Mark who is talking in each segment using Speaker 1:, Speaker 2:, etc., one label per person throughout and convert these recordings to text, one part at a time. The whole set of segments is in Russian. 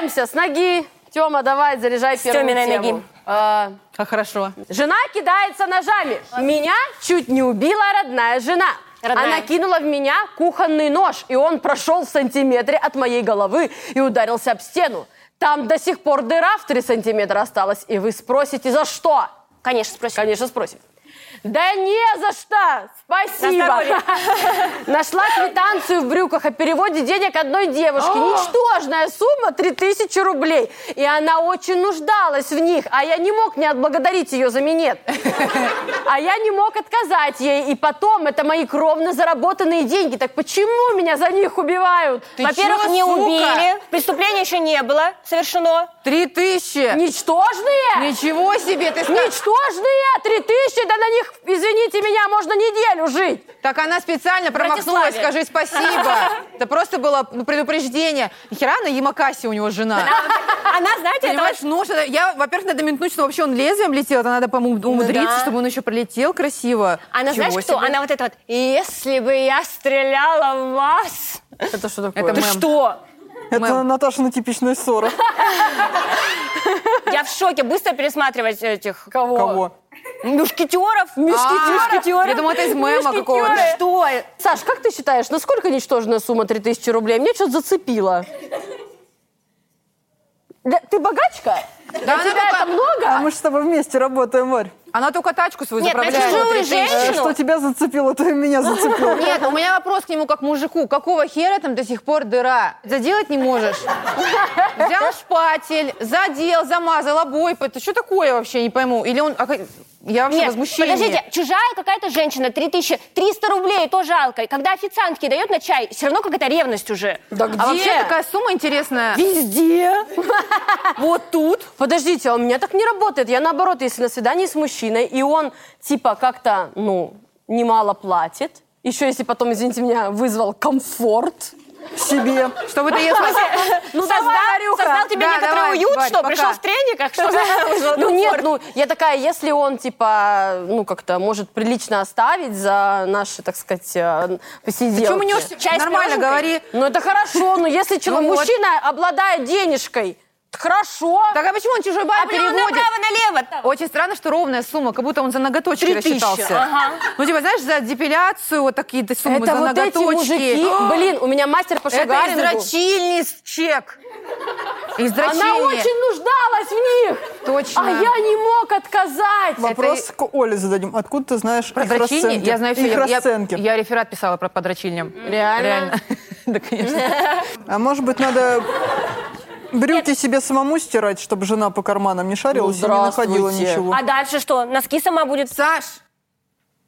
Speaker 1: Начнемся с ноги. Тема, давай, заряжай первую
Speaker 2: Тёминой
Speaker 1: тему.
Speaker 2: ноги.
Speaker 1: А,
Speaker 3: Как хорошо.
Speaker 1: жена кидается ножами. Меня чуть не убила родная жена.
Speaker 2: Родная.
Speaker 1: Она кинула в меня кухонный нож, и он прошел в сантиметре от моей головы и ударился об стену. Там до сих пор дыра в 3 сантиметра осталась, и вы спросите, за что?
Speaker 2: Конечно, спросим.
Speaker 1: Конечно, спросим. Да не за что! Спасибо!
Speaker 2: На здоровье.
Speaker 1: Нашла квитанцию в брюках о переводе денег одной девушки. Ничтожная сумма 3000 рублей. И она очень нуждалась в них, а я не мог не отблагодарить ее за минет. А я не мог отказать ей. И потом, это мои кровно заработанные деньги. Так почему меня за них убивают?
Speaker 2: Во-первых,
Speaker 3: чё,
Speaker 2: не
Speaker 3: сука?
Speaker 2: убили, преступления еще не было совершено.
Speaker 3: Три тысячи.
Speaker 1: Ничтожные?
Speaker 3: Ничего себе, ты ска-
Speaker 1: Ничтожные 3000, да на них, извините меня, можно неделю жить.
Speaker 3: Так она специально промахнулась,
Speaker 2: Братиславе.
Speaker 3: скажи спасибо. Это просто было ну, предупреждение. Ни Хера на Ямакасе у него жена.
Speaker 2: Она, знаете, это
Speaker 3: Понимаешь, нож, это- я, во-первых, надо минутнуть, что вообще он лезвием летел, это надо, по-моему, умудриться,
Speaker 2: Ну да.
Speaker 3: чтобы он еще пролетел красиво.
Speaker 2: Она,
Speaker 3: Чего
Speaker 2: знаешь, кто?
Speaker 3: себе.
Speaker 2: Она вот это вот, если бы я стреляла в вас.
Speaker 1: Это что такое?
Speaker 3: Это
Speaker 2: Ты
Speaker 3: мэм.
Speaker 2: что?
Speaker 4: Это
Speaker 3: Мэм.
Speaker 4: Наташа на типичная ссора.
Speaker 2: Я в шоке. Быстро пересматривать этих... Кого?
Speaker 4: Кого?
Speaker 2: Мушкетеров.
Speaker 3: А,
Speaker 2: Мушкетеров.
Speaker 3: Я думала, это из мема какого-то.
Speaker 2: Что?
Speaker 1: Саш, как ты считаешь, насколько ничтожная сумма 3000 рублей? Меня что-то зацепило. Да, ты богачка?
Speaker 3: Да, она
Speaker 1: Для тебя
Speaker 3: только-
Speaker 1: это
Speaker 2: ну,
Speaker 1: много?
Speaker 4: А мы же с тобой вместе работаем, Варь.
Speaker 3: Она только тачку свою
Speaker 2: Нет, на
Speaker 3: заправляет.
Speaker 2: чужую
Speaker 3: Вот три тысячи.
Speaker 2: женщину.
Speaker 4: Э, Что тебя зацепило, то и меня зацепило.
Speaker 3: Нет, у меня вопрос к нему как мужику. Какого хера там до сих пор дыра? Заделать не можешь? Взял шпатель, задел, замазал обои. Это что такое вообще, не пойму. Или он... а как- Я вообще
Speaker 2: Нет,
Speaker 3: возмущение.
Speaker 2: подождите, чужая какая-то женщина, 3300 рублей, то жалко. И Когда официантки дает на чай, все равно какая-то ревность уже.
Speaker 1: Да
Speaker 3: А вообще такая сумма интересная.
Speaker 1: Везде.
Speaker 3: Вот тут.
Speaker 1: Подождите, а у меня так не работает. Я наоборот, если на свидании с мужчиной, и он типа как-то, ну, немало платит, еще если потом, извините меня, вызвал комфорт.
Speaker 4: Себе.
Speaker 3: Что вы ел?
Speaker 1: Ну,
Speaker 2: Создал,
Speaker 1: давай, Варюха.
Speaker 2: создал тебе
Speaker 3: Да,
Speaker 2: некоторый
Speaker 3: давай,
Speaker 2: уют,
Speaker 3: Варь,
Speaker 2: что
Speaker 3: пока.
Speaker 2: пришел в трениках, что за-
Speaker 1: Ну нет, ну я такая, если он типа, ну как-то может прилично оставить за наши, так сказать, э, посиделки.
Speaker 3: Почему не
Speaker 2: Чай с
Speaker 3: Нормально
Speaker 2: пироженкой?
Speaker 3: говори.
Speaker 1: Ну это хорошо, но если человек,
Speaker 3: Ну вот.
Speaker 1: мужчина обладает денежкой, это хорошо.
Speaker 3: Так а почему он чужой баб
Speaker 2: Прям
Speaker 3: переводит?
Speaker 2: направо-налево.
Speaker 3: Очень странно, что ровная сумма, как будто он за ноготочки
Speaker 1: Три тысячи,
Speaker 3: рассчитался. Ну, типа, знаешь, за депиляцию вот такие суммы,
Speaker 1: это
Speaker 3: за
Speaker 1: вот эти
Speaker 3: ноготочки.
Speaker 1: мужики, блин, у меня мастер по
Speaker 3: Это из
Speaker 1: шугарингу.
Speaker 3: дрочильниц чек. Из
Speaker 1: Она
Speaker 3: дрочильни.
Speaker 1: очень нуждалась в них,
Speaker 3: Точно.
Speaker 1: а я не мог отказать.
Speaker 4: Вопрос к Оле зададим. Откуда ты знаешь
Speaker 3: Про
Speaker 4: их
Speaker 3: дрочильни?
Speaker 4: расценки?
Speaker 3: Я знаю все.
Speaker 4: Их
Speaker 3: Я- я,
Speaker 4: расценки.
Speaker 3: я реферат писала про по дрочильням.
Speaker 1: Реально?
Speaker 3: Да, конечно.
Speaker 4: А может быть, надо брюки себе самому стирать, чтобы жена по карманам не шарилась
Speaker 1: Ну,
Speaker 4: и не находила
Speaker 1: здравствуйте.
Speaker 4: ничего?
Speaker 2: А дальше что? Носки сама будет.
Speaker 3: Саш,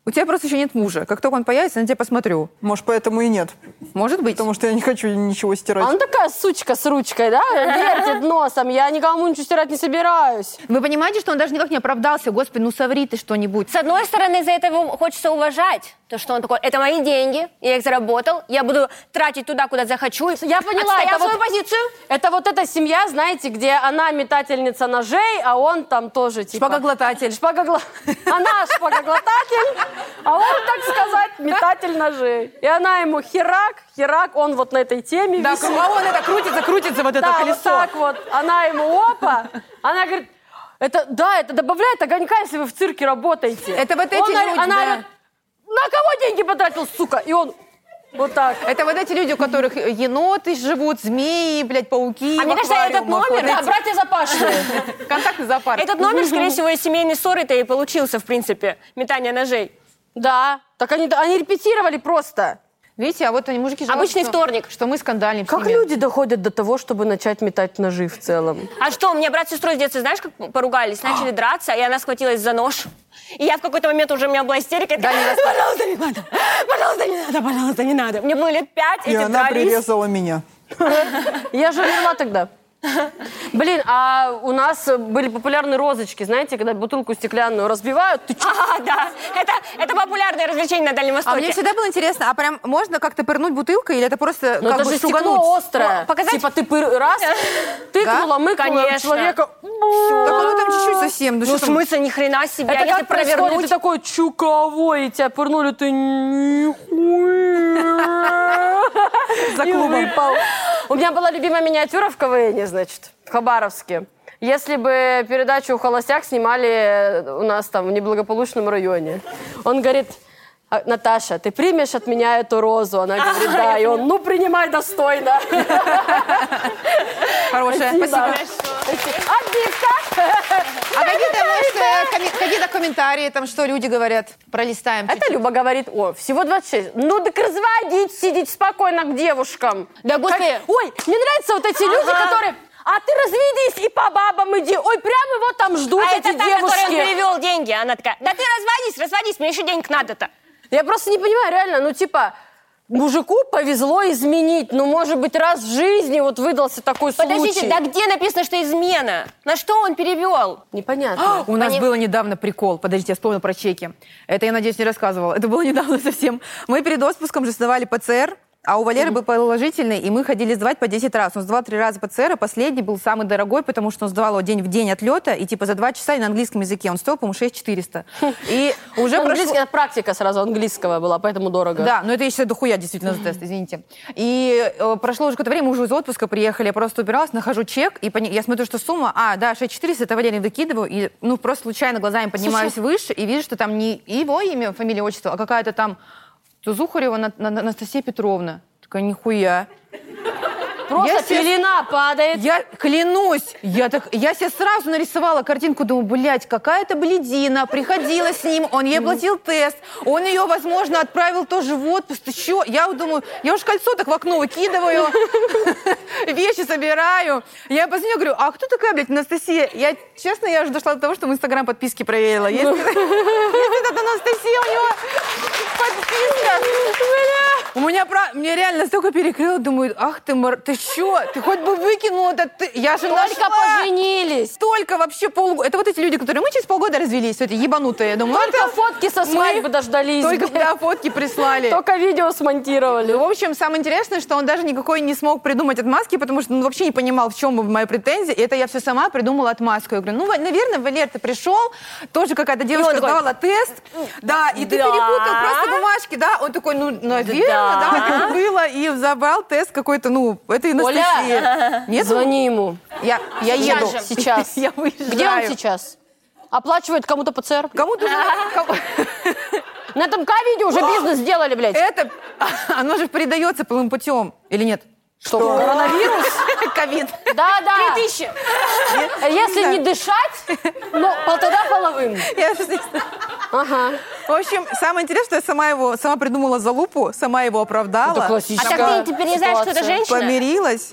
Speaker 3: у тебя просто еще нет мужа. Как только он появится, на тебя посмотрю.
Speaker 4: Может, поэтому и нет.
Speaker 3: Может быть?
Speaker 4: Потому что я не хочу ничего стирать.
Speaker 1: А Она такая сучка с ручкой, да, вертит носом. Я никому ничего стирать не собираюсь.
Speaker 3: Вы понимаете, что он даже никак не оправдался? Господи, ну соври ты что-нибудь.
Speaker 2: С одной стороны, за это его хочется уважать. То, что он такой, это мои деньги, я их заработал, я буду тратить туда, куда захочу.
Speaker 1: Я поняла,
Speaker 2: Отстоял
Speaker 1: это
Speaker 2: свою
Speaker 1: вот-
Speaker 2: позицию.
Speaker 1: Это вот эта семья, знаете, где она метательница ножей, а он там тоже типа...
Speaker 3: Шпагоглотатель.
Speaker 1: Шпагогла- Она шпагоглотатель, а он, так сказать, метатель ножей. И она ему херак, херак, он вот на этой теме
Speaker 3: Да,
Speaker 1: висит.
Speaker 3: а он это крутится, крутится вот это
Speaker 1: Да, вот
Speaker 3: колесо.
Speaker 1: так вот. Она ему опа. Она говорит, это, да, это добавляет огонька, если вы в цирке работаете.
Speaker 3: Это вот эти
Speaker 1: Он орёт-
Speaker 3: люди,
Speaker 1: Она
Speaker 3: да.
Speaker 1: орёт, на кого деньги потратил, сука? И он вот так.
Speaker 3: Это вот эти люди, у которых еноты живут, змеи, блядь, пауки.
Speaker 2: А мне
Speaker 3: в
Speaker 2: кажется, этот
Speaker 3: аквариумах,
Speaker 2: номер-
Speaker 3: вот
Speaker 1: Да, братья Запашные.
Speaker 3: эти Контактный зоопарк.
Speaker 2: Этот номер, скорее всего, из семейной ссоры-то и получился, в принципе, метание ножей.
Speaker 1: Да, так они, они репетировали просто.
Speaker 3: Видите, а вот они, мужики жалуются,
Speaker 2: Обычный
Speaker 3: что-
Speaker 2: вторник.
Speaker 3: Что мы скандалим с
Speaker 1: Как
Speaker 3: ними.
Speaker 1: люди доходят до того, чтобы начать метать ножи в целом?
Speaker 2: А что, у меня брат с сестрой с детства, знаешь, как поругались? Начали драться, и она схватилась за нож. И я в какой-то момент уже у меня была истерика. Да, пожалуйста, не надо. Пожалуйста, не надо, пожалуйста, не надо. Мне было лет пять,
Speaker 4: И
Speaker 2: эти
Speaker 4: она
Speaker 2: дрались.
Speaker 4: прирезала меня.
Speaker 1: Я же умерла тогда. Блин, а у нас э, были популярны розочки, знаете, когда бутылку стеклянную разбивают. Ты чё?
Speaker 2: А, да. Это, это популярное развлечение на Дальнем Востоке.
Speaker 3: А мне всегда было интересно, а прям можно как-то пырнуть бутылкой или это просто
Speaker 1: Ну
Speaker 3: как
Speaker 1: это
Speaker 3: бы
Speaker 1: же
Speaker 3: шугануть?
Speaker 1: стекло острое.
Speaker 2: Ну, показать?
Speaker 1: Типа ты пыр... раз, тыкнула, мыкнула
Speaker 2: Конечно.
Speaker 1: человека.
Speaker 3: Так оно там чуть-чуть совсем. Ну,
Speaker 2: Ну,
Speaker 3: что там?
Speaker 2: смысл ни хрена себе.
Speaker 1: Это
Speaker 2: а если
Speaker 1: как происходит? Ты
Speaker 2: провернуть...
Speaker 1: такой чуковой, и тебя пырнули, ты нихуя.
Speaker 4: за клубом.
Speaker 1: У меня была любимая миниатюра в КВН, значит, в Хабаровске. Если бы передачу «Холостяк» снимали э, у нас там в неблагополучном районе. Он говорит, «А, Наташа, ты примешь от меня эту розу? Она говорит, да. И он, ну, принимай достойно.
Speaker 3: Хорошая, спасибо.
Speaker 2: А.
Speaker 1: Отбивка.
Speaker 3: А какие-то, может, э, коме- какие-то комментарии, там, что люди говорят? Пролистаем. чуть.
Speaker 1: Это Люба говорит, о, всего 26. Ну, так разводить, сидеть спокойно к девушкам.
Speaker 2: Да, господи.
Speaker 1: Как- Ой, мне нравятся вот эти люди,
Speaker 2: Ага.
Speaker 1: которые... А ты разведись и по бабам иди. Ой, прям его там ждут
Speaker 2: А
Speaker 1: эти
Speaker 2: это та, которой он
Speaker 1: девушки.
Speaker 2: перевел деньги. Она такая, да ты разводись, разводись, мне еще денег надо-то.
Speaker 1: Я просто не понимаю, реально, ну типа, мужику повезло изменить, ну может быть раз в жизни вот выдался такой
Speaker 2: Подождите,
Speaker 1: случай.
Speaker 2: да где написано, что измена? На что он перевел? А,
Speaker 1: Непонятно.
Speaker 3: А, У нас
Speaker 2: Они-
Speaker 3: было недавно прикол. Подождите, я вспомнила про чеки. Это я, надеюсь, не рассказывала. Это было недавно совсем. Мы перед отпуском же сдавали ПЦР, а у Валеры был положительный, и мы ходили сдавать по 10 раз. Он сдавал три раза ПЦР, а последний был самый дорогой, потому что он сдавал его день в день отлета, и типа за два часа и на английском языке. Он стоил, по-моему, 6400. И уже прошло...
Speaker 1: Английский- практика сразу английского была, поэтому дорого.
Speaker 3: Да, но это, я считаю, дохуя действительно за тест, извините. И э, прошло уже какое-то время, мы уже из отпуска приехали, я просто убиралась, нахожу чек, и пони- я смотрю, что сумма, а, да, 6400, это Валерий выкидываю, и, ну, просто случайно глазами поднимаюсь
Speaker 1: а
Speaker 3: выше, и вижу, что там не его имя, фамилия, отчество, а какая-то там Зухарева На- На- На- Анастасия Петровна. Такая, нихуя.
Speaker 1: Просто
Speaker 3: Я себе-
Speaker 1: пелена падает.
Speaker 3: Я клянусь, я, так, я себе сразу нарисовала картинку, думаю, блядь, какая-то бледина, приходила с ним, он ей платил тест, он ее, возможно, отправил тоже в отпуск, ты чё? Я вот думаю, я уж кольцо так в окно выкидываю, вещи собираю. Я позвоню, говорю, а кто такая, блядь, Анастасия? Я, честно, я уже дошла до того, что в Инстаграм подписки проверила. Есть
Speaker 1: Ну.
Speaker 3: ли- есть ли это Анастасия, у него подписка. У меня про... Мне реально столько перекрыло, думаю, ах ты, мор... ты чё? Ты хоть бы выкинул это, ты... я же
Speaker 1: Только
Speaker 3: нашла.
Speaker 1: поженились.
Speaker 3: Столько вообще полгода. Это вот эти люди, которые мы через полгода развелись, вот эти ебанутые. Я думаю,
Speaker 1: Только
Speaker 3: «Ладно,
Speaker 1: фотки со
Speaker 3: мы
Speaker 1: свадьбы дождались.
Speaker 3: Только
Speaker 1: блин.
Speaker 3: да, фотки прислали.
Speaker 1: Только видео смонтировали.
Speaker 3: В общем, самое интересное, что он даже никакой не смог придумать отмазки, потому что он вообще не понимал, в чем моя претензия. И это я все сама придумала отмазку. Я говорю, ну, Ва- наверное, Валер, ты пришел, тоже какая-то девушка
Speaker 2: такой,
Speaker 3: сдавала тест, да, и ты
Speaker 2: да.
Speaker 3: перепутал просто бумажки, да. Он такой, ну, наверное, да,
Speaker 2: Да.
Speaker 3: так и было, и забрал тест какой-то, ну, это Анастасия. Нет,
Speaker 1: Звони ему.
Speaker 3: я, я
Speaker 1: Сейчас
Speaker 3: еду.
Speaker 1: же. Сейчас.
Speaker 3: Я выезжаю.
Speaker 1: Где он сейчас? Оплачивает кому-то ПЦР?
Speaker 3: Кому ты... кому-
Speaker 1: На этом К-видео уже бизнес сделали, блядь.
Speaker 3: Это... Оно же передается полым путем. Или нет?
Speaker 1: Что, коронавирус?
Speaker 3: Ковид.
Speaker 1: Да, да. Э,
Speaker 2: Тысячи.
Speaker 1: Если не дышать, ну, по- тогда половым.
Speaker 3: Я же не
Speaker 1: Ага.
Speaker 3: В общем, самое интересное, что я сама его, сама придумала залупу, сама его оправдала,
Speaker 2: А так ты теперь не знаешь, кто это
Speaker 1: ситуация.
Speaker 2: женщина?
Speaker 3: помирилась.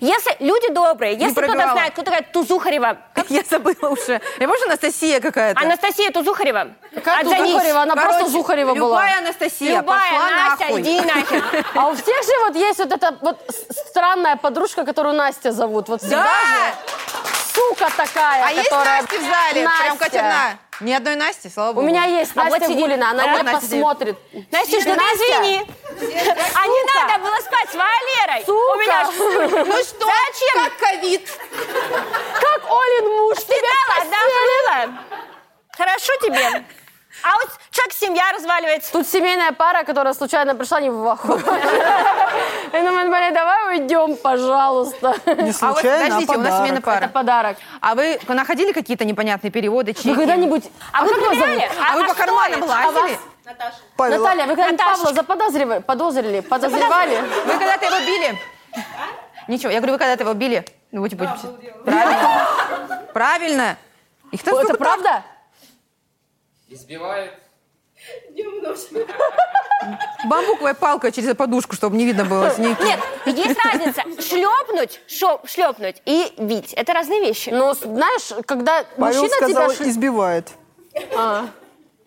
Speaker 2: Если люди добрые, если кто-то
Speaker 3: пробивала.
Speaker 2: знает, кто такая Тузухарева,
Speaker 3: Я забыла уже. Я помню, Анастасия какая-то.
Speaker 2: Анастасия Тузухарева,
Speaker 1: Как тут
Speaker 2: отзовись.
Speaker 1: Зухарева? Она
Speaker 3: Короче,
Speaker 1: просто Зухарева была.
Speaker 3: Любая Анастасия пошла
Speaker 2: Любая, Настя,
Speaker 3: нахуй.
Speaker 2: иди нахер.
Speaker 1: А у всех же вот есть вот эта вот с- странная подружка, которую Настя зовут. Вот всегда
Speaker 3: Да!
Speaker 1: сука такая,
Speaker 3: А есть
Speaker 1: которая...
Speaker 3: Настя в зале?
Speaker 1: Настя.
Speaker 3: Прям Катерна. Ни одной Насти, слава
Speaker 1: У
Speaker 3: богу.
Speaker 1: меня есть
Speaker 2: А вот
Speaker 1: Настя
Speaker 2: сидит.
Speaker 1: Гулина, она
Speaker 2: А
Speaker 1: меня
Speaker 3: вот Настя сидит.
Speaker 1: посмотрит.
Speaker 2: Настюш, ну ты
Speaker 1: Настя.
Speaker 2: извини. А не надо было спать с Валерой. У меня ж
Speaker 1: Сука!
Speaker 3: Ну что,
Speaker 2: Зачем?
Speaker 3: как ковид?
Speaker 1: Как Олин муж тебя
Speaker 2: Стебяла,
Speaker 1: постелит?
Speaker 2: да, было. Хорошо тебе. А вот человек, семья разваливается.
Speaker 1: Тут семейная пара, которая случайно пришла не в ахуе. И мы говорили, давай уйдем, пожалуйста.
Speaker 4: Не
Speaker 3: А вот,
Speaker 4: случайно, а
Speaker 3: подождите, у нас
Speaker 4: подарок.
Speaker 3: смена
Speaker 1: Это
Speaker 3: пара.
Speaker 1: подарок.
Speaker 3: А вы находили какие-то непонятные переводы, чеки?
Speaker 1: Вы когда-нибудь...
Speaker 2: А вы
Speaker 1: как его
Speaker 2: проверяли?
Speaker 1: зовут?
Speaker 3: А вы по
Speaker 2: что
Speaker 3: карманам
Speaker 2: это?
Speaker 3: лазили?
Speaker 4: Павел,
Speaker 1: Наталья, вы когда-нибудь
Speaker 2: Наташечка.
Speaker 1: Павла заподозривали? Подозрили? Подозревали?
Speaker 3: Вы когда-то его били? Ничего, я говорю, вы когда-то его били? Ну, будете, будете. Правильно. Правильно. И кто
Speaker 1: Это
Speaker 3: сколько
Speaker 1: правда?
Speaker 5: Избивает.
Speaker 3: Бамбуковая палка через подушку, чтобы не видно было снег.
Speaker 2: Нет, есть разница. Шлепнуть, шо- шлепнуть и бить. Это разные вещи.
Speaker 1: Ну, знаешь, когда
Speaker 4: Павел
Speaker 1: мужчина
Speaker 4: сказал,
Speaker 1: тебя...
Speaker 3: типа
Speaker 1: шле-
Speaker 4: избивает.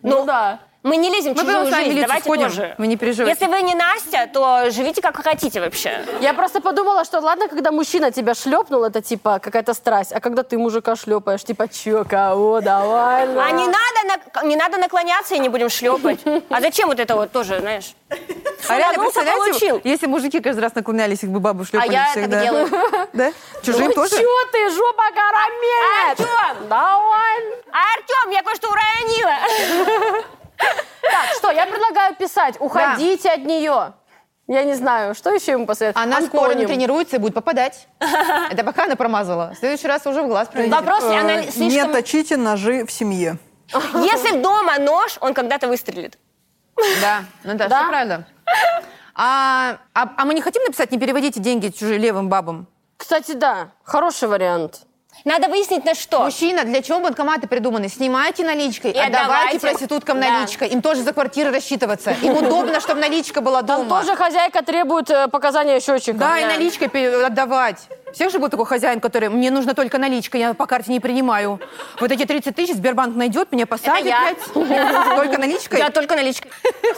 Speaker 1: Ну да.
Speaker 2: Мы не лезем в
Speaker 3: Мы
Speaker 2: чужую
Speaker 3: потом сами в
Speaker 2: жизнь,
Speaker 3: милицию
Speaker 2: давайте
Speaker 3: сходим,
Speaker 2: тоже.
Speaker 3: вы не переживайте.
Speaker 2: Если вы не Настя, то живите как хотите вообще.
Speaker 1: Я просто подумала, что ладно, когда мужчина тебя шлепнул, это типа какая-то страсть, а когда ты мужика шлепаешь, типа чё, кого, давай, на».
Speaker 2: А не надо, нак- не надо наклоняться и не будем шлепать. А зачем вот это вот тоже, знаешь?
Speaker 3: А реально,
Speaker 2: Шлепнулся,
Speaker 3: представляете,
Speaker 2: получил.
Speaker 3: если мужики каждый раз наклонялись, их бы бабы шлепали
Speaker 2: А я так
Speaker 3: всегда.
Speaker 2: делаю.
Speaker 3: Да? Чужим
Speaker 1: Ну
Speaker 3: тоже?
Speaker 1: чё ты, жопа
Speaker 3: А,
Speaker 1: карамель?
Speaker 2: Артём!
Speaker 1: Давай!
Speaker 2: А Артем, я кое-что уронила.
Speaker 1: Так, что, я предлагаю писать, уходите от нее. Я не знаю, что еще ему посоветовать.
Speaker 3: Она скоро
Speaker 1: Антоним.
Speaker 3: натренируется и будет попадать. Это пока она промазала. В следующий раз уже в глаз пролетит.
Speaker 2: Вопрос, если она
Speaker 4: Э,
Speaker 2: слишком...
Speaker 4: Не точите ножи в семье.
Speaker 2: Если дома нож, он когда-то выстрелит.
Speaker 3: Да, ну да,
Speaker 1: Да?
Speaker 3: все правильно. А, а- а мы не хотим написать, не переводите деньги чужим левым бабам?
Speaker 1: Кстати, да, хороший вариант.
Speaker 2: Надо выяснить, на что.
Speaker 3: Мужчина, для чего банкоматы придуманы? Снимайте наличкой,
Speaker 2: И
Speaker 3: отдавайте
Speaker 2: отдавайте.
Speaker 3: проституткам
Speaker 2: Да.
Speaker 3: наличкой. Им тоже за квартиры рассчитываться. Им удобно, чтобы наличка была
Speaker 1: Там
Speaker 3: дома.
Speaker 1: тоже хозяйка требует э, показания счетчика.
Speaker 3: Да, и наличкой пе- отдавать. Всех же был такой хозяин, который, мне нужно только наличка, я по карте не принимаю. Вот эти 30 тысяч Сбербанк найдет, меня посадит
Speaker 2: я.
Speaker 3: блядь. Только наличкой?
Speaker 2: Я только наличкой.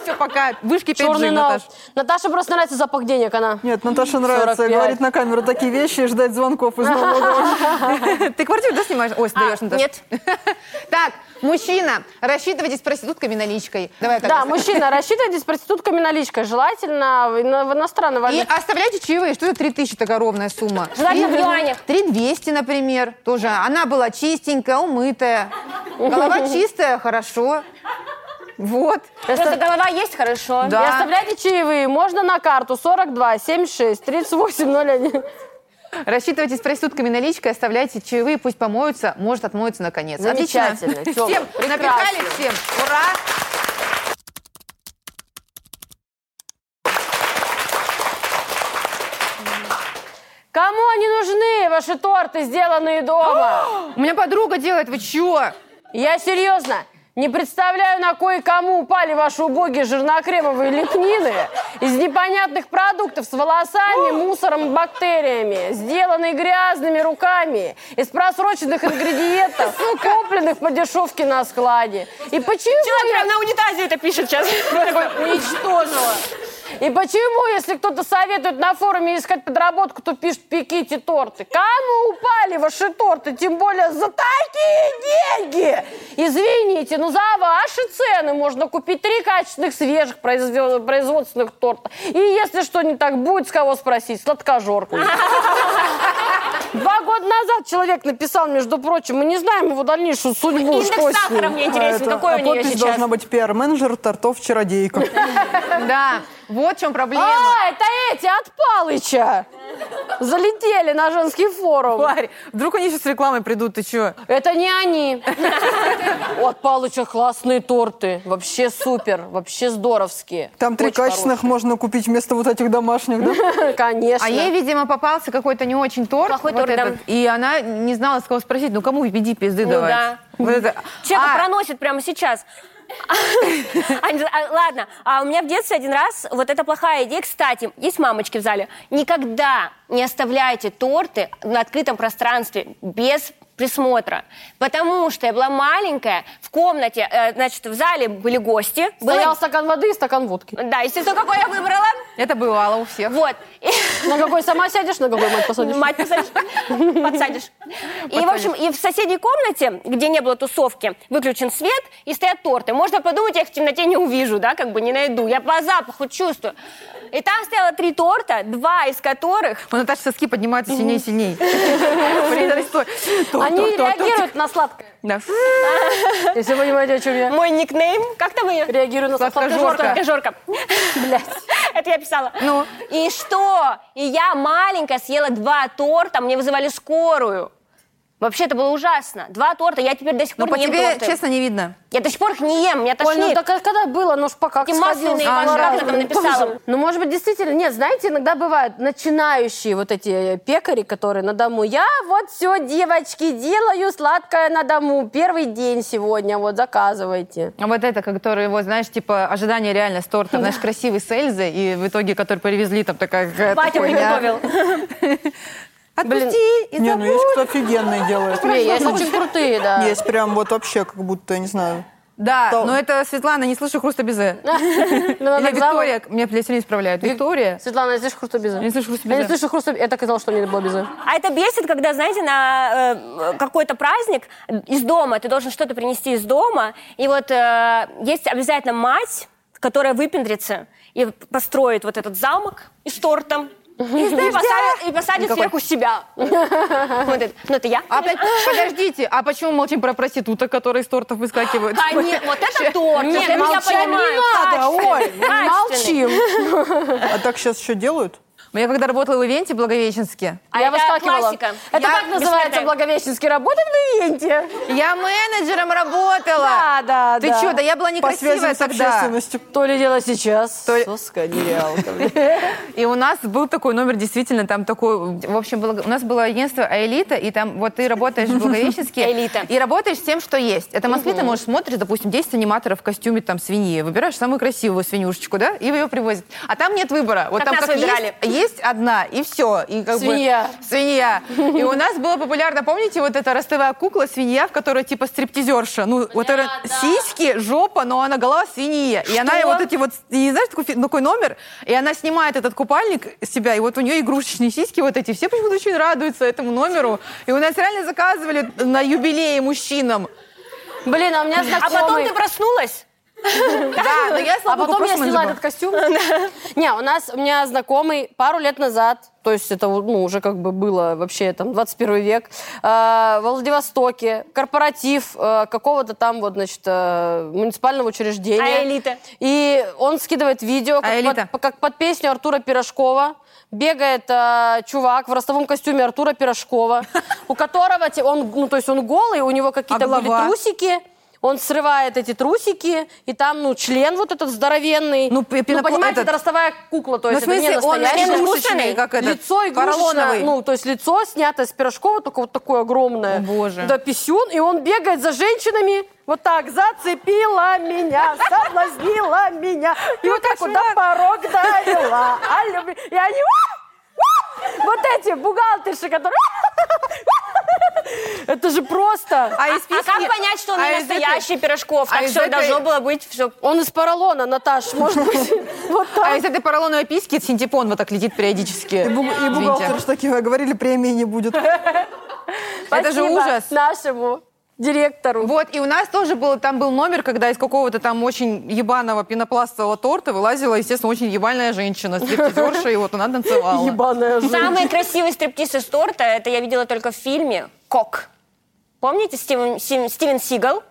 Speaker 3: Все, пока. Вышки 5G,
Speaker 1: Черный нал.
Speaker 3: Наташ.
Speaker 1: Наташе просто нравится запах денег, она.
Speaker 4: Нет, Наташа нравится
Speaker 1: 45.
Speaker 4: говорить на камеру такие вещи и ждать звонков из налоговой.
Speaker 3: Ты квартиру, да, снимаешь? Ой, сдаешь, Наташа.
Speaker 2: А, нет.
Speaker 3: Так, мужчина, рассчитывайтесь с проститутками наличкой. Давай так.
Speaker 1: Да, мужчина, рассчитывайтесь с проститутками наличкой, желательно в ино- в иностранной
Speaker 3: И
Speaker 1: валюте.
Speaker 3: оставляйте чаевые. Что за 3000 такая ровная сумма?
Speaker 2: Желательно в
Speaker 3: Три-
Speaker 2: юанях.
Speaker 3: 3200, например, тоже. Она была чистенькая, умытая. Голова чистая, хорошо. Вот.
Speaker 2: Просто голова есть, хорошо.
Speaker 3: Да.
Speaker 1: И оставляйте чаевые, можно на карту 42 76 38 01.
Speaker 3: Рассчитывайтесь с проститутками наличкой, оставляйте чаевые, пусть помоются, может отмоются наконец. Отлично.
Speaker 1: Замечательно, Тёма,
Speaker 3: Всем
Speaker 1: прекрасно.
Speaker 3: напихали всем. Ура!
Speaker 1: Кому они нужны, ваши торты, сделанные дома?
Speaker 3: У меня подруга делает, вы чё?
Speaker 1: Я серьезно. Не представляю, на кое-кому упали ваши убогие жирнокремовые лепнины из непонятных продуктов с волосами, мусором и бактериями, сделанные грязными руками, из просроченных ингредиентов, купленных по дешевке на складе. И почему я
Speaker 2: Прям на унитазе это пишет сейчас.
Speaker 1: уничтожила. И почему, если кто-то советует на форуме искать подработку, то пишет «пеките торты». Кому упали ваши торты, тем более за такие деньги? Извините, но за ваши цены можно купить три качественных свежих произве- производственных торта. И если что не так, будет с кого спросить, сладкожорку. Два года назад человек написал, между прочим, мы не знаем его дальнейшую судьбу. что
Speaker 2: Индекс
Speaker 1: с ним.
Speaker 2: сахара мне интересен.
Speaker 4: Это-
Speaker 2: Какой у
Speaker 4: а
Speaker 2: нее
Speaker 4: подпись
Speaker 2: сейчас?
Speaker 4: должна быть пиар-менеджер тортов чародейка.
Speaker 3: Да, вот в чем проблема.
Speaker 1: А, это эти от Палыча. Залетели на женский форум.
Speaker 3: Варь, вдруг они сейчас с рекламой придут, ты чё?
Speaker 1: Это не они. У От Палыча классные торты. Вообще супер. Вообще здоровские.
Speaker 4: Там три
Speaker 1: Очень
Speaker 4: качественных можно купить вместо вот этих домашних, да?
Speaker 1: хорошие. Конечно.
Speaker 3: А ей, видимо, попался какой-то не очень торт.
Speaker 2: Плохой
Speaker 3: вот
Speaker 2: торт, да.
Speaker 3: этот, И она не знала, с кого спросить, ну кому веди пизды
Speaker 2: Ну
Speaker 3: давать.
Speaker 2: да.
Speaker 3: Вот это.
Speaker 2: Человека
Speaker 3: А,
Speaker 2: проносит прямо сейчас. А, не знаю, а, Ладно, а у меня в детстве один раз, вот это плохая идея, кстати, есть мамочки в зале, никогда не оставляйте торты на открытом пространстве без присмотра. Потому что я была маленькая, в комнате, э, значит, в зале были гости.
Speaker 1: Стоял
Speaker 2: Было...
Speaker 1: стакан воды и стакан водки.
Speaker 2: Да, естественно, какой я выбрала.
Speaker 3: Это бывало у всех.
Speaker 2: Вот.
Speaker 1: На какой сама сядешь, на какой мать посадишь.
Speaker 2: Мать посадишь. Подсадишь. И, в общем, и в соседней комнате, где не было тусовки, выключен свет и стоят торты. Можно подумать, я их в темноте не увижу, да, как бы не найду. Я по запаху чувствую. И там стояло три торта, два из которых...
Speaker 3: У Наташи Ну, соски поднимаются сильнее и сильнее. Блин, Толстой. Торт,
Speaker 1: Они
Speaker 3: торт, торт, торт.
Speaker 1: реагируют на сладкое.
Speaker 3: Да.
Speaker 1: Если вы понимаете, о чем я.
Speaker 2: Мой никнейм, как там ее?
Speaker 1: Реагирую на сладкое.
Speaker 3: Сладкожорка.
Speaker 1: Сладкое.
Speaker 2: Жорка.
Speaker 1: Блядь.
Speaker 2: Это я писала.
Speaker 3: Ну?
Speaker 2: И что? И я маленькая съела два торта, мне вызывали скорую. Вообще, это было ужасно. Два торта, я теперь до сих
Speaker 3: Ну,
Speaker 2: пор
Speaker 3: по
Speaker 2: не ем
Speaker 3: тебе,
Speaker 2: торты.
Speaker 3: честно, не видно.
Speaker 2: Я до сих пор их не ем, меня
Speaker 1: Оль,
Speaker 2: тошнит.
Speaker 1: ну так а когда было, ну ж пока
Speaker 2: Эти масляные,
Speaker 1: сходил,
Speaker 2: Маша,
Speaker 1: сгорал.
Speaker 2: как она там написала?
Speaker 1: Ну, может быть, действительно, нет, знаете, иногда бывают начинающие вот эти э, пекари, которые на дому. Я вот все, девочки, делаю сладкое на дому. Первый день сегодня, вот, заказывайте.
Speaker 3: А вот это, который, вот, знаешь, типа, ожидание реально с торта, знаешь, красивый с Эльзой, и в итоге, который привезли, там такая какая-то
Speaker 2: Батя
Speaker 3: хуйня.
Speaker 2: приготовил.
Speaker 3: Отпусти и
Speaker 4: Не, ну есть кто офигенный делает.
Speaker 1: Не, есть очень крутые, да.
Speaker 4: Есть прям вот вообще как будто, я не знаю.
Speaker 3: Да,
Speaker 4: Кто?
Speaker 3: но это Светлана, не слышу хруста безе.
Speaker 1: Ну, она
Speaker 3: Или
Speaker 1: так зовут.
Speaker 3: Виктория, меня блядь, все время исправляют. Виктория?
Speaker 1: Светлана, я слышу хруста безе.
Speaker 3: Я не слышу хруста
Speaker 1: Я не
Speaker 3: безе.
Speaker 1: слышу хруста безе. Это казалось, что мне было безе.
Speaker 2: А это бесит, когда, знаете, на э, какой-то праздник из дома, ты должен что-то принести из дома, и вот э, есть обязательно мать, которая выпендрится и построит вот этот замок из тортом, И посадит, и посадит сверху себя. Вот это. Ну, это я.
Speaker 3: А опять, подождите, а почему молчим про проституток, которые из тортов выскакивают?
Speaker 2: А, нет, вот это торт.
Speaker 1: Нет,
Speaker 2: вот это я
Speaker 1: молчать не
Speaker 2: понимаю.
Speaker 1: надо, ой,
Speaker 3: ну,
Speaker 2: Качественный.
Speaker 1: молчим.
Speaker 4: А так сейчас еще делают?
Speaker 3: Я когда работала в ивенте в Благовещенске,
Speaker 2: А
Speaker 1: я
Speaker 2: это
Speaker 1: выскакивала.
Speaker 2: классика.
Speaker 1: Это
Speaker 3: Я
Speaker 1: как называется
Speaker 2: бессмертная.
Speaker 1: благовещенский работа в ивенте?
Speaker 3: я менеджером работала.
Speaker 1: Да, да,
Speaker 3: Ты
Speaker 1: да.
Speaker 3: что, да я была
Speaker 4: По
Speaker 3: некрасивая
Speaker 4: связям с
Speaker 3: тогда.
Speaker 4: общественностью.
Speaker 1: Типа, То ли дело сейчас.
Speaker 3: То ли-
Speaker 1: Соска нереалка.
Speaker 3: И у нас был такой номер, действительно, там такой... В общем, благо- у нас было агентство «Аэлита», и там вот ты работаешь в Благовещенске.
Speaker 2: «Аэлита».
Speaker 3: И работаешь с тем, что есть. Это в Москве ты можешь смотришь, допустим, 10 аниматоров в костюме там свиньи. Выбираешь самую красивую свинюшечку, да, и ее привозят. А там нет выбора. Вот
Speaker 2: Как
Speaker 3: там
Speaker 2: нас
Speaker 3: есть-
Speaker 2: выбирали.
Speaker 3: Есть, одна, и все. И как бы-
Speaker 1: Свинья.
Speaker 3: свинья. И у нас было популярно, помните, вот эта ростовая кукла, свинья, в которой типа стриптизерша. Ну, вот это сиськи, жопа, но она голова свинья. И она и вот эти вот, и знаешь, такой, фи- такой номер, и она снимает этот купальник с себя, и вот у нее игрушечные сиськи вот эти. Все почему-то очень радуются этому номеру. И у нас реально заказывали на юбилее мужчинам.
Speaker 1: Блин, а у меня
Speaker 2: А
Speaker 1: знакомый.
Speaker 2: потом ты проснулась?
Speaker 3: Да, но я, слава
Speaker 1: А потом
Speaker 3: богу,
Speaker 1: я
Speaker 3: просто
Speaker 1: сняла
Speaker 3: забыла.
Speaker 1: этот костюм. Не, у нас, у меня знакомый пару лет назад, то есть это ну, уже как бы было вообще там 21 век, э, во Владивостоке, корпоратив э, какого-то там вот, значит, э, муниципального учреждения.
Speaker 2: А элита?
Speaker 1: И он скидывает видео, как,
Speaker 3: А элита?
Speaker 1: под, как под песню Артура Пирожкова. Бегает э, чувак в ростовом костюме Артура Пирожкова, у которого те- он, ну, то есть он голый, у него какие-то А были
Speaker 3: голова?
Speaker 1: трусики. Он срывает эти трусики, и там, ну, член вот этот здоровенный.
Speaker 3: Ну, пи- пинопла-
Speaker 1: понимаете,
Speaker 3: этот-
Speaker 1: это ростовая кукла, то
Speaker 3: Ну, в
Speaker 1: есть
Speaker 3: смысле,
Speaker 1: это не
Speaker 3: он
Speaker 1: настоящая.
Speaker 2: член
Speaker 1: Лицо
Speaker 3: игрушечный, как этот,
Speaker 1: Лицо игрушечное,
Speaker 3: поролоновый.
Speaker 1: ну, то есть лицо снято с пирожкова, только вот такое огромное.
Speaker 3: О, боже.
Speaker 1: Да, писюн, и он бегает за женщинами, вот так, зацепила меня, соблазнила меня, и вот так вот до порог довела, а люби- И они... «А! А!» Вот эти бухгалтерши, которые... Это же просто...
Speaker 3: А, из
Speaker 2: А
Speaker 3: песни-
Speaker 2: как понять, что он
Speaker 3: а
Speaker 2: не
Speaker 3: из этой-
Speaker 2: настоящий пирожков?
Speaker 3: а
Speaker 2: Так
Speaker 3: из
Speaker 2: все
Speaker 3: этой-
Speaker 2: должно было быть все.
Speaker 1: Он из поролона, Наташ, может быть, вот
Speaker 3: А
Speaker 1: так.
Speaker 3: из этой поролоновой писки синтепон вот так летит периодически.
Speaker 4: И, бу- и бухгалтер же такие говорили, премии не будет.
Speaker 3: это же
Speaker 1: Спасибо
Speaker 3: ужас.
Speaker 1: нашему директору.
Speaker 3: Вот, и у нас тоже был, там был номер, когда из какого-то там очень ебаного пенопластового торта вылазила, естественно, очень ебальная женщина, стриптизерша, и вот она танцевала.
Speaker 1: Ебаная жизнь.
Speaker 2: Самый красивый стриптиз из торта, это я видела только в фильме «Кок». Помните Стивен, Сим- Стивен Сигал?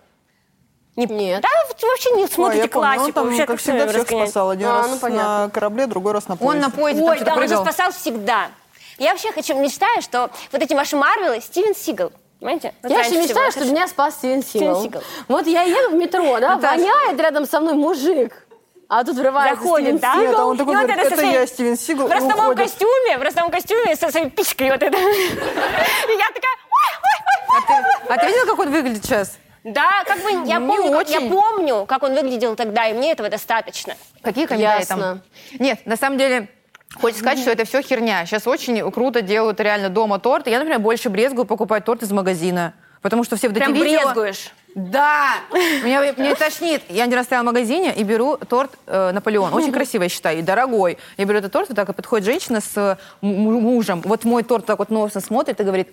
Speaker 1: Нет.
Speaker 2: Да, вы вообще не
Speaker 4: Ой,
Speaker 2: смотрите
Speaker 4: я помню,
Speaker 2: классику.
Speaker 4: он там,
Speaker 2: вообще
Speaker 4: как
Speaker 2: так
Speaker 4: всегда,
Speaker 2: всё
Speaker 4: всех
Speaker 2: разгоняет.
Speaker 4: спасал. Один
Speaker 1: А,
Speaker 4: раз
Speaker 1: ну, понятно.
Speaker 4: на корабле, другой раз на поезде.
Speaker 3: Он на поезде там
Speaker 2: Ой,
Speaker 3: что-то
Speaker 2: да, он же
Speaker 3: прыгал.
Speaker 2: спасал всегда. Я вообще хочу, мечтаю, что вот эти ваши Марвелы, Стивен Сигал, понимаете? Вот
Speaker 1: Я
Speaker 2: раньше
Speaker 1: еще мечтаю,
Speaker 2: всего.
Speaker 1: что меня спас Стивен Сигал.
Speaker 2: Сигал.
Speaker 1: Вот я еду в метро, да,
Speaker 3: Наташа.
Speaker 1: воняет рядом со мной мужик. А тут врывается
Speaker 2: Заходит,
Speaker 1: Стивен
Speaker 2: да?
Speaker 1: Сигал.
Speaker 4: Нет, а он
Speaker 2: И
Speaker 4: такой
Speaker 2: вот
Speaker 4: говорит,
Speaker 2: это со
Speaker 4: это
Speaker 2: своей-
Speaker 4: я, Стивен Сигал,
Speaker 2: В
Speaker 4: и
Speaker 2: ростовом
Speaker 4: уходит.
Speaker 2: костюме, в ростовом костюме со своей пичкой вот это. И я такая, ой, ой, ой,
Speaker 3: А
Speaker 2: ой.
Speaker 3: ты видел, как он выглядит сейчас?
Speaker 2: Да, как бы я
Speaker 3: Не
Speaker 2: помню, как- я
Speaker 3: очень.
Speaker 2: помню, как он выглядел тогда, и мне этого достаточно.
Speaker 3: Какие комментарии
Speaker 1: Ясно.
Speaker 3: там? Нет, на самом деле... Хочется сказать, что это все херня. Сейчас очень круто делают реально дома торты. Я, например, больше брезгую покупать торт из магазина. Потому что все вот эти
Speaker 2: Прям
Speaker 3: видео-
Speaker 2: брезгуешь.
Speaker 3: Да! Меня, меня тошнит. Я один раз стояла в магазине и беру торт э, Наполеон. Очень красивый, я считаю, и дорогой. Я беру этот торт, вот так и подходит женщина с э, му- мужем. Вот мой торт так вот носом смотрит и говорит,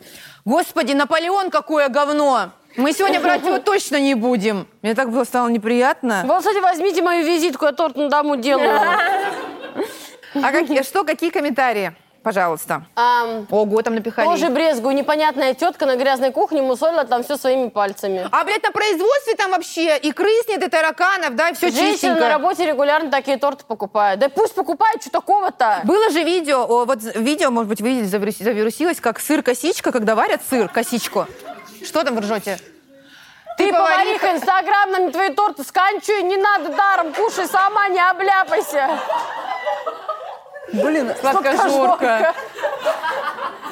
Speaker 3: «Господи, Наполеон, какое говно! Мы сегодня брать его точно не будем!» Мне так было стало неприятно.
Speaker 1: Вот, кстати, возьмите мою визитку, я торт на дому делаю.
Speaker 3: А какие, что, какие комментарии? Пожалуйста.
Speaker 1: Ам,
Speaker 3: Ого, там напихали.
Speaker 1: Тоже брезгую. Непонятная тетка на грязной кухне мусолила там все своими пальцами.
Speaker 3: А, блядь, на производстве там вообще и крыс нет, и тараканов, да, и все
Speaker 1: Женщины на
Speaker 3: чистенько.
Speaker 1: работе регулярно такие торты покупают. Да пусть покупают, что такого-то?
Speaker 3: Было же видео, о, вот з- видео, может быть, вы видели, завирус- завирусилось, как сыр-косичка, когда варят сыр, косичку. Что там ржете?
Speaker 1: Ты,
Speaker 3: повариха.
Speaker 1: повариха, инстаграм нам твои торты сканчуй, не надо даром, кушай сама, не обляпайся.
Speaker 4: Блин,
Speaker 3: Сладкожорка.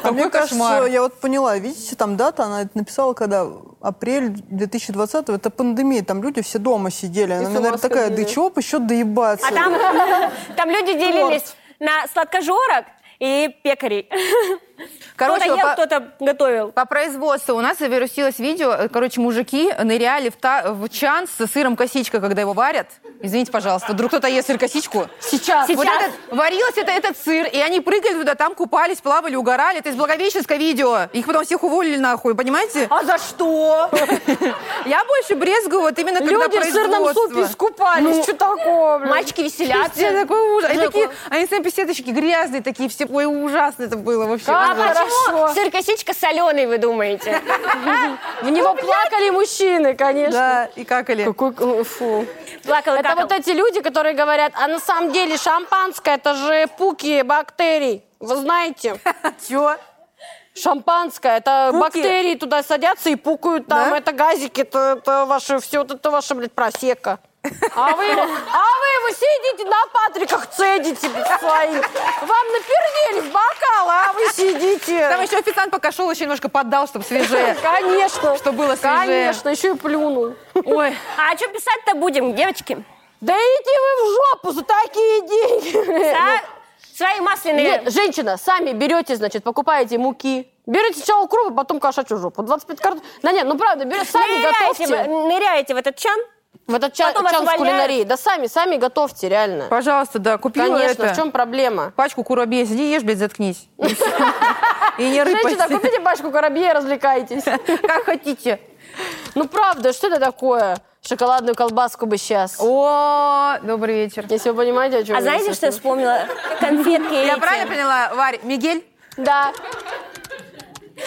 Speaker 4: а мне
Speaker 3: какой кошмар.
Speaker 4: кажется, я вот поняла, видите, там дата, она это написала, когда апрель 2020 это пандемия, там люди все дома сидели. Она,
Speaker 1: с
Speaker 4: мне,
Speaker 1: ума
Speaker 4: наверное, такая, да
Speaker 1: сходили.
Speaker 4: чего бы еще доебаться?
Speaker 2: А там, там люди делились на сладкожорок и пекарей.
Speaker 3: Короче,
Speaker 2: кто-то а ел,
Speaker 3: по-
Speaker 2: кто-то готовил.
Speaker 3: По производству у нас завирусилось видео. э, Короче, мужики ныряли в, та- в чан с сыром косичка, когда его варят. Извините, пожалуйста, вдруг кто-то ест сыр косичку.
Speaker 1: Сейчас.
Speaker 3: Вот этот, варилось это этот сыр, и они прыгали туда, там купались, плавали, угорали. Это из Благовещенска видео. Их потом всех уволили нахуй, понимаете?
Speaker 1: А за что?
Speaker 3: Я больше брезгую вот именно когда
Speaker 1: Люди в сырном супе
Speaker 3: производство.
Speaker 1: искупались. что такого, блин?
Speaker 2: Мальчики
Speaker 3: Все
Speaker 2: веселятся.
Speaker 3: такой ужас. Они,
Speaker 2: Жеку.
Speaker 3: такие, они сами все такие грязные, такие все. Ой, ужасно это было вообще.
Speaker 1: Как
Speaker 2: А
Speaker 1: Ага.
Speaker 2: почему
Speaker 1: Хорошо.
Speaker 2: сыр-косичка соленый, вы думаете?
Speaker 1: В него плакали мужчины, конечно.
Speaker 3: Да, и какали.
Speaker 1: Ну, Какой, э, фу.
Speaker 2: Плакала
Speaker 1: Это
Speaker 2: какала.
Speaker 1: вот эти люди, которые говорят, а на самом деле шампанское это же пуки бактерий. Вы знаете,
Speaker 3: Чё?
Speaker 1: шампанское, это
Speaker 3: Пуки?
Speaker 1: бактерии туда садятся и пукают там,
Speaker 3: Да?
Speaker 1: это газики, это, это ваше, все, это ваша, блядь, просека. А вы, его- а вы его сидите на патриках, цедите блядь, свои. Вам напердели в бокал, а вы
Speaker 3: Там
Speaker 1: сидите.
Speaker 3: еще официант пока шел, еще немножко поддал, чтобы свежее.
Speaker 1: Конечно.
Speaker 3: Что было свежее.
Speaker 1: Конечно, еще и плюнул.
Speaker 3: Ой,
Speaker 2: А что писать-то будем, девочки?
Speaker 1: Да идите вы в жопу за такие
Speaker 3: Э,
Speaker 1: деньги.
Speaker 3: ну,
Speaker 2: Да? Свои масляные.
Speaker 1: Нет, женщина, сами берете, значит, покупаете муки. Берете сначала укроп, а потом кошачью жопу. 25 карт. Да нет, ну правда, берете, сами
Speaker 2: Ныряете,
Speaker 1: готовьте.
Speaker 2: в- ныряете в этот чан?
Speaker 1: В этот ча-
Speaker 2: Потом
Speaker 1: чан с
Speaker 2: отваляют.
Speaker 1: кулинарией. Да сами, сами готовьте, реально.
Speaker 3: пожалуйста, да, купила
Speaker 1: Конечно,
Speaker 3: это.
Speaker 1: в чем проблема?
Speaker 3: Пачку курабе, сиди, ешь, блядь, заткнись. И не
Speaker 1: Женщина,
Speaker 3: рыпайся.
Speaker 1: купите пачку корабье и развлекайтесь.
Speaker 3: Как хотите.
Speaker 1: Ну правда, что это такое? Шоколадную колбаску бы сейчас.
Speaker 3: О, добрый вечер.
Speaker 1: Если вы понимаете, о чем
Speaker 2: А
Speaker 1: я
Speaker 2: знаете,
Speaker 1: сейчас
Speaker 2: что я
Speaker 1: говорю.
Speaker 2: вспомнила? Конфетки
Speaker 3: Я
Speaker 2: эти.
Speaker 3: правильно поняла, Варь? Мигель?
Speaker 1: Да.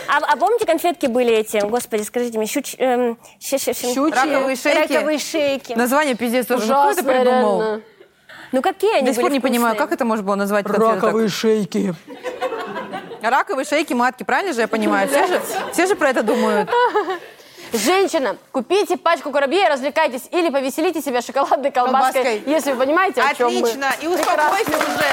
Speaker 2: А, а помните, конфетки были эти? Господи, скажите мне, щуч... эм, щ- щ- щ-
Speaker 1: Щучьи.
Speaker 3: Раковые шейки?
Speaker 2: Раковые шейки.
Speaker 3: Название пиздец тоже. Ну, Кто это
Speaker 1: Ужасно,
Speaker 3: придумал?
Speaker 1: реально.
Speaker 2: Ну какие они
Speaker 3: До сих пор
Speaker 2: были
Speaker 3: не понимаю, как
Speaker 2: вкусные.
Speaker 3: это можно было назвать конфеты так?
Speaker 4: шейки.
Speaker 3: Раковые шейки, матки, правильно же я понимаю? Все же, все же про это думают.
Speaker 1: Женщина, купите пачку корабье и развлекайтесь. Или повеселите себя шоколадной колбаской,
Speaker 3: Колбаской.
Speaker 1: если вы понимаете, о чем мы.
Speaker 3: Отлично, и успокойся уже.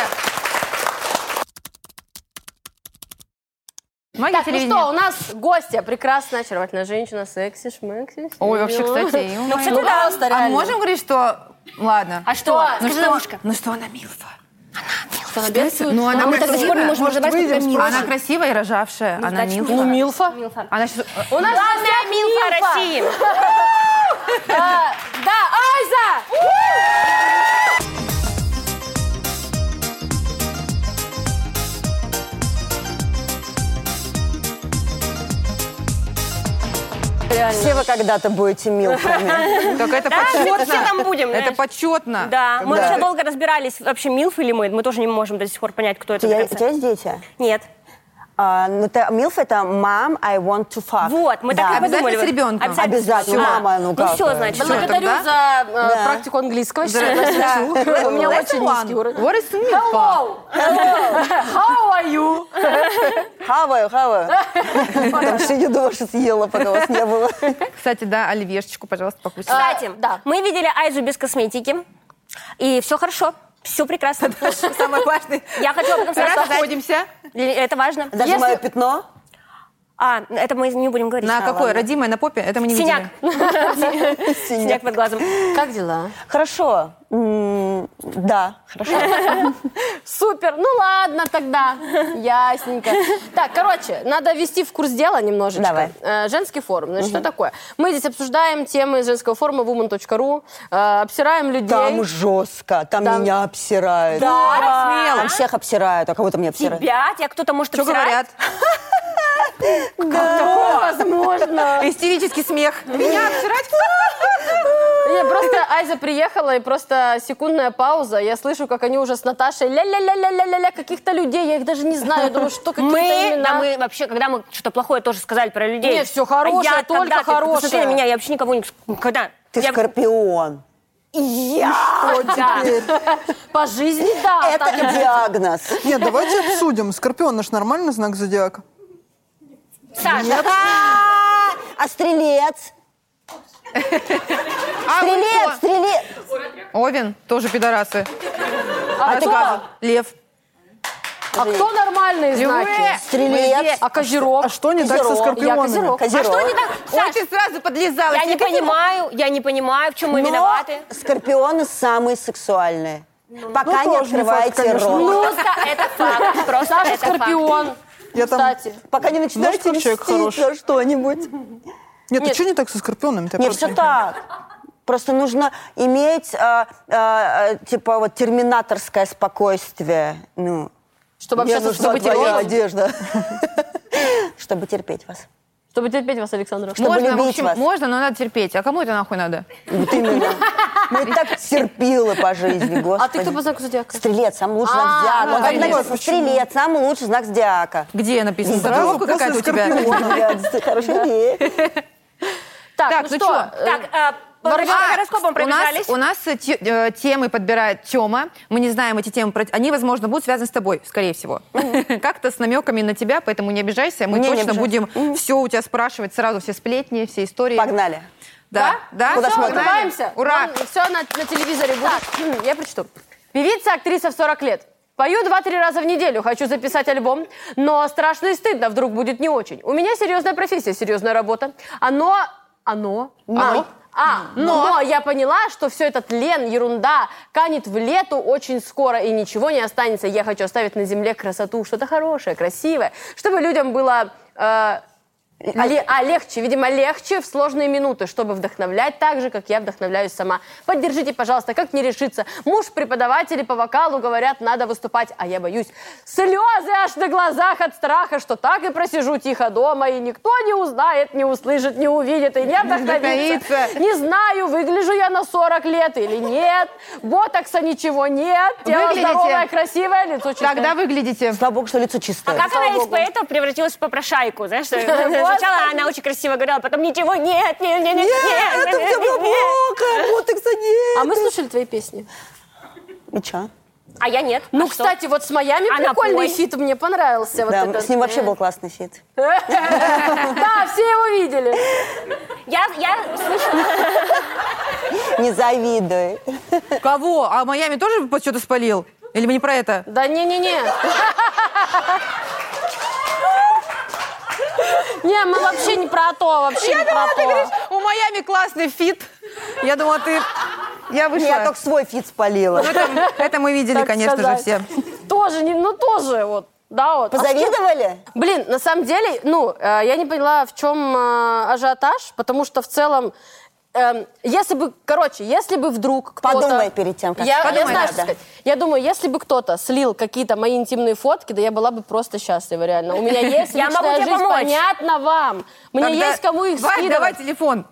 Speaker 3: Магия
Speaker 1: Так, ну
Speaker 3: телевидения.
Speaker 1: что, у нас гостья, прекрасная, очаровательная женщина, секси, шмекси.
Speaker 3: Ой, вообще, кстати,
Speaker 1: Ну,
Speaker 3: ё-моё.
Speaker 1: кстати, да, просто
Speaker 3: А мы
Speaker 1: реально.
Speaker 3: можем говорить, что... Ладно.
Speaker 2: А что?
Speaker 1: Что?
Speaker 2: Скажи, Ловушка.
Speaker 3: Ну что она милфа?
Speaker 1: Что, она бедствует?
Speaker 3: Ну, она
Speaker 2: А мы так до сих пор не
Speaker 3: красивая.
Speaker 2: можем разобраться, кто такая Милфа.
Speaker 3: Она красивая и рожавшая. она
Speaker 2: значит,
Speaker 3: милфа.
Speaker 1: Ну, Милфа.
Speaker 3: Она сейчас...
Speaker 1: У нас
Speaker 2: Главная
Speaker 1: здесь
Speaker 2: Милфа России.
Speaker 1: Да, А, да, Айза!
Speaker 5: Все вы когда-то будете милфами.
Speaker 3: Только это
Speaker 2: Да, мы
Speaker 3: почетно.
Speaker 2: все там будем,
Speaker 3: Это
Speaker 2: знаешь.
Speaker 3: почетно.
Speaker 2: Да, мы
Speaker 5: Да.
Speaker 2: вообще долго разбирались, вообще милф или мы. Мы тоже не можем до сих пор понять, кто
Speaker 5: У
Speaker 2: это. до
Speaker 5: тебя
Speaker 2: конца.
Speaker 5: есть дети?
Speaker 2: Нет.
Speaker 5: А, ну, ты- Милф это мам, I want to fuck.
Speaker 2: Вот, мы так и
Speaker 5: А. Да.
Speaker 3: Обязательно
Speaker 2: подумали.
Speaker 3: с ребенком?
Speaker 5: Обязательно,
Speaker 2: А,
Speaker 5: мама, ну как
Speaker 2: все,
Speaker 5: вы.
Speaker 2: значит.
Speaker 5: Всё,
Speaker 1: Благодарю
Speaker 3: тогда?
Speaker 1: за э,
Speaker 5: Да.
Speaker 1: практику английского. Сейчас я
Speaker 3: Да.
Speaker 1: хочу. У меня
Speaker 3: Let's
Speaker 1: очень
Speaker 3: one.
Speaker 1: низкий уровень.
Speaker 3: What is милфа?
Speaker 1: Hello! Hello! How are you?
Speaker 5: Хаваю, хаваю. Там всю еду вашу съела, пока вас не было.
Speaker 3: Кстати, да, оливьешечку, пожалуйста, покусите.
Speaker 2: Кстати,
Speaker 1: да.
Speaker 2: А, мы видели Айзу без косметики, и все хорошо, все прекрасно.
Speaker 3: Самое важное.
Speaker 2: Я хочу об этом сразу сказать.
Speaker 3: Расходимся.
Speaker 2: Это важно.
Speaker 5: Даже
Speaker 2: Если-
Speaker 5: мое пятно.
Speaker 2: А, это мы не будем говорить.
Speaker 3: На
Speaker 5: ладно.
Speaker 3: какое? Родимое, на попе? Это мы не
Speaker 2: Синяк.
Speaker 3: видели.
Speaker 2: Синяк под глазом.
Speaker 1: Как дела?
Speaker 5: Хорошо. М, Да, хорошо.
Speaker 1: Супер, ну ладно тогда, ясненько. Так, короче, надо ввести в курс дела немножечко.
Speaker 5: Давай.
Speaker 1: Э, Женский форум, значит, что такое? Мы здесь обсуждаем темы из женского форума woman.ru, э, обсираем людей.
Speaker 5: Там жестко, там
Speaker 1: Там-
Speaker 5: меня обсирают.
Speaker 2: Да,
Speaker 5: Там всех обсирают, а кого-то мне обсирают.
Speaker 2: Тебя, тебя кто-то может
Speaker 3: Что
Speaker 2: обсирать?
Speaker 3: Ну, говорят?
Speaker 1: Возможно.
Speaker 3: Истерический смех. Меня обсирать?
Speaker 1: Не, просто Айза приехала, и просто секундная пауза. Я слышу, как они уже с Наташей ля-ля-ля-ля-ля-ля каких-то людей. Я их даже не знаю. Я думаю, что какие-то
Speaker 2: Мы,
Speaker 1: имена.
Speaker 2: да мы вообще, когда мы что-то плохое тоже сказали про людей.
Speaker 1: Не, всё хорошее,
Speaker 2: А я,
Speaker 1: только
Speaker 2: когда ты
Speaker 1: хорошее.
Speaker 2: посмотри на меня, я вообще никого не... Когда?
Speaker 5: Ты
Speaker 2: я...
Speaker 5: скорпион.
Speaker 2: Да.
Speaker 1: По жизни, да.
Speaker 5: Это
Speaker 1: так и будет.
Speaker 5: диагноз.
Speaker 4: Нет, давайте обсудим. Скорпион наш нормальный знак зодиака.
Speaker 2: Саша,
Speaker 5: А, А стрелец?
Speaker 3: А, вы
Speaker 5: Стрелец,
Speaker 3: кто?
Speaker 5: стрелец.
Speaker 3: Овен, тоже пидорасы. А,
Speaker 1: кто?
Speaker 3: Коза, Лев.
Speaker 1: А кто нормальные знаки?
Speaker 5: Стрелец.
Speaker 1: А Козерог?
Speaker 4: А что не так со
Speaker 5: Козерог.
Speaker 1: Я
Speaker 4: скорпионами?
Speaker 1: Козерог.
Speaker 2: а что
Speaker 5: Козерог.
Speaker 2: не так?
Speaker 3: Ой,
Speaker 2: Саш,
Speaker 3: ты сразу подлезала.
Speaker 2: я не понимаю, я не понимаю, в чем мы виноваты.
Speaker 5: Скорпионы самые сексуальные. Пока
Speaker 4: Ну,
Speaker 5: не
Speaker 4: тоже не факт,
Speaker 5: открываете
Speaker 4: конечно. Ну,
Speaker 5: рот.
Speaker 2: Просто это факт. Просто
Speaker 1: Саша
Speaker 2: это факт.
Speaker 1: Скорпион.
Speaker 4: Я там...
Speaker 1: Кстати.
Speaker 5: Пока
Speaker 4: ну,
Speaker 5: не начинаете
Speaker 4: как человек
Speaker 5: мстить
Speaker 4: хороший?
Speaker 5: на что-нибудь.
Speaker 4: Нет, ты что не так со скорпионами?
Speaker 5: Нет, все так. Просто нужно иметь, а, а, а, типа, вот терминаторское спокойствие. Ну,
Speaker 1: Чтобы
Speaker 5: мне
Speaker 1: общаться,
Speaker 5: нужна
Speaker 1: чтобы
Speaker 5: твоя
Speaker 1: терпеть.
Speaker 5: одежда. Чтобы терпеть вас.
Speaker 1: Чтобы терпеть вас, Александра.
Speaker 5: Чтобы
Speaker 3: можно, в
Speaker 5: любить
Speaker 3: общем,
Speaker 5: вас.
Speaker 3: можно, но надо терпеть. А кому это нахуй надо?
Speaker 5: Вот именно. Мы так терпила по жизни, господи.
Speaker 1: А ты кто по знаку зодиака?
Speaker 5: Стрелец, сам лучший
Speaker 1: А,
Speaker 5: знак
Speaker 1: ну,
Speaker 5: зодиака. Как
Speaker 4: конечно.
Speaker 5: написано? Стрелец, сам лучший знак зодиака.
Speaker 3: Где написано? Татуировка
Speaker 4: после
Speaker 3: какая-то у тебя.
Speaker 4: скорпиона.
Speaker 5: Молодец, Хорошая идея.
Speaker 1: Так,
Speaker 3: Так,
Speaker 1: ну,
Speaker 3: ну
Speaker 1: что?
Speaker 3: чё?
Speaker 1: э,
Speaker 2: Так, а, по
Speaker 3: А,
Speaker 2: гороскопам
Speaker 3: у нас,
Speaker 2: пробежались.
Speaker 3: у нас э, те- э, темы подбирает Тема. Мы не знаем эти темы. про- Они, возможно, будут связаны с тобой, скорее всего. Как-то с намеками на тебя, поэтому не обижайся. Мы
Speaker 5: Не, не
Speaker 3: точно
Speaker 5: обижаюсь.
Speaker 3: будем все у тебя спрашивать сразу, все сплетни, все истории.
Speaker 5: Погнали.
Speaker 3: Да, да. Ну,
Speaker 5: Куда
Speaker 1: Все,
Speaker 5: смотрим?
Speaker 1: открываемся.
Speaker 3: Ура!
Speaker 1: все на, на телевизоре будет. Хм, я прочту. Певица, актриса в 40 лет. Пою 2-3 раза в неделю, хочу записать альбом, но страшно и стыдно, вдруг будет не очень. У меня серьезная профессия, серьезная работа. Оно... Оно?
Speaker 3: Оно?
Speaker 1: А, но. я поняла, что все это тлен, ерунда, канет в лету очень скоро, и ничего не останется. Я хочу оставить на земле красоту, что-то хорошее, красивое, чтобы людям было... э, Ле- а легче, видимо, легче в сложные минуты, чтобы вдохновлять так же, как я вдохновляюсь сама. Поддержите, пожалуйста, как не решиться. Муж, преподаватели по вокалу говорят, надо выступать, а я боюсь. Слезы аж на глазах от страха, что так и просижу тихо дома, и никто не узнает, не услышит, не увидит и не вдохновится.
Speaker 3: вдохновится.
Speaker 1: Не знаю, выгляжу я на 40 лет или нет. Ботокса ничего нет. Тело
Speaker 3: Выглядите.
Speaker 1: здоровое, красивое, лицо чистое.
Speaker 3: Тогда выглядите.
Speaker 5: Слава богу, что лицо чистое.
Speaker 1: А
Speaker 2: Как она из поэта превратилась в попрошайку, знаешь? что Сначала она очень красиво говорила, потом ничего, нет, нет, нет, нет,
Speaker 5: Нет, это
Speaker 2: нет,
Speaker 5: все
Speaker 2: нет, нет.
Speaker 5: глубоко, ботекса нет.
Speaker 1: А мы слушали твои песни.
Speaker 5: И чё?
Speaker 2: А я нет.
Speaker 1: Ну,
Speaker 2: А что? А
Speaker 1: кстати, вот с Майами
Speaker 2: Она
Speaker 1: прикольный
Speaker 2: пой.
Speaker 1: фит мне понравился. вот э,
Speaker 5: Да,
Speaker 1: этот.
Speaker 5: с ним вообще был классный фит.
Speaker 1: Да, все его видели.
Speaker 2: Я, я слышала,
Speaker 5: Не завидуй.
Speaker 3: Кого? А Майами тоже по- что-то спалил? Или вы не про это?
Speaker 1: Да не-не-не. Не, мы вообще не про то, вообще не про то.
Speaker 3: у Майами классный фит. Я думала, ты... Я вышла.
Speaker 5: Я только свой фит
Speaker 1: А
Speaker 5: спалила.
Speaker 3: Ну, это, это мы видели,
Speaker 1: так
Speaker 3: конечно
Speaker 1: сказать.
Speaker 3: же, все.
Speaker 1: Тоже, не, ну тоже вот. Да, вот.
Speaker 5: Позавидовали?
Speaker 1: Блин, на самом деле, ну, э, я не поняла, в чем э, ажиотаж, потому что в целом, эм, если бы, короче, если бы вдруг кто-то...
Speaker 5: Подумай перед тем, как-
Speaker 1: я, я
Speaker 5: Подумай,
Speaker 1: знаю, что
Speaker 5: надо.
Speaker 1: сказать. Я думаю, если бы кто-то слил какие-то мои интимные фотки, да я была бы просто счастлива, реально. У меня есть
Speaker 2: Я могу
Speaker 1: личная
Speaker 2: тебе
Speaker 1: жизнь,
Speaker 2: помочь.
Speaker 1: понятно вам. Мне
Speaker 3: Тогда-
Speaker 1: есть кому их
Speaker 3: Варь, давай
Speaker 1: скидывать.
Speaker 3: телефон.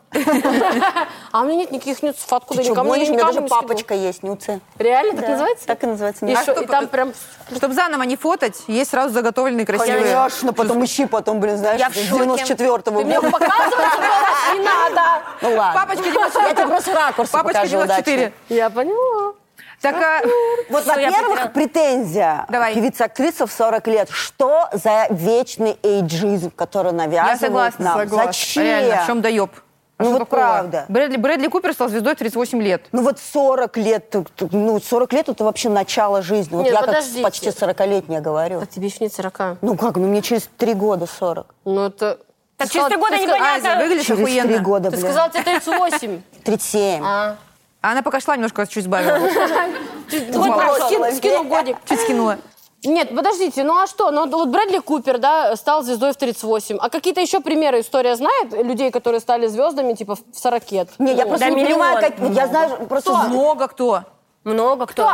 Speaker 1: А у меня нет никаких нет откуда
Speaker 5: Ты что,
Speaker 1: никому, я
Speaker 5: гонишь? У меня
Speaker 1: никому
Speaker 5: даже
Speaker 1: не скидывала.
Speaker 5: папочка есть, нюцы.
Speaker 1: Реально, так называется?
Speaker 5: Так и называется.
Speaker 1: И,
Speaker 5: нюцы.
Speaker 1: шо,
Speaker 3: что
Speaker 1: и
Speaker 3: по-
Speaker 1: там прям...
Speaker 3: Чтобы заново не фотать, есть сразу заготовленные красивые.
Speaker 5: Конечно, потом ищи, потом, блин, знаешь,
Speaker 2: Я в шоке.
Speaker 5: 94-го.
Speaker 1: Ты мне
Speaker 5: года.
Speaker 1: показывать было? не надо.
Speaker 5: Ну ладно.
Speaker 3: Папочка
Speaker 5: Я тебе просто ракурсы
Speaker 3: Папочка
Speaker 5: покажу
Speaker 3: 94.
Speaker 5: удачные.
Speaker 1: Я поняла.
Speaker 3: Так, а,
Speaker 5: Вот,
Speaker 2: Всё, я потеряла.
Speaker 5: во-первых, претензия.
Speaker 3: Давай.
Speaker 5: Певица-актриса в 40 лет. Что за вечный эйджизм, который навязывает
Speaker 3: я согласна.
Speaker 5: нам?
Speaker 3: согласна.
Speaker 5: Зачем?
Speaker 3: Реально, в чем доеб?
Speaker 5: Ну вот правда.
Speaker 3: Брэдли, Брэдли Купер стал звездой в 38 лет.
Speaker 5: Ну вот 40 лет, ты- ты- ну 40 лет это вообще начало жизни. Вот
Speaker 1: Нет,
Speaker 5: я
Speaker 1: подождите.
Speaker 5: как почти 40-летняя говорю.
Speaker 1: А тебе еще нет 40.
Speaker 5: Ну как, ну мне через три года 40.
Speaker 1: Ну это...
Speaker 2: Так
Speaker 1: Ты
Speaker 2: через
Speaker 1: сказала-
Speaker 2: три года
Speaker 1: ты сказала-
Speaker 2: непонятно.
Speaker 3: Айза, выглядишь
Speaker 5: Через три
Speaker 3: охуенно.
Speaker 5: года,
Speaker 1: Ты
Speaker 5: блин.
Speaker 1: сказала, тебе 38.
Speaker 5: 37.
Speaker 3: А она пока шла немножко, чуть сбавила.
Speaker 1: Вот так, Типа,
Speaker 5: Бросила,
Speaker 1: скину-
Speaker 5: блин.
Speaker 1: скину годик.
Speaker 3: Чуть скинула.
Speaker 1: Нет, подождите, ну а что? Ну вот Брэдли Купер, да, стал звездой в 38. А какие-то еще примеры история знает людей, которые стали звездами, типа в 40 лет?
Speaker 5: Не, я просто
Speaker 2: да
Speaker 5: не
Speaker 2: миллион.
Speaker 5: понимаю, как... Я знаю, просто...
Speaker 3: Много кто.
Speaker 2: много кто.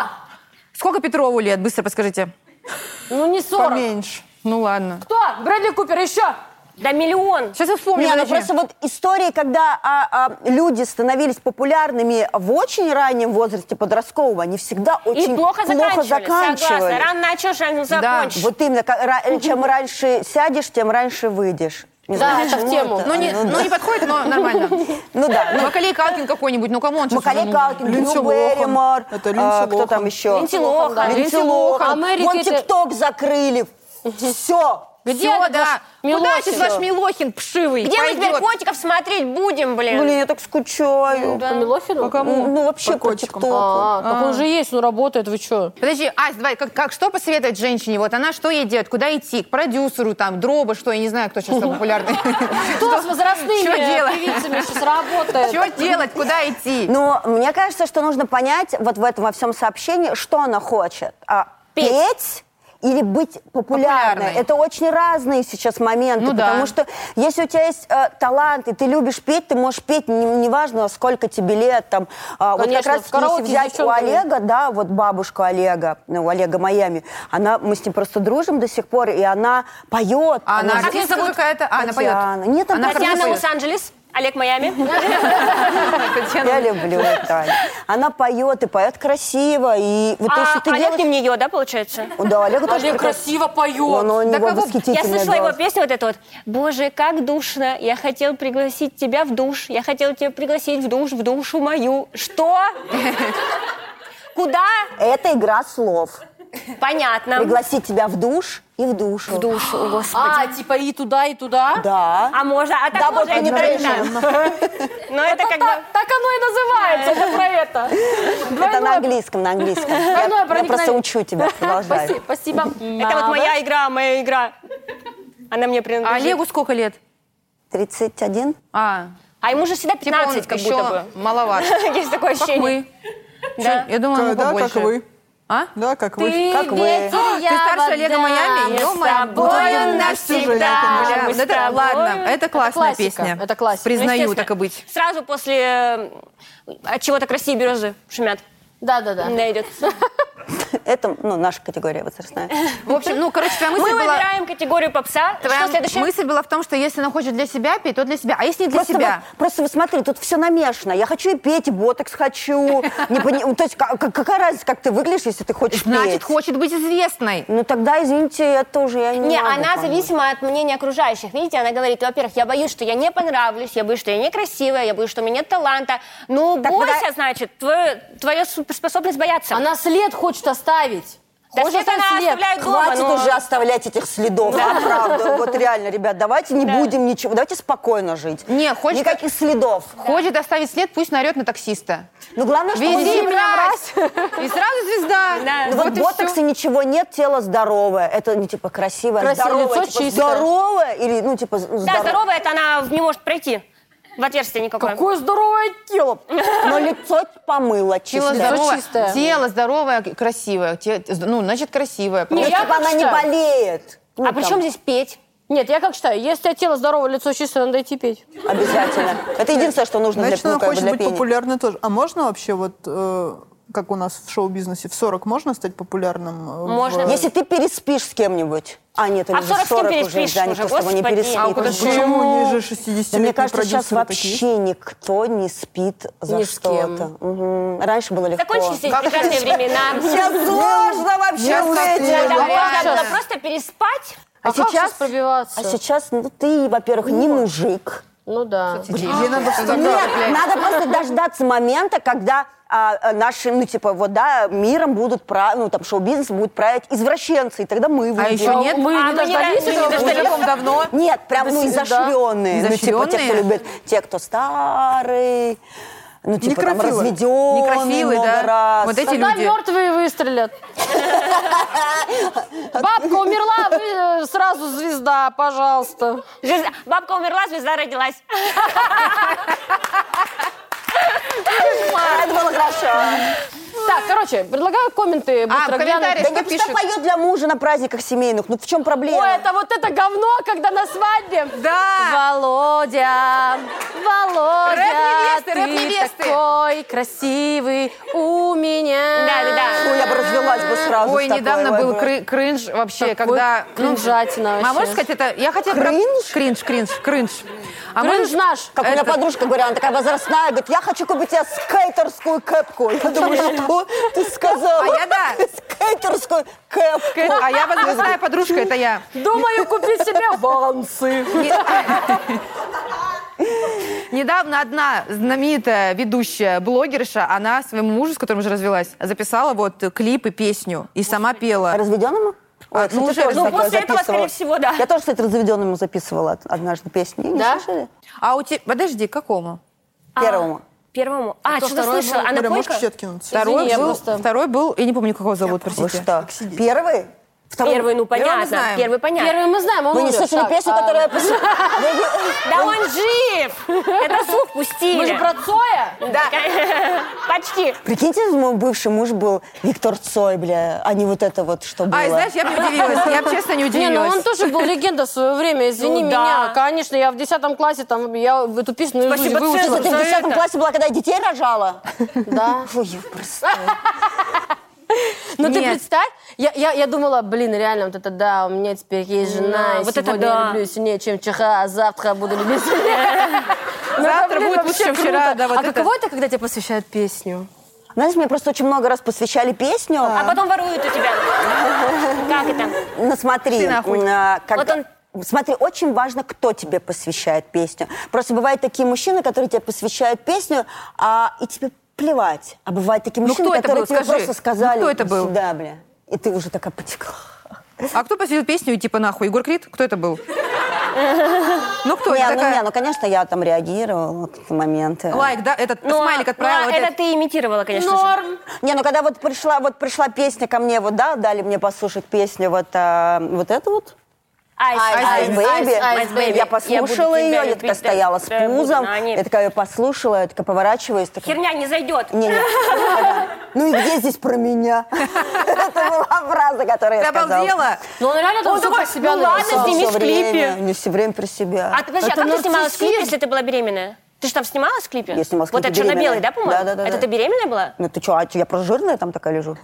Speaker 3: Сколько Петрову лет? Быстро подскажите.
Speaker 1: Ну не 40.
Speaker 4: Поменьше.
Speaker 3: Ну ладно.
Speaker 1: Кто? Брэдли Купер еще?
Speaker 2: Да миллион.
Speaker 3: Сейчас я вспомню.
Speaker 5: Не, ну
Speaker 3: подожди.
Speaker 5: просто вот истории, когда а, а, люди становились популярными в очень раннем возрасте подростковом, они всегда очень
Speaker 2: И плохо, заканчивали. Согласна.
Speaker 5: заканчивали.
Speaker 2: Рано начнешь, рано закончишь.
Speaker 5: Вот именно, как ра- чем раньше сядешь, тем раньше выйдешь. Не
Speaker 1: Да,
Speaker 5: знаю,
Speaker 1: это в
Speaker 5: почему
Speaker 1: тему.
Speaker 5: это.
Speaker 3: Ну не, ну, не подходит, но нормально.
Speaker 5: Ну да.
Speaker 3: Макалей Калкин какой-нибудь, ну камон. что за-
Speaker 5: Макалей Калкин,
Speaker 4: Линдси
Speaker 5: Дрю
Speaker 4: Лохан.
Speaker 5: Берримор,
Speaker 4: Это Линдси
Speaker 5: а, кто
Speaker 4: Лохан.
Speaker 5: там еще?
Speaker 1: Линдси Лохан, да. Линдси
Speaker 5: Линдси
Speaker 1: Лохан.
Speaker 5: Лохан.
Speaker 1: Америка
Speaker 5: Вон
Speaker 1: это-
Speaker 5: ТикТок закрыли. Все.
Speaker 1: Где
Speaker 3: Всё,
Speaker 1: этот
Speaker 3: да.
Speaker 1: ваш
Speaker 3: Куда этот
Speaker 1: Милохин?
Speaker 3: ваш Милохин пшивый?
Speaker 2: Где мы теперь
Speaker 3: Пойдёт.
Speaker 2: котиков смотреть будем, блин?
Speaker 5: Блин, я так скучаю.
Speaker 1: По Милохину?
Speaker 5: Ну вообще
Speaker 4: По
Speaker 5: по
Speaker 4: котикам.
Speaker 5: ТикТоку.
Speaker 1: А, так он же есть, он работает, вы что?
Speaker 3: Подожди, Ась, давай, как, как- что посоветовать женщине? Вот она что ей делать? Куда идти? К продюсеру, там, дроба, что, я не знаю, кто сейчас там популярный.
Speaker 1: Кто с возрастными
Speaker 3: Чё делать?
Speaker 1: певицами сейчас работает?
Speaker 3: Что делать? Куда идти?
Speaker 5: Но мне кажется, что нужно понять вот в этом во всем сообщении, что она хочет. А,
Speaker 2: Петь.
Speaker 5: петь. или быть популярной.
Speaker 3: Популярной.
Speaker 5: Это очень разные сейчас моменты,
Speaker 3: Ну да.
Speaker 5: потому что если у тебя есть э, талант, и ты любишь петь, ты можешь петь, не- неважно, сколько тебе лет, там, а, вот
Speaker 1: Конечно,
Speaker 5: как раз
Speaker 1: в караоке
Speaker 5: если
Speaker 1: с
Speaker 5: взять у
Speaker 1: девчонками.
Speaker 5: Олега, да, вот бабушку Олега, ну, у Олега Майами, она, мы с ней просто дружим до сих пор, и она поет.
Speaker 3: А она
Speaker 5: же-
Speaker 3: артистка какая-то? А, она поет.
Speaker 5: Татьяна. Нет, она,
Speaker 3: Она
Speaker 5: поет.
Speaker 2: Татьяна
Speaker 3: поет.
Speaker 2: Лос-Анджелес, Олег Майами.
Speaker 5: Я люблю это. Она поет и поет красиво. И вот если
Speaker 2: А
Speaker 5: ты
Speaker 2: Олег
Speaker 5: делаешь...
Speaker 2: не нее, да, получается?
Speaker 5: Ну Да, Олег тоже
Speaker 1: Олег
Speaker 5: прекрасно.
Speaker 1: красиво поет.
Speaker 5: Он, у
Speaker 3: Так
Speaker 5: него
Speaker 3: его- я
Speaker 5: восхитительный
Speaker 2: Я слышала его
Speaker 5: голос.
Speaker 2: песню вот эту вот. Боже, как душно. Я хотел пригласить тебя в душ. Я хотел тебя пригласить в душ, в душу мою. Что? Куда?
Speaker 5: Это игра слов.
Speaker 2: Понятно.
Speaker 5: Пригласить тебя в душ и в душу.
Speaker 2: В душу, о,
Speaker 1: А,
Speaker 2: господи.
Speaker 1: типа и туда, и туда?
Speaker 5: Да.
Speaker 2: А можно, а так можно и не
Speaker 5: Одновременно.
Speaker 2: Но это как бы...
Speaker 1: Так, так оно и называется, это про это.
Speaker 5: Это на
Speaker 1: Двойное-
Speaker 5: английском, на английском. Я,
Speaker 1: Двойное
Speaker 5: я просто
Speaker 1: проникновение.
Speaker 5: учу тебя, продолжай.
Speaker 1: Спаси- Спасибо.
Speaker 2: Это
Speaker 1: А,
Speaker 2: вот моя игра, моя игра. Она мне
Speaker 3: А
Speaker 2: принадлежит.
Speaker 3: Олегу сколько лет?
Speaker 5: 31?
Speaker 3: А,
Speaker 2: А ему же всегда
Speaker 3: типа
Speaker 2: 15
Speaker 3: он
Speaker 2: как
Speaker 3: еще
Speaker 2: будто
Speaker 3: маловат.
Speaker 2: бы. Есть такое
Speaker 3: Как
Speaker 2: ощущение.
Speaker 3: мы. Чё, Я думаю, ему
Speaker 4: Да,
Speaker 3: побольше.
Speaker 4: как вы.
Speaker 3: А?
Speaker 4: Да, как вы.
Speaker 1: Ты,
Speaker 5: Как вы?
Speaker 1: ветер, я
Speaker 3: Ты старше
Speaker 1: вода,
Speaker 3: Олега Майами?
Speaker 1: мы с
Speaker 3: Ё-моё.
Speaker 1: тобою
Speaker 3: Вот это
Speaker 1: навсегда.
Speaker 3: Бля,
Speaker 2: мы
Speaker 3: вот
Speaker 2: с
Speaker 3: это-
Speaker 2: тобой.
Speaker 3: Ладно, это классная
Speaker 1: классика,
Speaker 3: песня.
Speaker 1: это классика.
Speaker 3: Признаю,
Speaker 2: Ну, Естественно.
Speaker 3: так и быть.
Speaker 2: Сразу после э, от чего-то красивее березы шумят.
Speaker 1: Да-да-да.
Speaker 2: Да, идет.
Speaker 5: Это, ну, наша категория возрастная.
Speaker 3: В общем, ну, короче, твоя
Speaker 2: Мы
Speaker 3: мысль была...
Speaker 2: выбираем категорию попса.
Speaker 3: Твоя
Speaker 2: Что следующее?
Speaker 3: мысль была в том, что если она хочет для себя петь, то для себя. А если не для
Speaker 5: Просто,
Speaker 3: себя?
Speaker 5: вот- просто вот смотри, тут все намешано. Я хочу и петь, и ботокс хочу. Не пони- То есть ка- ка- какая разница, как ты выглядишь, если ты хочешь
Speaker 3: Значит,
Speaker 5: петь?
Speaker 3: хочет быть известной.
Speaker 5: Ну тогда, извините, это уже я не
Speaker 2: Не,
Speaker 5: могу
Speaker 2: она
Speaker 5: помочь.
Speaker 2: зависима от мнения окружающих. Видите, она говорит, во-первых, я боюсь, что я не понравлюсь, я боюсь, что я некрасивая, я боюсь, что у меня нет таланта. Ну,
Speaker 5: Так,
Speaker 2: бойся,
Speaker 5: подай-
Speaker 2: значит, твою, твою суперспособность бояться.
Speaker 1: Она след хочет оставить.
Speaker 2: Да
Speaker 1: Хочет
Speaker 2: след она
Speaker 1: оставить
Speaker 2: оставляет дома,
Speaker 5: Хватит
Speaker 2: ну.
Speaker 5: уже оставлять этих следов, а, правда. Вот реально, ребят, давайте не будем ничего, давайте спокойно жить.
Speaker 3: Не, хочешь-
Speaker 5: Никаких следов.
Speaker 3: Хочет оставить след, пусть наорет на таксиста.
Speaker 5: Ну, главное, что
Speaker 3: Вези
Speaker 5: вот-
Speaker 3: мразь! И сразу звезда.
Speaker 2: Да.
Speaker 5: Ну, вот
Speaker 3: и
Speaker 5: ботокса
Speaker 3: всё.
Speaker 5: ничего нет, тело здоровое. Это не типа красивое, а
Speaker 1: Красивое,
Speaker 5: здоровое.
Speaker 1: лицо
Speaker 5: типа,
Speaker 1: чистое.
Speaker 5: здоровое или, ну, типа,
Speaker 2: Да,
Speaker 5: здоровое.
Speaker 2: здоровая, это она не может пройти в отверстие никакое.
Speaker 1: Какое здоровое тело.
Speaker 5: Но лицо помыла
Speaker 3: Тело
Speaker 5: чистое.
Speaker 1: здоровое.
Speaker 3: здоровое,
Speaker 1: чистое.
Speaker 3: тело здоровое, красивое. Те- Ну, значит, красивое.
Speaker 5: Ну,
Speaker 1: Не, я
Speaker 5: типа,
Speaker 1: как
Speaker 5: она не
Speaker 1: считаю.
Speaker 5: болеет. Ну,
Speaker 2: а при
Speaker 5: там,
Speaker 2: чем здесь петь?
Speaker 1: Нет, я как считаю, если у тебя тело здоровое, лицо чистое, надо идти петь.
Speaker 5: Обязательно. Это единственное, что нужно
Speaker 4: Значит,
Speaker 5: для, ну,
Speaker 4: она
Speaker 5: как бы
Speaker 4: хочет
Speaker 5: для
Speaker 4: быть
Speaker 5: пения.
Speaker 4: популярной тоже. А можно вообще вот, э, как у нас в шоу-бизнесе, в 40 можно стать популярным? э,
Speaker 2: Можно.
Speaker 4: в-
Speaker 5: Если ты переспишь с кем-нибудь. А, нет,
Speaker 2: А
Speaker 5: это
Speaker 2: в
Speaker 5: же
Speaker 2: 40 с кем
Speaker 5: 40 уже,
Speaker 2: переспишь
Speaker 5: да,
Speaker 2: уже,
Speaker 5: никто с тобой не
Speaker 2: господи.
Speaker 5: переспит.
Speaker 2: А
Speaker 3: куда же-
Speaker 4: Почему
Speaker 3: Почему?
Speaker 4: ниже
Speaker 5: Да
Speaker 4: 60
Speaker 5: Ну, мне кажется, сейчас вообще никто не спит за
Speaker 1: Ни с кем.
Speaker 5: что-то. Мгм. Раньше было легко.
Speaker 2: Закончились эти прекрасные времена.
Speaker 5: Сейчас сложно вообще
Speaker 4: Сейчас как
Speaker 5: жить.
Speaker 4: сложно.
Speaker 2: Тогда
Speaker 3: Реально.
Speaker 2: можно было просто переспать.
Speaker 5: А,
Speaker 1: как сейчас
Speaker 5: сейчас,
Speaker 1: пробиваться?
Speaker 5: а сейчас, ну, ты, во-первых, не мужик.
Speaker 1: Ну да.
Speaker 4: Ей надо вставать.
Speaker 5: Нет, надо просто дождаться момента, когда а, а, нашим, ну, типа, вот, да, миром будут, пра- ну, там, шоу-бизнес будет править извращенцы, и тогда мы выйдем.
Speaker 3: А еще нет?
Speaker 1: Мы
Speaker 2: А,
Speaker 1: не
Speaker 2: мы не
Speaker 1: дождались
Speaker 2: ра- мы не
Speaker 1: этого?
Speaker 2: дождались.
Speaker 3: Уже таком давно.
Speaker 5: Нет, прям, ну,
Speaker 1: всегда.
Speaker 5: изощренные. Ну, типа, те, кто
Speaker 3: Изощренные?
Speaker 5: любит, те, кто старый, ну, типа, там,
Speaker 4: Некрофилы.
Speaker 5: разведенный
Speaker 3: Некрофилы,
Speaker 5: много
Speaker 3: да.
Speaker 5: раз.
Speaker 3: Вот эти
Speaker 1: Когда
Speaker 3: люди.
Speaker 1: мертвые выстрелят. Бабка умерла, вы, э, сразу звезда, пожалуйста.
Speaker 2: Звезда- Бабка умерла, звезда родилась.
Speaker 5: Это было хорошо.
Speaker 1: Так, короче, предлагаю комменты быстро глянуть.
Speaker 3: комментарии.
Speaker 5: Да
Speaker 3: Что
Speaker 5: не
Speaker 3: пишут?
Speaker 5: поет для мужа на праздниках семейных. Ну, в чем проблема?
Speaker 1: Ой, это вот это говно, когда на свадьбе.
Speaker 3: Да.
Speaker 1: Володя, Володя,
Speaker 3: Рэп-невесты,
Speaker 1: ты
Speaker 3: рэп-невесты.
Speaker 1: такой красивый у меня.
Speaker 2: Да-да-да.
Speaker 5: Ой, я бы развелась бы сразу.
Speaker 3: Ой,
Speaker 5: с такой,
Speaker 3: недавно
Speaker 5: ой,
Speaker 3: был
Speaker 5: бы.
Speaker 3: кры- кринж
Speaker 1: Такой
Speaker 3: вообще, когда... ну,
Speaker 1: кринжатина
Speaker 3: А
Speaker 1: вообще.
Speaker 3: можешь сказать это? Я хотела... про-
Speaker 5: Кринж?
Speaker 3: Кринж, кринж, кринж. А
Speaker 1: Кринж
Speaker 3: можешь-
Speaker 1: наш.
Speaker 5: Как у меня
Speaker 3: Это-
Speaker 5: подружка говорила, она такая возрастная, говорит, я хочу купить тебе скейтерскую кепку. Я думаю, что ты сказала?
Speaker 3: А я да.
Speaker 5: Скейтерскую кепку.
Speaker 3: А я возрастная подружка, это я.
Speaker 1: Думаю купить себе вансы.
Speaker 3: Недавно одна знаменитая ведущая блогерша, она своему мужу, с которым уже развелась, записала вот клип и песню и сама пела.
Speaker 5: Разведенному? Ой,
Speaker 3: ну,
Speaker 5: кстати,
Speaker 3: уже-
Speaker 5: тоже
Speaker 3: ну,
Speaker 5: такое
Speaker 2: после этого,
Speaker 5: записывала.
Speaker 2: скорее всего, да.
Speaker 5: Я тоже, кстати, разведенному записывала од- однажды песни. Не
Speaker 1: Да?
Speaker 5: слышали?
Speaker 3: А у тебя... Подожди, какому?
Speaker 2: А.
Speaker 5: Первому.
Speaker 2: Первому. А,
Speaker 1: кто
Speaker 2: что-то
Speaker 1: второй
Speaker 2: слышала.
Speaker 1: был?
Speaker 2: Она
Speaker 4: Боря, можешь
Speaker 2: койка?
Speaker 4: все откинуться?
Speaker 3: Второй
Speaker 1: я
Speaker 3: был,
Speaker 1: просто-
Speaker 3: второй был, я не помню, как его зовут,
Speaker 5: Вы
Speaker 3: простите.
Speaker 5: что? Первый? Второй-
Speaker 2: Первый, ну
Speaker 3: Первый мы
Speaker 2: понятно.
Speaker 3: знаем.
Speaker 2: Первый понятно.
Speaker 1: Первый мы знаем, он
Speaker 5: Вы не
Speaker 1: умер.
Speaker 5: слышали
Speaker 1: Так,
Speaker 5: песню,
Speaker 1: а,
Speaker 5: которая... пос-
Speaker 2: Да он жив! Это слух пустили.
Speaker 1: Мы же про Цоя?
Speaker 2: Да. Почти.
Speaker 5: Прикиньте, мой бывший муж был Виктор Цой, бля, а не вот это вот, что было.
Speaker 3: Ай, знаешь, я бы удивилась. Я бы честно не
Speaker 1: Не,
Speaker 3: удивилась.
Speaker 1: ну он тоже был легенда в свое время, извини
Speaker 2: Ну
Speaker 1: меня.
Speaker 2: да.
Speaker 1: Конечно, я в 10 классе там, я эту песню наизусть
Speaker 2: Спасибо,
Speaker 1: выучила.
Speaker 5: Что, ты в 10 классе была, когда я детей рожала?
Speaker 1: Да.
Speaker 5: Фу, я просто...
Speaker 1: Ну ты
Speaker 3: Нет.
Speaker 1: представь, я, я, я думала, блин, реально, вот это да, у меня теперь есть
Speaker 3: Ну,
Speaker 1: жена,
Speaker 2: Да,
Speaker 1: и
Speaker 2: вот это
Speaker 1: сегодня я
Speaker 2: да.
Speaker 1: люблю ее сильнее, чем вчера, а завтра буду любить сильнее. Ну,
Speaker 3: Э, Завтра
Speaker 1: блин,
Speaker 3: будет
Speaker 1: вообще
Speaker 3: лучше вчера,
Speaker 1: круто.
Speaker 3: да, вот
Speaker 1: А
Speaker 3: это.
Speaker 1: каково это, когда тебе посвящают песню?
Speaker 5: Знаешь, мне просто очень много раз посвящали песню.
Speaker 2: А потом воруют у тебя. Как это?
Speaker 5: Ну смотри,
Speaker 3: Ты нахуй.
Speaker 5: м, а, как-
Speaker 2: Вот он-
Speaker 5: Смотри, очень важно, кто тебе посвящает песню. Просто бывают такие мужчины, которые тебе посвящают песню, а и тебе плевать. А бывают такие
Speaker 3: Ну,
Speaker 5: мужчины,
Speaker 3: кто это
Speaker 5: которые
Speaker 3: был,
Speaker 5: тебе
Speaker 3: скажи?
Speaker 5: просто сказали.
Speaker 3: Ну, кто это был?
Speaker 5: Да, бля. И ты уже такая потекла.
Speaker 3: А кто посвятил песню и типа нахуй? Егор Крид? Кто это был? Ну кто?
Speaker 5: Не,
Speaker 3: Я
Speaker 5: ну, не,
Speaker 3: такая...
Speaker 5: ну, конечно, я там реагировала в какие-то моменты.
Speaker 3: Лайк, да? Этот смайлик отправила.
Speaker 2: ну,
Speaker 3: вот
Speaker 2: это,
Speaker 3: этот.
Speaker 2: ты имитировала, конечно же.
Speaker 1: Норм.
Speaker 5: Не, ну когда вот пришла, вот пришла песня ко мне, вот да, дали мне послушать песню вот, а, вот эту вот.
Speaker 2: Айс,
Speaker 5: Ice
Speaker 2: айс, айс,
Speaker 5: Baby.
Speaker 2: айс, baby.
Speaker 5: Я
Speaker 2: буду
Speaker 5: послушала
Speaker 2: тебя
Speaker 5: ее, я
Speaker 2: любить,
Speaker 5: такая
Speaker 2: да,
Speaker 5: стояла с
Speaker 2: да, я буду
Speaker 5: пузом,
Speaker 2: на ней.
Speaker 5: я такая ее послушала, я такая поворачиваюсь, такая,
Speaker 2: Херня не зайдет.
Speaker 5: не, не. Ну и где здесь про меня? Это была фраза, которую
Speaker 3: Ты
Speaker 5: я сказала.
Speaker 3: обалдела?
Speaker 1: Ну он реально там
Speaker 2: Он
Speaker 1: всё
Speaker 2: такой,
Speaker 1: про себя
Speaker 2: ну ладно,
Speaker 1: написал.
Speaker 2: снимись в клипе.
Speaker 5: Не все время при себе.
Speaker 2: А ты подожди, а
Speaker 1: Это
Speaker 2: как ты снималась в клипе,
Speaker 1: нарциссизм.
Speaker 2: если ты была беременная? Ты же там снималась в клипе?
Speaker 5: Я снималась в
Speaker 2: Вот
Speaker 5: клипе
Speaker 2: это черно-белый,
Speaker 5: беременная.
Speaker 2: да, по-моему?
Speaker 5: Да, да, да,
Speaker 2: Это
Speaker 5: да.
Speaker 2: ты беременная была?
Speaker 5: Ну ты что, а чё, я просто жирная там такая лежу?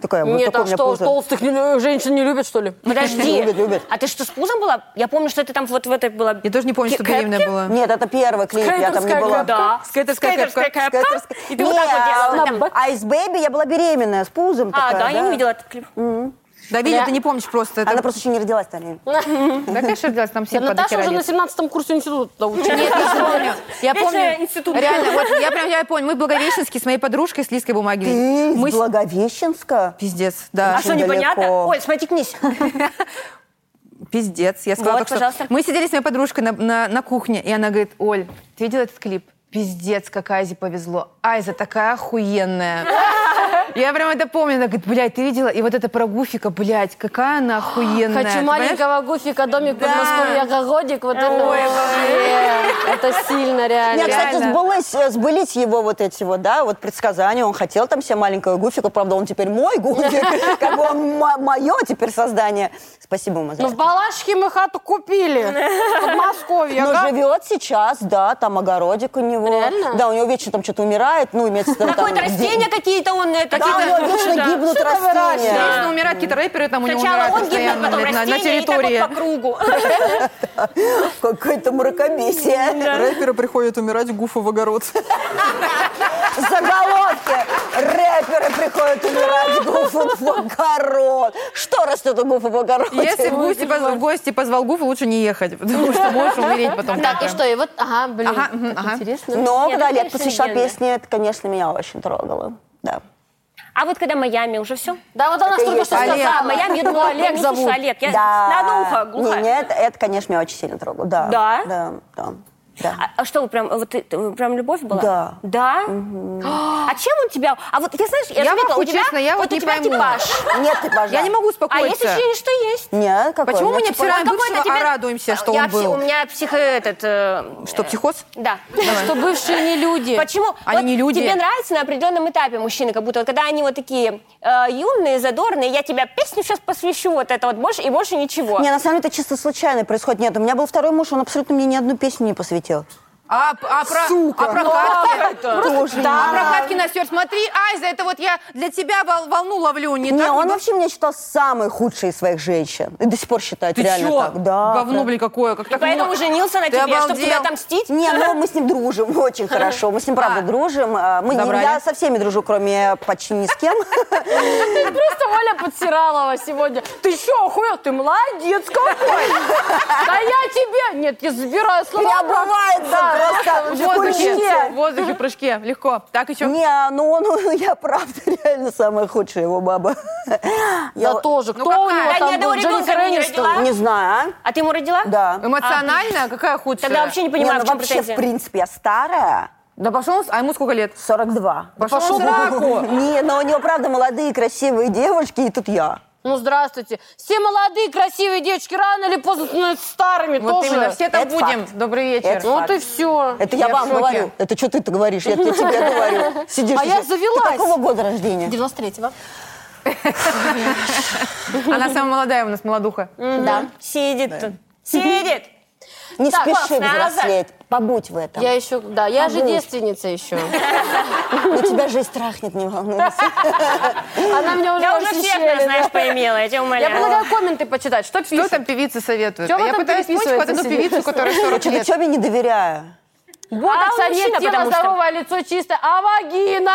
Speaker 5: Такая, вот
Speaker 1: Нет,
Speaker 5: такой у
Speaker 1: а
Speaker 5: меня
Speaker 1: что,
Speaker 5: пузо.
Speaker 1: толстых не- женщин не любят, что ли?
Speaker 2: Подожди.
Speaker 5: Любит, любит.
Speaker 2: А ты что, с пузом была? Я помню, что ты там вот в этой была...
Speaker 3: Я тоже не помню,
Speaker 2: Ки-
Speaker 3: что беременная
Speaker 2: кепке?
Speaker 3: была.
Speaker 5: Нет, это первый клип, я там не
Speaker 1: Скейтерская
Speaker 5: была.
Speaker 2: Да.
Speaker 3: Скейтерская
Speaker 2: Скейтерская
Speaker 3: кепка.
Speaker 2: кепка. И ты вот так вот делала. там.
Speaker 5: Айс Бэйби, я была беременная, с пузом
Speaker 2: А,
Speaker 5: такая,
Speaker 2: да, я не видела этот клип. А
Speaker 3: Да видела,
Speaker 1: Я-
Speaker 3: ты не помнишь просто. это-
Speaker 5: Она просто еще не родилась, наверное.
Speaker 3: Да, конечно, родилась, там все
Speaker 1: Наташа
Speaker 3: подохерались.
Speaker 1: уже на 17 курсе института училась.
Speaker 3: Типа Нет, я помню. Я
Speaker 2: Вечно
Speaker 3: помню.
Speaker 2: институт.
Speaker 3: Реально, вот я прям я помню. Мы в Благовещенске с моей подружкой, с Лизкой Бумагиной.
Speaker 5: Ты
Speaker 3: Мы
Speaker 5: из
Speaker 3: с-
Speaker 5: Благовещенска?
Speaker 3: Пиздец, да.
Speaker 2: А что, непонятно?
Speaker 5: далеко.
Speaker 2: Оль, смотри, кнись.
Speaker 3: Пиздец, я сказала
Speaker 2: Вот,
Speaker 3: только
Speaker 2: пожалуйста.
Speaker 3: что. Мы сидели с моей подружкой на, на- на кухне, и она говорит, Оль, ты видела этот клип? Пиздец, как Айзе повезло. Айза такая охуенная. Я прям это помню. Она говорит, блядь, ты видела? И вот это про Гуфика, блядь, какая она охуенная.
Speaker 1: Хочу
Speaker 3: Ты
Speaker 1: маленького гуфика, домик под
Speaker 3: Да.
Speaker 1: Москвой, огородик. Вот это вообще. Это сильно,
Speaker 5: Нет,
Speaker 1: реально.
Speaker 5: кстати,
Speaker 3: Реально.
Speaker 5: сбылось, э, сбылись его вот эти вот, да, вот предсказания. Он хотел там себе маленького гуфика, правда, он теперь мой гуфик, как бы он мое теперь создание. Спасибо ему за
Speaker 1: Ну,
Speaker 5: это.
Speaker 1: в Балашке мы хату купили. В Подмосковье.
Speaker 5: Но
Speaker 1: ага.
Speaker 5: живет сейчас, да, там огородик у него.
Speaker 1: Реально?
Speaker 5: Да, у него вечно там что-то умирает, ну, имеется в виду там...
Speaker 2: Какое-то растение какие-то он... э,
Speaker 5: Да, у
Speaker 2: какие-то-
Speaker 5: него вечно
Speaker 2: Да.
Speaker 5: гибнут растения.
Speaker 3: Конечно, умирают какие-то рэперы там у него
Speaker 2: Сначала
Speaker 3: умирают
Speaker 2: он гибнет,
Speaker 3: постоянно,
Speaker 2: потом
Speaker 3: блядь, на, на
Speaker 2: растение, и так
Speaker 3: территории.
Speaker 2: вот по кругу.
Speaker 5: Какое-то мракобесие.
Speaker 4: Рэперы приходят умирать гуфа в огород.
Speaker 5: Заголовки. Рэперы приходят умирать гуфу в огород. Что растет у гуфа в огороде?
Speaker 3: Если в гости, поз- в гости позвал Гуфа, лучше не ехать, потому что можешь умереть потом.
Speaker 1: Так, и что, и вот, ага, блин,
Speaker 3: Ага, мгм,
Speaker 1: как
Speaker 3: ага.
Speaker 1: интересно.
Speaker 5: Но
Speaker 2: Нет,
Speaker 5: когда
Speaker 2: это,
Speaker 5: Лет
Speaker 2: конечно,
Speaker 5: посвящал
Speaker 2: легенда.
Speaker 5: песни, это, конечно, меня очень трогало. Да.
Speaker 2: А вот когда Майами, уже все?
Speaker 1: Да вот она
Speaker 5: Это
Speaker 1: только
Speaker 5: есть
Speaker 1: что
Speaker 5: Олег.
Speaker 1: сказала. ну,
Speaker 2: А Майами, я думала,
Speaker 1: Олег
Speaker 2: Олег
Speaker 1: зовут.
Speaker 2: зовут. Олег, я
Speaker 5: да.
Speaker 2: на одно ухо
Speaker 5: Не,
Speaker 2: глухая.
Speaker 5: не, это, это, конечно, меня очень сильно трогало. Да.
Speaker 2: Да?
Speaker 5: Да. да, да.
Speaker 2: А, а что, прям, вот, ты- ты- прям любовь была?
Speaker 5: Да.
Speaker 2: Да? А чем он тебя... А вот, я знаешь, я,
Speaker 3: Я
Speaker 2: заметила,
Speaker 3: могу,
Speaker 2: у тебя,
Speaker 3: честно, я вот
Speaker 2: у
Speaker 3: не
Speaker 2: тебя
Speaker 3: пойму.
Speaker 2: типаж.
Speaker 5: Нет, ты пожалуй.
Speaker 3: Я не могу
Speaker 2: А есть
Speaker 3: успокоиться.
Speaker 2: ощущение, что есть.
Speaker 5: Нет, какой?
Speaker 3: Почему
Speaker 5: Ну,
Speaker 3: мы не
Speaker 5: типа,
Speaker 3: обсираем
Speaker 2: Вот какой-то
Speaker 3: бывшего, а
Speaker 2: тебя-
Speaker 3: радуемся, что
Speaker 2: Я
Speaker 3: он
Speaker 2: пси- У
Speaker 3: был?
Speaker 2: меня психо... этот, э,
Speaker 3: Что, психоз?
Speaker 2: Да.
Speaker 1: Что бывшие не люди.
Speaker 2: Почему?
Speaker 3: Они
Speaker 2: Вот
Speaker 3: не люди.
Speaker 2: Тебе нравится на определенном этапе мужчины, как будто вот когда они вот такие э, юные, задорные, я тебя песню сейчас посвящу, вот это вот больше и больше ничего.
Speaker 5: Не, на самом деле это чисто случайно происходит. Нет, у меня был второй муж, он абсолютно мне ни одну песню не посвятил.
Speaker 3: А, а про,
Speaker 4: Сука.
Speaker 3: А про Катки?
Speaker 5: Тоже
Speaker 3: А
Speaker 5: не
Speaker 3: про Катки на сердце. Смотри, Айза, это вот я для тебя вол- волну ловлю. Не,
Speaker 5: Не,
Speaker 3: так,
Speaker 5: он
Speaker 3: ну,
Speaker 5: вообще меня считал самой худшей из своих женщин. И до сих пор считает
Speaker 3: Ты
Speaker 5: реально
Speaker 3: чё?
Speaker 5: так. Да,
Speaker 3: Говно,
Speaker 5: прям.
Speaker 3: блин, какое. Как
Speaker 2: И
Speaker 3: так
Speaker 2: поэтому
Speaker 3: можно?
Speaker 2: женился на
Speaker 3: ну, Ты
Speaker 2: тебе, чтобы
Speaker 3: обалдел.
Speaker 2: тебя отомстить.
Speaker 5: Не, ну мы с ним дружим очень хорошо. Мы с ним, правда,
Speaker 3: А.
Speaker 5: дружим. А, Мы, не-
Speaker 3: Добрали.
Speaker 5: я со всеми дружу, кроме почти ни с кем.
Speaker 1: А Просто Оля Подсиралова сегодня. Ты еще охуел? Ты молодец какой! Да я тебе... Нет, я забираю слова. Да.
Speaker 5: Переобрывается
Speaker 3: В
Speaker 5: просто. в
Speaker 3: воздухе,
Speaker 5: культе.
Speaker 3: в воздухе, в прыжке, легко. Так еще.
Speaker 5: Не, ну он, я правда реально самая худшая его баба. Я
Speaker 1: Да
Speaker 5: вот-
Speaker 1: тоже.
Speaker 3: Ну
Speaker 1: Кто у
Speaker 3: какая?
Speaker 1: него
Speaker 3: Да
Speaker 2: ни
Speaker 1: там
Speaker 2: одного
Speaker 1: был? Дженнифер
Speaker 2: ребенка не
Speaker 1: Энистон.
Speaker 2: родила.
Speaker 5: Не знаю,
Speaker 2: А ты ему родила?
Speaker 5: а? Да. А
Speaker 3: Эмоционально, какая худшая.
Speaker 2: Тогда вообще не понимаю,
Speaker 5: Не, ну
Speaker 2: в чем
Speaker 5: вообще, в
Speaker 2: претензия.
Speaker 5: принципе, я старая.
Speaker 3: Да пошел, он с- а ему сколько лет?
Speaker 5: 42.
Speaker 3: Пошел в
Speaker 5: Не, но у него, правда, молодые, красивые девушки, и тут я.
Speaker 1: Ну, здравствуйте. Все молодые, красивые девочки рано или поздно становятся старыми
Speaker 3: Вот
Speaker 1: тоже. Ну,
Speaker 3: именно, все там
Speaker 5: Это
Speaker 3: будем.
Speaker 5: факт.
Speaker 3: Добрый вечер.
Speaker 5: Это
Speaker 1: Вот
Speaker 5: факт.
Speaker 1: и все.
Speaker 5: Это
Speaker 3: Я
Speaker 5: я,
Speaker 3: в
Speaker 5: вам
Speaker 3: шоке.
Speaker 5: говорю. Это что ты-то говоришь? Я не тебе говорю. Сидишь.
Speaker 1: А я
Speaker 5: здесь. Ты
Speaker 1: завелась.
Speaker 5: какого года рождения?
Speaker 2: 93-го.
Speaker 3: Она самая молодая у нас, молодуха.
Speaker 2: Да. Сидит тут. Сидит.
Speaker 5: Не
Speaker 2: Так,
Speaker 5: спеши
Speaker 2: классно.
Speaker 5: взрослеть. Побудь в этом.
Speaker 1: Я еще, да, я же
Speaker 5: Побудь.
Speaker 1: девственница еще.
Speaker 5: Но тебя жизнь трахнет, не волнуйся.
Speaker 1: Она меня уже
Speaker 2: Я уже всех,
Speaker 1: расщеплена.
Speaker 2: знаешь, поимела, я тебя
Speaker 1: Я
Speaker 2: умоляю.
Speaker 1: предлагаю комменты почитать. Что
Speaker 3: Что
Speaker 1: пишут?
Speaker 3: там певицы советуют?
Speaker 1: Чё вы
Speaker 3: Я
Speaker 1: там
Speaker 3: пытаюсь вспомнить хоть одну
Speaker 1: переписываетесь?
Speaker 3: певицу, которой 40
Speaker 5: Короче,
Speaker 3: лет.
Speaker 5: Вичеве не доверяю.
Speaker 2: А он
Speaker 1: Ботокса
Speaker 2: мужчина,
Speaker 1: нет, тело
Speaker 2: потому что-
Speaker 1: здоровое, лицо чистое. А вагина?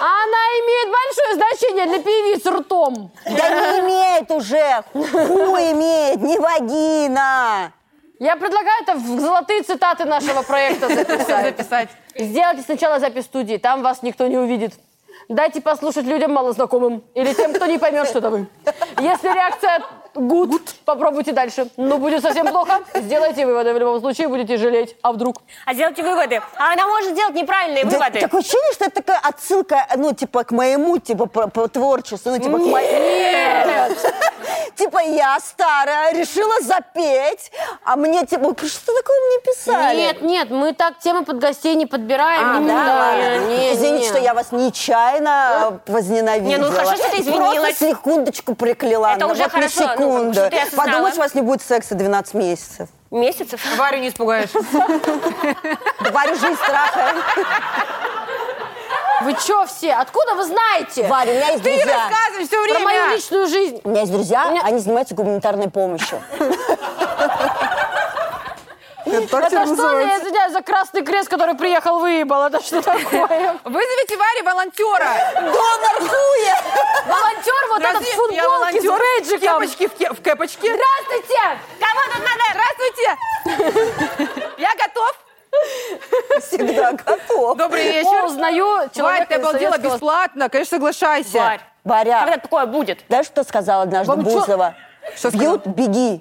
Speaker 1: Она имеет большое значение для певиц ртом.
Speaker 5: Да не имеет уже. Хуй имеет, не вагина.
Speaker 1: Я предлагаю это в золотые цитаты нашего проекта записать.
Speaker 3: Записать.
Speaker 1: Сделайте сначала запись студии, там вас никто не увидит. Дайте послушать людям малознакомым или тем, кто не поймет, что это вы. Если реакция good, попробуйте дальше. Ну, будет совсем плохо, сделайте выводы. В любом случае будете жалеть. А вдруг?
Speaker 2: А сделайте выводы. А она может делать неправильные
Speaker 5: Да,
Speaker 2: выводы.
Speaker 5: Такое ощущение, что это такая отсылка, ну, типа, к моему, типа, по, по творчеству, ну, типа, к моему. Типа, я старая, решила запеть, а мне, типа, что такое мне писали?
Speaker 1: Нет, нет, мы так темы под гостей не подбираем.
Speaker 5: А,
Speaker 2: ну,
Speaker 1: Именно.
Speaker 5: да, ладно.
Speaker 1: Не,
Speaker 5: Извините,
Speaker 1: не.
Speaker 5: что я вас нечаянно э, возненавидела.
Speaker 2: Не, ну, хорошо, что ты извинилась.
Speaker 5: Просто секундочку прикляла.
Speaker 2: Это
Speaker 5: Ну,
Speaker 2: уже
Speaker 5: вот на
Speaker 2: хорошо, ну,
Speaker 5: секунду.
Speaker 2: что ты осознала.
Speaker 5: Подумаешь, у вас не будет секса 12 месяцев.
Speaker 2: Месяцев.
Speaker 3: Варю не испугаешь.
Speaker 5: Варю жизнь страха.
Speaker 1: Вы чё все? Откуда вы знаете?
Speaker 5: Варя, у меня есть
Speaker 3: Ты
Speaker 5: друзья.
Speaker 3: рассказывай все
Speaker 1: Про мою
Speaker 3: время.
Speaker 1: личную жизнь.
Speaker 5: У меня есть друзья,
Speaker 1: меня-
Speaker 5: они занимаются гуманитарной помощью.
Speaker 4: Это так
Speaker 1: Это
Speaker 4: теперь
Speaker 1: что, я
Speaker 4: называется.
Speaker 1: извиняюсь, за Красный Крест, который приехал, выебал? Это что такое?
Speaker 3: Вызовите Варе волонтера.
Speaker 5: Донор хуя!
Speaker 1: Волонтер вот этот в футболке с
Speaker 3: в
Speaker 1: бейджиком.
Speaker 3: кепочке, в, ке- в кепочке.
Speaker 1: Здравствуйте!
Speaker 3: Кого тут надо? Здравствуйте. Я готов.
Speaker 5: Всегда готов.
Speaker 3: Добрый
Speaker 1: Я
Speaker 3: вечер.
Speaker 1: узнаю
Speaker 3: Варь,
Speaker 1: человека
Speaker 3: ты
Speaker 1: из
Speaker 3: обалдела
Speaker 1: Советского
Speaker 3: бесплатно. Конечно, соглашайся.
Speaker 2: Варь. Когда
Speaker 5: Варя,
Speaker 2: такое будет?
Speaker 5: знаешь, что сказал однажды
Speaker 1: Вам чё-
Speaker 5: Бузова?
Speaker 3: Что сказал?
Speaker 5: Бьют, беги.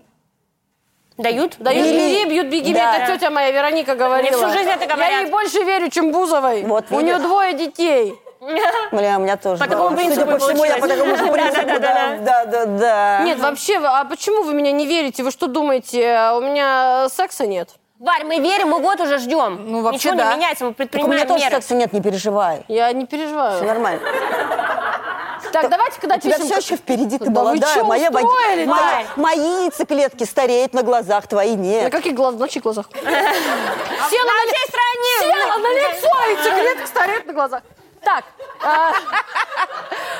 Speaker 2: Дают?
Speaker 1: Дают
Speaker 5: Бери.
Speaker 1: бери, бьют, беги.
Speaker 5: Да.
Speaker 1: Мне это тетя моя Вероника говорила.
Speaker 2: всю жизнь это говорят.
Speaker 1: Я ей больше верю, чем Бузовой.
Speaker 5: Вот
Speaker 1: У нее
Speaker 5: видишь.
Speaker 1: двое детей.
Speaker 5: Бля, у меня тоже.
Speaker 2: По такому
Speaker 5: было.
Speaker 2: принципу
Speaker 5: Судя по
Speaker 2: и
Speaker 5: всему, я по
Speaker 2: получилось.
Speaker 5: такому же принципу.
Speaker 2: Да-да-да-да.
Speaker 5: Да, да, да, да.
Speaker 1: Нет, вообще, а почему вы меня не верите? Вы что думаете, А у меня э, секса нет?
Speaker 2: Варь, мы верим, мы год уже ждем.
Speaker 3: Ну, вообще,
Speaker 2: Ничего
Speaker 3: да.
Speaker 2: не меняется, мы
Speaker 5: Так у меня
Speaker 2: предпринимаем
Speaker 5: тоже
Speaker 2: меры.
Speaker 5: секса нет, не переживай.
Speaker 1: Я не переживаю.
Speaker 5: Нормально.
Speaker 1: Так, давайте когда
Speaker 5: У тебя
Speaker 1: пишем...
Speaker 5: все еще впереди, ты
Speaker 1: Да ну вы
Speaker 5: молодая.
Speaker 1: чё,
Speaker 5: Моя боги-
Speaker 1: устроили,
Speaker 5: моя- Мои яйцеклетки стареют на глазах, твои
Speaker 1: На
Speaker 5: нет.
Speaker 1: каких глаз... на чьих глазах? Села
Speaker 2: На
Speaker 1: на ли-
Speaker 2: чьей стороне?
Speaker 1: села на лицо, и циклетка стареет на глазах. Так, а,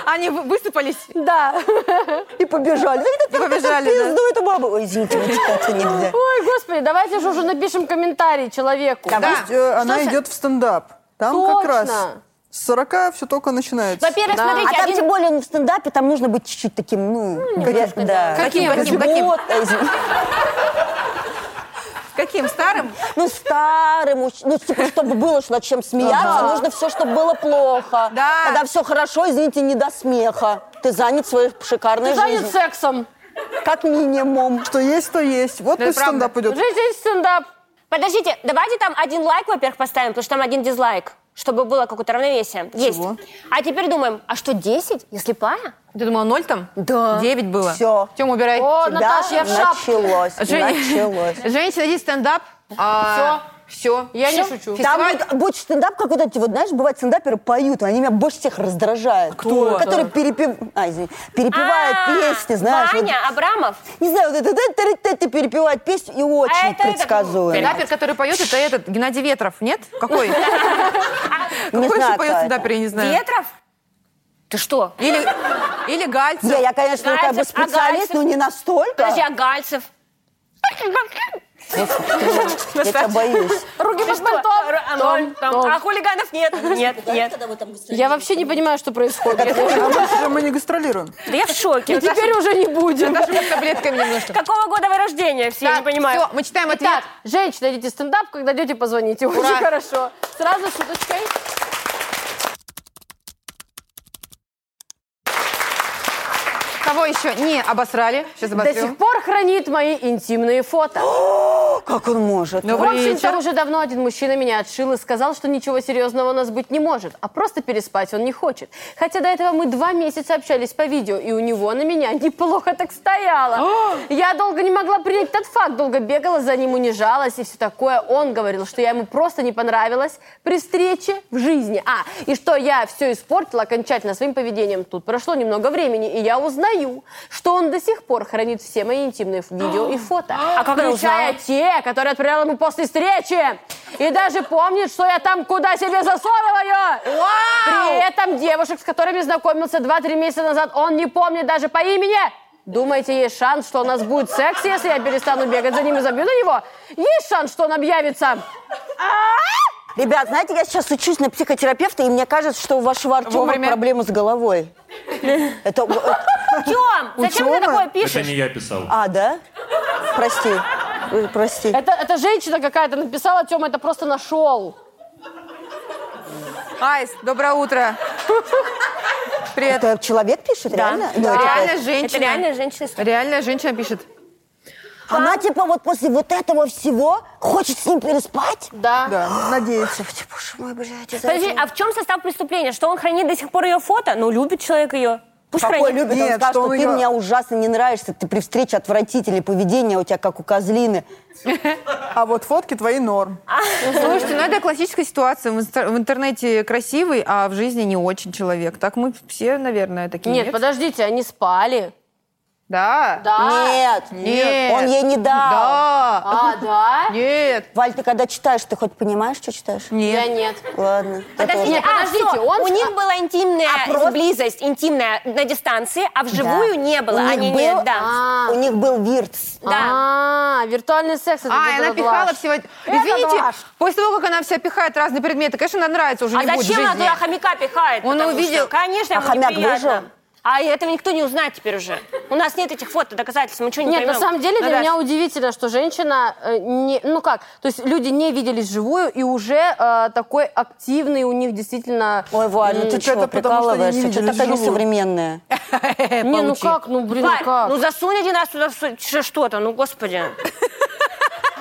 Speaker 3: Они вы- высыпались.
Speaker 1: да.
Speaker 5: И побежали. И
Speaker 3: побежали, да.
Speaker 5: Пизду эту бабу. Ой, извините, вот это нельзя.
Speaker 1: Ой, господи, давайте же уже напишем комментарий человеку.
Speaker 5: Да.
Speaker 4: То есть, э, Она идет в стендап. Там как раз
Speaker 1: Точно.
Speaker 4: с 40 все только начинается.
Speaker 2: Во-первых,
Speaker 1: Да.
Speaker 5: А
Speaker 2: смотрите,
Speaker 5: там,
Speaker 2: один-
Speaker 5: тем более, он в стендапе, там нужно быть чуть-чуть таким, ну, гря- да.
Speaker 3: Каким, каким,
Speaker 5: Вот,
Speaker 3: каким?
Speaker 5: э, извините.
Speaker 3: Каким? Старым?
Speaker 5: Ну, старым, уч- ну, типа, чтобы было что над чем смеяться, нужно все, чтобы было плохо.
Speaker 3: Да.
Speaker 5: Когда все хорошо, извините, не до смеха. Ты занят своей шикарной
Speaker 1: Ты занят
Speaker 5: жизнью.
Speaker 1: сексом.
Speaker 5: Как минимум.
Speaker 4: Что есть, то есть. Вот
Speaker 3: Да,
Speaker 4: пусть
Speaker 3: правда.
Speaker 4: стендап идет.
Speaker 1: Жизнь есть стендап.
Speaker 2: Подождите, давайте там один лайк, во-первых, поставим, потому что там один дизлайк, чтобы было какое-то равновесие. Есть. А теперь думаем, а что 10, если пая?
Speaker 3: Ты думала, ноль там?
Speaker 5: Да.
Speaker 3: Девять было.
Speaker 5: Всё.
Speaker 3: Тем убирай.
Speaker 1: О,
Speaker 5: Да,
Speaker 1: Наташ, я в шапке.
Speaker 5: Началось,
Speaker 3: Женя.
Speaker 5: началось.
Speaker 3: Женщина, есть стендап. А, Все. Все.
Speaker 1: Я не шучу.
Speaker 5: Там вот больше стендап, как вот эти вот, знаешь, бывают стендаперы поют, они меня больше всех раздражают.
Speaker 3: Кто?
Speaker 5: Которые перепев... а, извини, перепевают
Speaker 2: А,
Speaker 5: песни, знаешь. вот-
Speaker 2: Ваня Абрамов.
Speaker 5: не знаю, вот это ты перепевают песни и
Speaker 2: А
Speaker 5: очень
Speaker 2: это этот,
Speaker 5: предсказуемо.
Speaker 3: Стендапер, который поет, это этот Геннадий Ветров, нет? Какой?
Speaker 5: Не
Speaker 3: Какой
Speaker 5: знаю,
Speaker 3: еще поет
Speaker 5: кто
Speaker 3: стендапер, я не знаю.
Speaker 2: Ветров? Ты что?
Speaker 3: Или, или Гальцев.
Speaker 5: Не, я, конечно, как бы
Speaker 2: Гальцев, а
Speaker 5: специалист,
Speaker 2: Гальцев?
Speaker 5: но не настолько.
Speaker 2: Подожди, а Гальцев?
Speaker 5: Я тебя боюсь.
Speaker 1: Руки под
Speaker 2: Что?
Speaker 1: пальто.
Speaker 2: Р- а, ноль,
Speaker 1: Том,
Speaker 2: там.
Speaker 1: том.
Speaker 2: А хулиганов нет? Нет, нет.
Speaker 1: Я вообще не понимаю, что происходит.
Speaker 4: А мы же- мы не гастролируем.
Speaker 2: Да я в шоке.
Speaker 5: Ну,
Speaker 1: И теперь уже не будем.
Speaker 3: Даже с таблетками немножко.
Speaker 2: Какого года вы рождения? Все, я не понимаю.
Speaker 3: Все, мы читаем ответ.
Speaker 1: Итак, женщина, идите в стендап, когда идете, позвоните.
Speaker 3: Ура.
Speaker 1: Очень хорошо. Сразу с шуточкой.
Speaker 3: Кого еще не обосрали? Сейчас
Speaker 1: До
Speaker 3: обосрю.
Speaker 1: сих пор хранит мои интимные фото.
Speaker 5: Как он может?
Speaker 3: Ну,
Speaker 1: В общем,
Speaker 3: Вечер.
Speaker 1: там уже давно один мужчина меня отшил и сказал, что ничего серьезного у нас быть не может, а просто переспать он не хочет. Хотя до этого мы два месяца общались по видео, и у него на меня неплохо так
Speaker 2: А!
Speaker 1: стояло. я долго не могла принять этот факт, долго бегала за ним, унижалась и все такое. Он говорил, что я ему просто не понравилась при встрече в жизни. А, и что я все испортила окончательно своим поведением. Тут прошло немного времени, и я узнаю, что он до сих пор хранит все мои интимные видео и фото.
Speaker 2: А как она
Speaker 1: включая
Speaker 2: узнала?
Speaker 1: те, которые отправлял ему после встречи. И даже помнит, что я там куда себе засовываю. При этом девушек, с которыми знакомился 2-3 месяца назад, он не помнит даже по имени. Думаете, есть шанс, что у нас будет секс, если я перестану бегать за ним и забью на него? Есть шанс, что он объявится?
Speaker 5: Ребят, знаете, я сейчас учусь на психотерапевта, и мне кажется, что у вашего Артема
Speaker 3: Вовремя.
Speaker 5: проблемы с головой. Это... э,
Speaker 2: Тём, зачем ты
Speaker 5: Учёная?
Speaker 2: такое
Speaker 6: Это
Speaker 2: пишешь?
Speaker 6: не я писал.
Speaker 5: А, да? Прости. Э, Прости.
Speaker 1: Это, это женщина какая-то написала, Тёма это просто нашел.
Speaker 3: Айс, доброе утро. Привет.
Speaker 5: Это человек пишет, реально? Ну, это
Speaker 3: Реально
Speaker 5: какая-
Speaker 3: женщина.
Speaker 2: Это реально женщина.
Speaker 3: Реальная женщина пишет.
Speaker 5: Она типа вот после вот этого всего хочет с ним переспать?
Speaker 1: Да.
Speaker 4: Да, надеется.
Speaker 5: Господи, боже мой, блядь, из-за
Speaker 2: Подожди,
Speaker 5: этого-
Speaker 2: а в чем состав преступления? Что он хранит до сих пор ее фото? Ну, любит человек ее. Пусть
Speaker 5: Какой
Speaker 2: хранит.
Speaker 5: любит, он
Speaker 4: Нет,
Speaker 5: скажет,
Speaker 4: что
Speaker 5: что,
Speaker 4: он
Speaker 5: ты
Speaker 4: её-
Speaker 5: мне ужасно не нравишься, ты при встрече отвратитель, и поведение у тебя как у козлины.
Speaker 4: А вот фотки твои норм.
Speaker 3: Слушайте, ну это классическая ситуация. В инстар- в интернете красивый, а в жизни не очень человек. Так мы все, наверное, такие.
Speaker 1: Нет, подождите, они спали.
Speaker 3: Да.
Speaker 1: Да.
Speaker 5: Нет,
Speaker 3: Нет.
Speaker 5: он ей не дал.
Speaker 3: Да.
Speaker 1: А, да?
Speaker 3: Нет.
Speaker 5: Валь, ты когда читаешь, ты хоть понимаешь, что читаешь?
Speaker 1: Я
Speaker 3: Нет.
Speaker 1: нет.
Speaker 5: Ладно.
Speaker 2: Подождите,
Speaker 1: Нет, подождите,
Speaker 2: а, всё,
Speaker 1: он-
Speaker 2: у них была интимная
Speaker 5: А просто-
Speaker 2: близость, интимная на дистанции, а вживую
Speaker 5: Да.
Speaker 2: не было.
Speaker 5: У них
Speaker 2: Они
Speaker 5: был-
Speaker 2: не, да.
Speaker 1: А.
Speaker 5: У них был виртс.
Speaker 2: Да.
Speaker 1: А, виртуальный секс. это
Speaker 3: А, и она
Speaker 1: Google
Speaker 3: пихала
Speaker 1: Glass.
Speaker 3: всего... Извините,
Speaker 1: блажь.
Speaker 3: после того, как она вся пихает разные предметы, конечно, она нравится уже
Speaker 2: А
Speaker 3: не будет в
Speaker 2: зачем она
Speaker 3: жизни.
Speaker 2: туда хомяка пихает?
Speaker 3: Он
Speaker 2: Потому
Speaker 3: увидел.
Speaker 2: что, конечно,
Speaker 5: А
Speaker 2: ему
Speaker 5: хомяк
Speaker 2: неприятно.
Speaker 5: выжил?
Speaker 2: А этого никто не узнает теперь уже. У нас нет этих фото доказательств, мы что не
Speaker 1: Нет,
Speaker 2: поймем?
Speaker 1: на самом деле для
Speaker 3: Наташ.
Speaker 1: меня удивительно, что женщина э, не, ну как, то есть люди не виделись живую и уже э, такой активный у них действительно.
Speaker 5: Ой, Валь, ну ты
Speaker 4: это
Speaker 5: что,
Speaker 4: потому, что они не
Speaker 5: прикалываешься? Что
Speaker 4: виделись
Speaker 5: такая
Speaker 4: вживую.
Speaker 5: несовременная?
Speaker 1: не, ну как, ну блин, ну
Speaker 2: Э, Варь,
Speaker 1: как?
Speaker 2: ну засунь один раз туда в- ш- что-то, ну господи.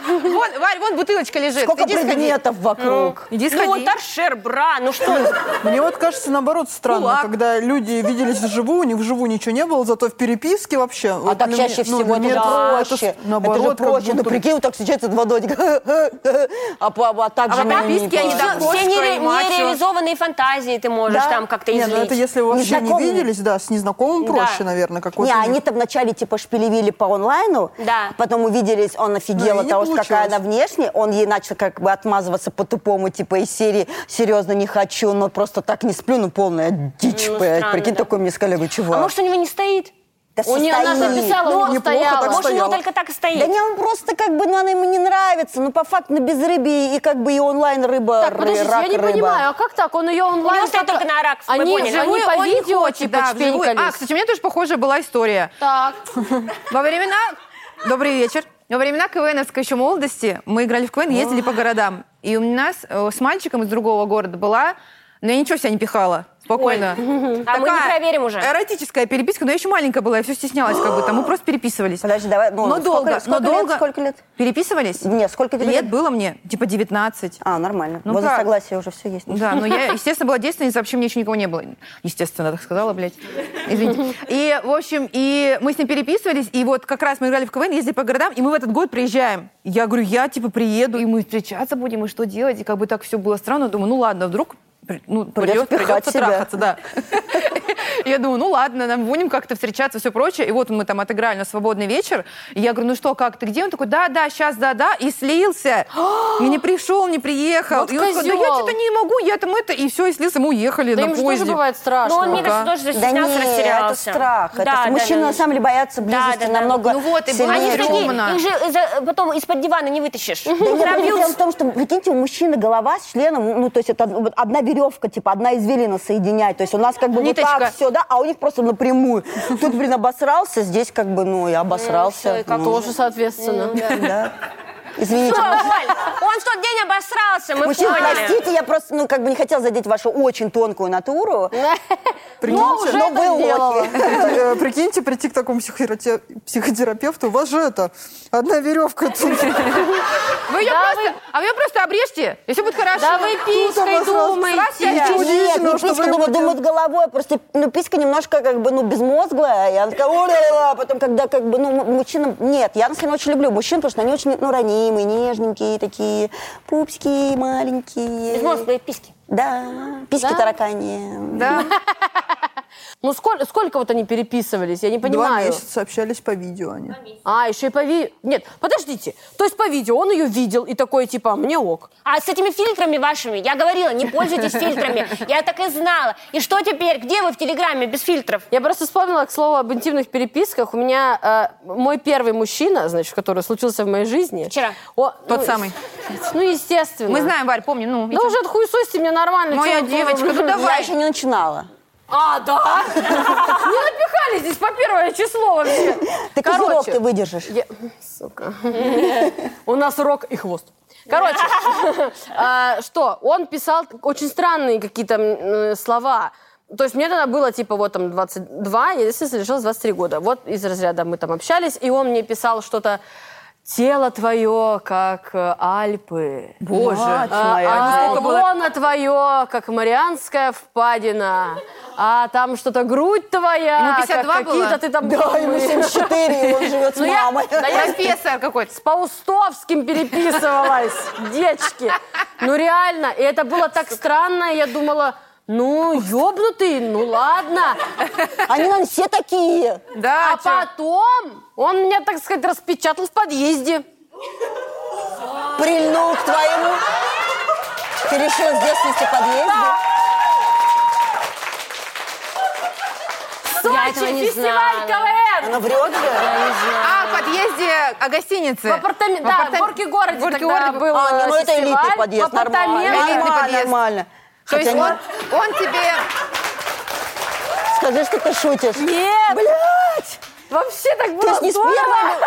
Speaker 3: Вон, Варь, вон бутылочка лежит.
Speaker 5: Сколько
Speaker 3: Иди сходи.
Speaker 5: предметов вокруг?
Speaker 3: Иди
Speaker 2: Ну
Speaker 3: сходи.
Speaker 2: вот торшер, бра, ну что?
Speaker 4: Мне вот кажется, наоборот, странно,
Speaker 3: Кулак.
Speaker 4: когда люди виделись вживую, у них вживую ничего не было, зато в переписке вообще.
Speaker 5: А так чаще всего это
Speaker 4: Ну, нет, а
Speaker 5: же проще. Это же
Speaker 4: наоборот, как
Speaker 5: проще. Ну
Speaker 4: будто-
Speaker 5: прикинь, вот так встречаются два додика. А по- а так
Speaker 3: А
Speaker 5: же
Speaker 3: в
Speaker 5: наверное, не
Speaker 3: переписке они
Speaker 5: получится.
Speaker 3: докошь
Speaker 2: Все нере-
Speaker 3: поймать, всё.
Speaker 2: нереализованные фантазии ты можешь
Speaker 5: Да.
Speaker 2: там как-то
Speaker 4: Не, ну
Speaker 2: излить.
Speaker 4: это если вы вообще не
Speaker 5: Незнакомые.
Speaker 4: виделись, да, с незнакомым
Speaker 2: Да.
Speaker 4: проще, наверное, какой-то.
Speaker 5: Не, они-то вначале типа шпилевили по онлайну,
Speaker 2: Да.
Speaker 5: потом увиделись, он
Speaker 4: Ну,
Speaker 5: офигел
Speaker 4: и
Speaker 5: от
Speaker 4: не
Speaker 5: того, что какая
Speaker 4: получилось.
Speaker 5: она внешне, он ей начал как бы отмазываться по-тупому, типа из серии «Серьезно, не хочу, но просто так не сплю, ну полная дичь,
Speaker 2: Ну,
Speaker 5: блядь».
Speaker 2: странно,
Speaker 5: Прикинь,
Speaker 2: да.
Speaker 5: такой мне сказали, я говорю, чувак.
Speaker 2: А может у него не стоит?
Speaker 5: да
Speaker 1: у нее она
Speaker 5: состоит». Ну,
Speaker 1: написала, у него
Speaker 4: неплохо так
Speaker 1: стояла.
Speaker 2: Может у него
Speaker 4: стояла.
Speaker 2: только так и стоит?
Speaker 5: Да не, он просто как бы, ну она ему не нравится, ну по факту на безрыбье и как бы и онлайн рыба,
Speaker 1: Так,
Speaker 5: ры-
Speaker 1: подождите,
Speaker 5: рак
Speaker 1: я не
Speaker 5: рыба.
Speaker 1: понимаю, а как так? Он ее онлайн...
Speaker 2: У него стоит
Speaker 1: как-то-
Speaker 2: только на рак, мы
Speaker 1: Они,
Speaker 2: поняли.
Speaker 1: они
Speaker 3: Живую
Speaker 1: по
Speaker 3: он не
Speaker 1: видео,
Speaker 3: хочет,
Speaker 1: типа,
Speaker 3: да, вживую. А,
Speaker 1: чпенькались.
Speaker 3: кстати, у меня тоже похожая была история.
Speaker 1: Так.
Speaker 3: Во времена... Добрый вечер. Во времена КВНовской еще молодости мы играли в КВН, ездили по городам. И у нас э, с мальчиком из другого города была... Но я ничего себя не пихала. Спокойно.
Speaker 2: А мы не проверим уже.
Speaker 3: Эротическая переписка, но я еще маленькая была, я все стеснялась как будто. Мы просто переписывались.
Speaker 5: Подожди, давай, ну,
Speaker 3: но
Speaker 5: сколько-
Speaker 3: долго,
Speaker 5: сколько
Speaker 3: но
Speaker 5: лет,
Speaker 3: долго.
Speaker 5: сколько лет?
Speaker 3: Переписывались?
Speaker 5: Не, сколько тебе
Speaker 3: Лет было мне, типа 19.
Speaker 5: А, нормально.
Speaker 3: Ну
Speaker 5: Возле
Speaker 3: как?
Speaker 5: согласия уже все есть.
Speaker 3: Да, но я, естественно, была девственницей, вообще мне еще никого не было. Естественно, так сказала, блядь. Извините. И, в общем, и мы с ним переписывались, и вот как раз мы играли в КВН, ездили по городам, и мы в этот год приезжаем. Я говорю, я, типа, приеду, и мы встречаться будем, и что делать, и как бы так все было странно. Думаю, ну ладно, вдруг при- ну,
Speaker 5: Придётся
Speaker 3: придется,
Speaker 5: пихать
Speaker 3: придется
Speaker 5: себя.
Speaker 3: трахаться, да. Я думаю, ну ладно, нам будем как-то встречаться, все прочее. И вот мы там отыграли на свободный вечер. И я говорю, ну что, как ты, где? Он такой, да-да, сейчас, да-да. И слился. И не пришел, не приехал.
Speaker 1: Вот
Speaker 3: и он сказал, да я
Speaker 1: козёл.
Speaker 3: что-то не могу, я там это, и все, и слился, мы уехали
Speaker 1: Да
Speaker 3: на
Speaker 1: им же тоже
Speaker 3: поезде.
Speaker 1: бывает страшно.
Speaker 2: Но он, мне кажется, тоже
Speaker 5: Да
Speaker 2: застеснялся,
Speaker 5: нет, это
Speaker 2: растерялся.
Speaker 5: страх. это
Speaker 2: Да,
Speaker 5: с-
Speaker 2: да,
Speaker 5: мужчины
Speaker 2: да.
Speaker 5: на самом деле боятся близости
Speaker 2: да, да.
Speaker 5: намного
Speaker 3: Ну вот, и
Speaker 5: сильнее,
Speaker 3: они
Speaker 2: Они
Speaker 5: чем-
Speaker 2: такие,
Speaker 3: Стрёмно.
Speaker 2: их же за- потом из-под дивана не вытащишь.
Speaker 5: Да нет, ну, там
Speaker 2: Пробился.
Speaker 5: дело в том, что, прикиньте, у мужчины голова с членом, ну, то есть это од- одна веревка, типа, одна извилина соединяет. То есть у нас как бы вот
Speaker 3: Ниточка.
Speaker 5: так все, да, а у них просто напрямую. Тут, блин, обосрался, здесь как бы, ну, и обосрался.
Speaker 1: Тоже, соответственно.
Speaker 5: Да. Извините.
Speaker 2: Всё, Оль, он в тот день обосрался, мы
Speaker 5: Мужчина,
Speaker 2: поняли.
Speaker 5: простите, я просто, ну, как бы не хотела задеть вашу очень тонкую натуру.
Speaker 1: Ну,
Speaker 4: Прикиньте,
Speaker 5: но вы лохи.
Speaker 4: Э, прикиньте, прийти к такому психотерапе- психотерапевту, у вас же это, одна веревка тут.
Speaker 3: Вы ее просто, а вы ее просто обрежьте, и все будет хорошо.
Speaker 1: Да вы писькой
Speaker 4: Ничего
Speaker 1: думаете.
Speaker 5: Нет,
Speaker 4: удивительного,
Speaker 5: не
Speaker 4: что
Speaker 5: писька думает, думает
Speaker 4: вы
Speaker 5: головой, а просто ну, писька немножко как бы ну безмозглая. Я такая, «Ура-ла-ла». потом когда как бы ну м- мужчинам нет, я на самом деле очень люблю мужчин, потому что они очень ну ранимые, нежненькие такие, пупсики маленькие.
Speaker 2: Безмозглые письки.
Speaker 5: Да, письки таракани.
Speaker 3: Да.
Speaker 1: Ну сколько, сколько вот они переписывались, я не
Speaker 4: Два
Speaker 1: понимаю.
Speaker 4: месяца общались по видео они.
Speaker 1: А, еще и по видео. Нет, подождите. То есть по видео он ее видел и такой, типа, мне ок.
Speaker 2: А с этими фильтрами вашими, я говорила, не пользуйтесь фильтрами. Я так и знала. И что теперь? Где вы в Телеграме без фильтров?
Speaker 1: Я просто вспомнила, к слову, об интимных переписках. У меня э, мой первый мужчина, значит, который случился в моей жизни.
Speaker 2: Вчера.
Speaker 1: О,
Speaker 3: Тот
Speaker 1: ну,
Speaker 3: самый.
Speaker 1: Ну, естественно.
Speaker 3: Мы знаем, Варь, помним, ну.
Speaker 1: Да уже отхуесосьте мне нормально. чё вы
Speaker 3: Моя
Speaker 1: тоже?
Speaker 3: девочка, ну
Speaker 5: Я
Speaker 3: давай.
Speaker 5: еще не начинала.
Speaker 1: А, да? Не напихали здесь по первое число вообще.
Speaker 5: Ты козырек ты выдержишь.
Speaker 1: Я- Сука. У нас рог и хвост. Короче, а, что, он писал очень странные какие-то м, э, слова. То есть мне тогда было типа вот там 22, я если совершилось 23 года. Вот из разряда мы там общались, и он мне писал что-то «Тело твое, как э, Альпы».
Speaker 3: Боже.
Speaker 1: А, а лоно твое, как Марианская впадина. А там что-то грудь твоя,
Speaker 3: Ему
Speaker 1: как
Speaker 3: 52 было?
Speaker 1: какие-то ты там...
Speaker 5: Да, ему
Speaker 1: бомбы.
Speaker 5: 74, и он живет с
Speaker 1: Ну, я-
Speaker 5: мамой.
Speaker 1: да я
Speaker 3: Профессор какой-то.
Speaker 1: с Паустовским переписывалась, девочки. Ну реально, и это было так странно, я думала, ну, ёбнутый, ну ладно.
Speaker 5: Они, наверное, все такие.
Speaker 3: Да,
Speaker 1: А
Speaker 3: чё?
Speaker 1: потом он меня, так сказать, распечатал в подъезде.
Speaker 5: Прильнул к твоему. Ты решила с девственности подъезда?
Speaker 2: Я этого
Speaker 1: Сочи,
Speaker 2: не
Speaker 1: фестиваль КВН!
Speaker 5: Она врет же?
Speaker 3: А, в подъезде, а гостинице.
Speaker 1: В апартамен- да, в Горке городе
Speaker 3: Горке
Speaker 1: тогда
Speaker 3: городе.
Speaker 1: был
Speaker 5: А, не, ну
Speaker 1: э,
Speaker 5: это элитный
Speaker 1: фестиваль.
Speaker 5: подъезд,
Speaker 1: В апартаментах.
Speaker 5: нормально. Нормально,
Speaker 3: подъезд.
Speaker 5: нормально.
Speaker 3: То есть
Speaker 5: Хотя
Speaker 3: он,
Speaker 5: нет,
Speaker 3: он тебе...
Speaker 5: скажи, что ты шутишь.
Speaker 1: Нет,
Speaker 5: Блять!
Speaker 1: вообще так
Speaker 5: Ты
Speaker 1: было
Speaker 5: ж не с
Speaker 1: здорово.
Speaker 5: первыми.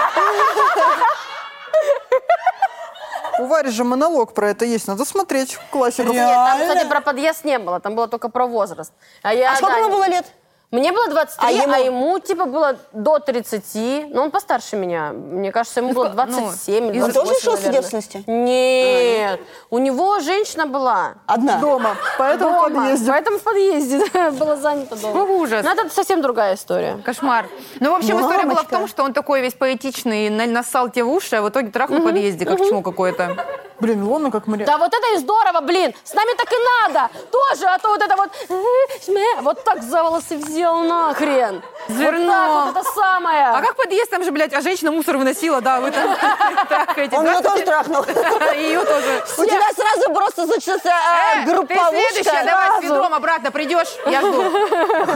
Speaker 4: У Вари же монолог про это есть, надо смотреть в классе.
Speaker 1: Нет, там,
Speaker 5: Реально?
Speaker 1: кстати, про подъезд не было, там было только про возраст. А, я,
Speaker 5: А сколько
Speaker 1: да,
Speaker 5: ему
Speaker 1: не-
Speaker 5: было лет?
Speaker 1: Мне было 23, а
Speaker 5: А
Speaker 1: ему,
Speaker 5: ему?
Speaker 1: типа было до 30, но он постарше меня. Мне кажется, ему было 27 или
Speaker 3: из-
Speaker 1: 28,
Speaker 5: Он тоже лишился
Speaker 1: наверное.
Speaker 5: девственности?
Speaker 1: Нет, у него женщина была.
Speaker 5: Одна.
Speaker 4: Дома, А поэтому в
Speaker 1: Дома,
Speaker 4: подъезде.
Speaker 1: поэтому в подъезде было занято дома.
Speaker 3: Ну, ужас.
Speaker 1: Но это совсем другая история.
Speaker 3: Кошмар. Ну, в общем, история была в
Speaker 5: Мамочка.
Speaker 3: том, что он такой весь поэтичный, на- нассал тебе в уши, а в итоге трахнул в подъезде, как чему какое-то.
Speaker 4: Блин, Лона как Мария.
Speaker 1: Да вот это и здорово, блин, с нами так и надо, тоже, а то вот это вот, э, шме, вот так за волосы взял нахрен. Вот так
Speaker 3: Зерно.
Speaker 1: вот это самое.
Speaker 3: А как подъезд там же, блядь, а женщина мусор выносила, да, вы там трахаете.
Speaker 5: Он ее тоже трахнул.
Speaker 3: трахнул. Ее тоже.
Speaker 5: У тебя сразу просто случился а,
Speaker 3: Э, Ты следующая,
Speaker 5: групповушка.
Speaker 3: давай с ведром обратно придешь, я жду.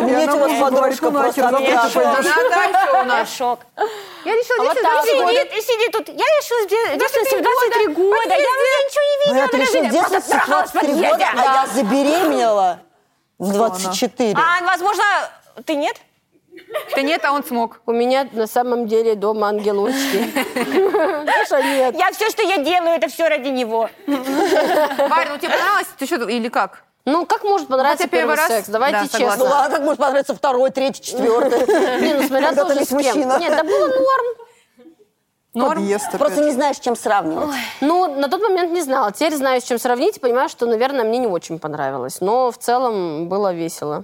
Speaker 5: Нечего с подружкой
Speaker 4: говорит,
Speaker 5: просто
Speaker 4: ну нахер, завтра ты
Speaker 5: оттрахивать.
Speaker 4: пойдешь.
Speaker 3: Наташа у нас.
Speaker 2: Шок.
Speaker 3: Я решила,
Speaker 1: вот
Speaker 3: здесь
Speaker 1: так
Speaker 3: сидит,
Speaker 1: вот.
Speaker 3: сидит.
Speaker 2: И сидит тут. Я решила, где, где
Speaker 1: 23
Speaker 2: 23
Speaker 1: года.
Speaker 2: года. Я уже ничего не
Speaker 5: Ну,
Speaker 2: видела.
Speaker 5: я решила
Speaker 2: подожди, просто
Speaker 5: девственность в
Speaker 2: трахалась в
Speaker 5: 23
Speaker 2: подъезде.
Speaker 5: года, а я забеременела в 24.
Speaker 2: А, возможно, ты нет?
Speaker 3: Да нет, а он смог.
Speaker 1: У меня на самом деле дома ангелочки. Конечно, нет.
Speaker 2: Я все, что я делаю, это все ради него.
Speaker 3: Варь, ну тебе понравилось? Ты что, или как?
Speaker 1: Ну, как может понравиться
Speaker 3: Хотя первый
Speaker 1: первый
Speaker 3: раз,
Speaker 1: секс? Давайте
Speaker 3: да, согласна.
Speaker 5: Ну
Speaker 1: честно.
Speaker 5: ладно, как может понравиться второй, третий, четвертый.
Speaker 1: Не, ну смотря
Speaker 5: Когда ты
Speaker 1: тоже
Speaker 5: весь
Speaker 1: с кем.
Speaker 5: мужчина.
Speaker 1: Нет, да было норм.
Speaker 3: Норм?
Speaker 4: Подъезд опять.
Speaker 5: Просто не знаешь, с чем сравнивать.
Speaker 1: Ну, на тот момент не знала. Теперь знаю, с чем сравнить. и Понимаю, что, наверное, мне не очень понравилось. Но в целом было весело.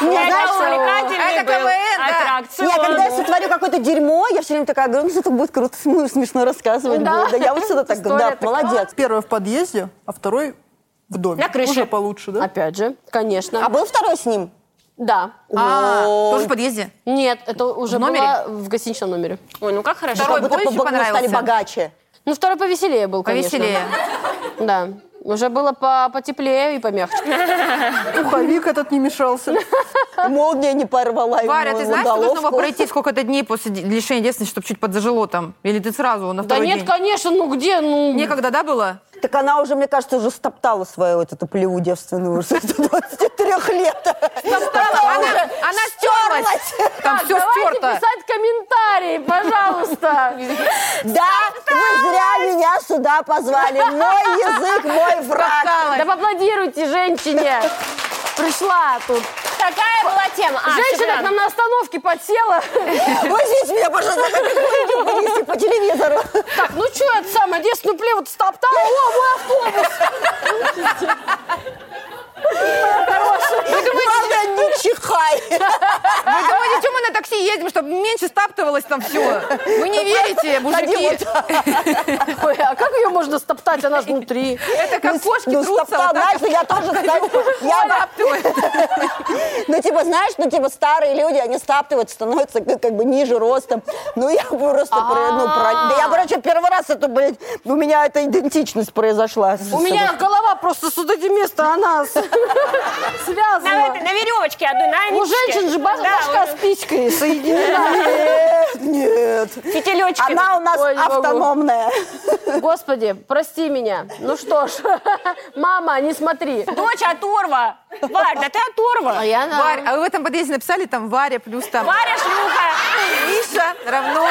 Speaker 5: Не, знаешь,
Speaker 2: это увлекательный
Speaker 3: это
Speaker 2: был
Speaker 3: КВН, да.
Speaker 2: аттракцион.
Speaker 5: Я когда я сотворю какое-то дерьмо, я все время такая говорю, ну что-то будет круто, см- смешно рассказывать
Speaker 1: Да.
Speaker 5: будет. Да, я вот всегда так говорю,
Speaker 1: История
Speaker 5: да,
Speaker 1: такая.
Speaker 5: молодец.
Speaker 4: Первый в подъезде, а второй в доме.
Speaker 2: На крыше.
Speaker 4: Уже получше, да?
Speaker 1: Опять же, конечно.
Speaker 5: А был второй с ним?
Speaker 1: Да.
Speaker 3: А, тоже в подъезде?
Speaker 1: Нет, это уже
Speaker 3: В номере?
Speaker 1: было в гостиничном номере.
Speaker 2: Ой, ну как хорошо.
Speaker 3: Второй
Speaker 5: Как будто
Speaker 3: больше
Speaker 5: бы мы стали
Speaker 3: понравился?
Speaker 5: богаче.
Speaker 1: Ну, второй повеселее был, конечно.
Speaker 3: Повеселее.
Speaker 1: Да. Уже было по потеплее и помягче.
Speaker 4: Пуховик этот не мешался.
Speaker 5: Молния не порвала ему
Speaker 3: Варя, ты знаешь, что должно
Speaker 5: головку.
Speaker 3: пройти сколько-то дней после ди- лишения детственности, чтобы чуть подзажило там? Или ты сразу на
Speaker 1: Да
Speaker 3: второй
Speaker 1: нет,
Speaker 3: день?
Speaker 1: конечно, ну где, ну...
Speaker 3: Некогда, да, было?
Speaker 5: Так она уже, мне кажется, уже стоптала свою вот эту плеву девственную уже до 23 лет.
Speaker 3: Она, она стерлась. Там все
Speaker 1: Давайте
Speaker 3: стерто.
Speaker 1: писать комментарии, пожалуйста.
Speaker 5: Да, вы сюда позвали. Мой язык, мой враг.
Speaker 1: Да поаплодируйте женщине. Пришла тут.
Speaker 2: Такая была тема. А, всё
Speaker 1: Женщина к
Speaker 2: понятно.
Speaker 1: нам на остановке подсела.
Speaker 5: Возьмите меня, пожалуйста, как вы будете по телевизору.
Speaker 1: Так, ну что это самое, детственную плеву стоптала? О, мой автобус!
Speaker 5: Главное, не чихай.
Speaker 3: Вы думаете, что мы на такси ездим, чтобы меньше стаптывалось там все? Вы не верите,
Speaker 5: Ходи
Speaker 3: мужики?
Speaker 5: вот
Speaker 1: Ой, а как ее можно стоптать? Она же внутри.
Speaker 3: Это как кошки
Speaker 5: Ну,
Speaker 3: трутся
Speaker 5: стоптал,
Speaker 3: вот так.
Speaker 5: знаешь, я тоже стою. Я,
Speaker 3: Стаптывают.
Speaker 5: ну, типа, знаешь, ну, типа, старые люди, они стаптывают, становятся как, как бы ниже ростом. Ну, я просто, про- ну,
Speaker 1: А.
Speaker 5: про- да я, короче, первый раз это, блядь, у меня эта идентичность произошла. с-
Speaker 1: У
Speaker 5: с
Speaker 1: меня голова просто с вот этим местом, она с-
Speaker 2: На,
Speaker 1: связана.
Speaker 2: этой- на веревочке одной, на
Speaker 1: У
Speaker 2: ниточке.
Speaker 1: женщин же ба-
Speaker 2: Да,
Speaker 1: башка
Speaker 2: у-
Speaker 1: с пичкой соединена.
Speaker 5: Нет, нет.
Speaker 2: Фитилечки.
Speaker 5: Она у нас
Speaker 1: Ой, не могу.
Speaker 5: автономная.
Speaker 1: Господи, прости меня. Ну что ж, мама, не смотри.
Speaker 2: Дочь оторва. Варь, да ты оторва.
Speaker 1: Я на-
Speaker 3: Варь, а вы в этом подъезде написали там Варя плюс там
Speaker 2: Варя шлюха.
Speaker 3: Миша равно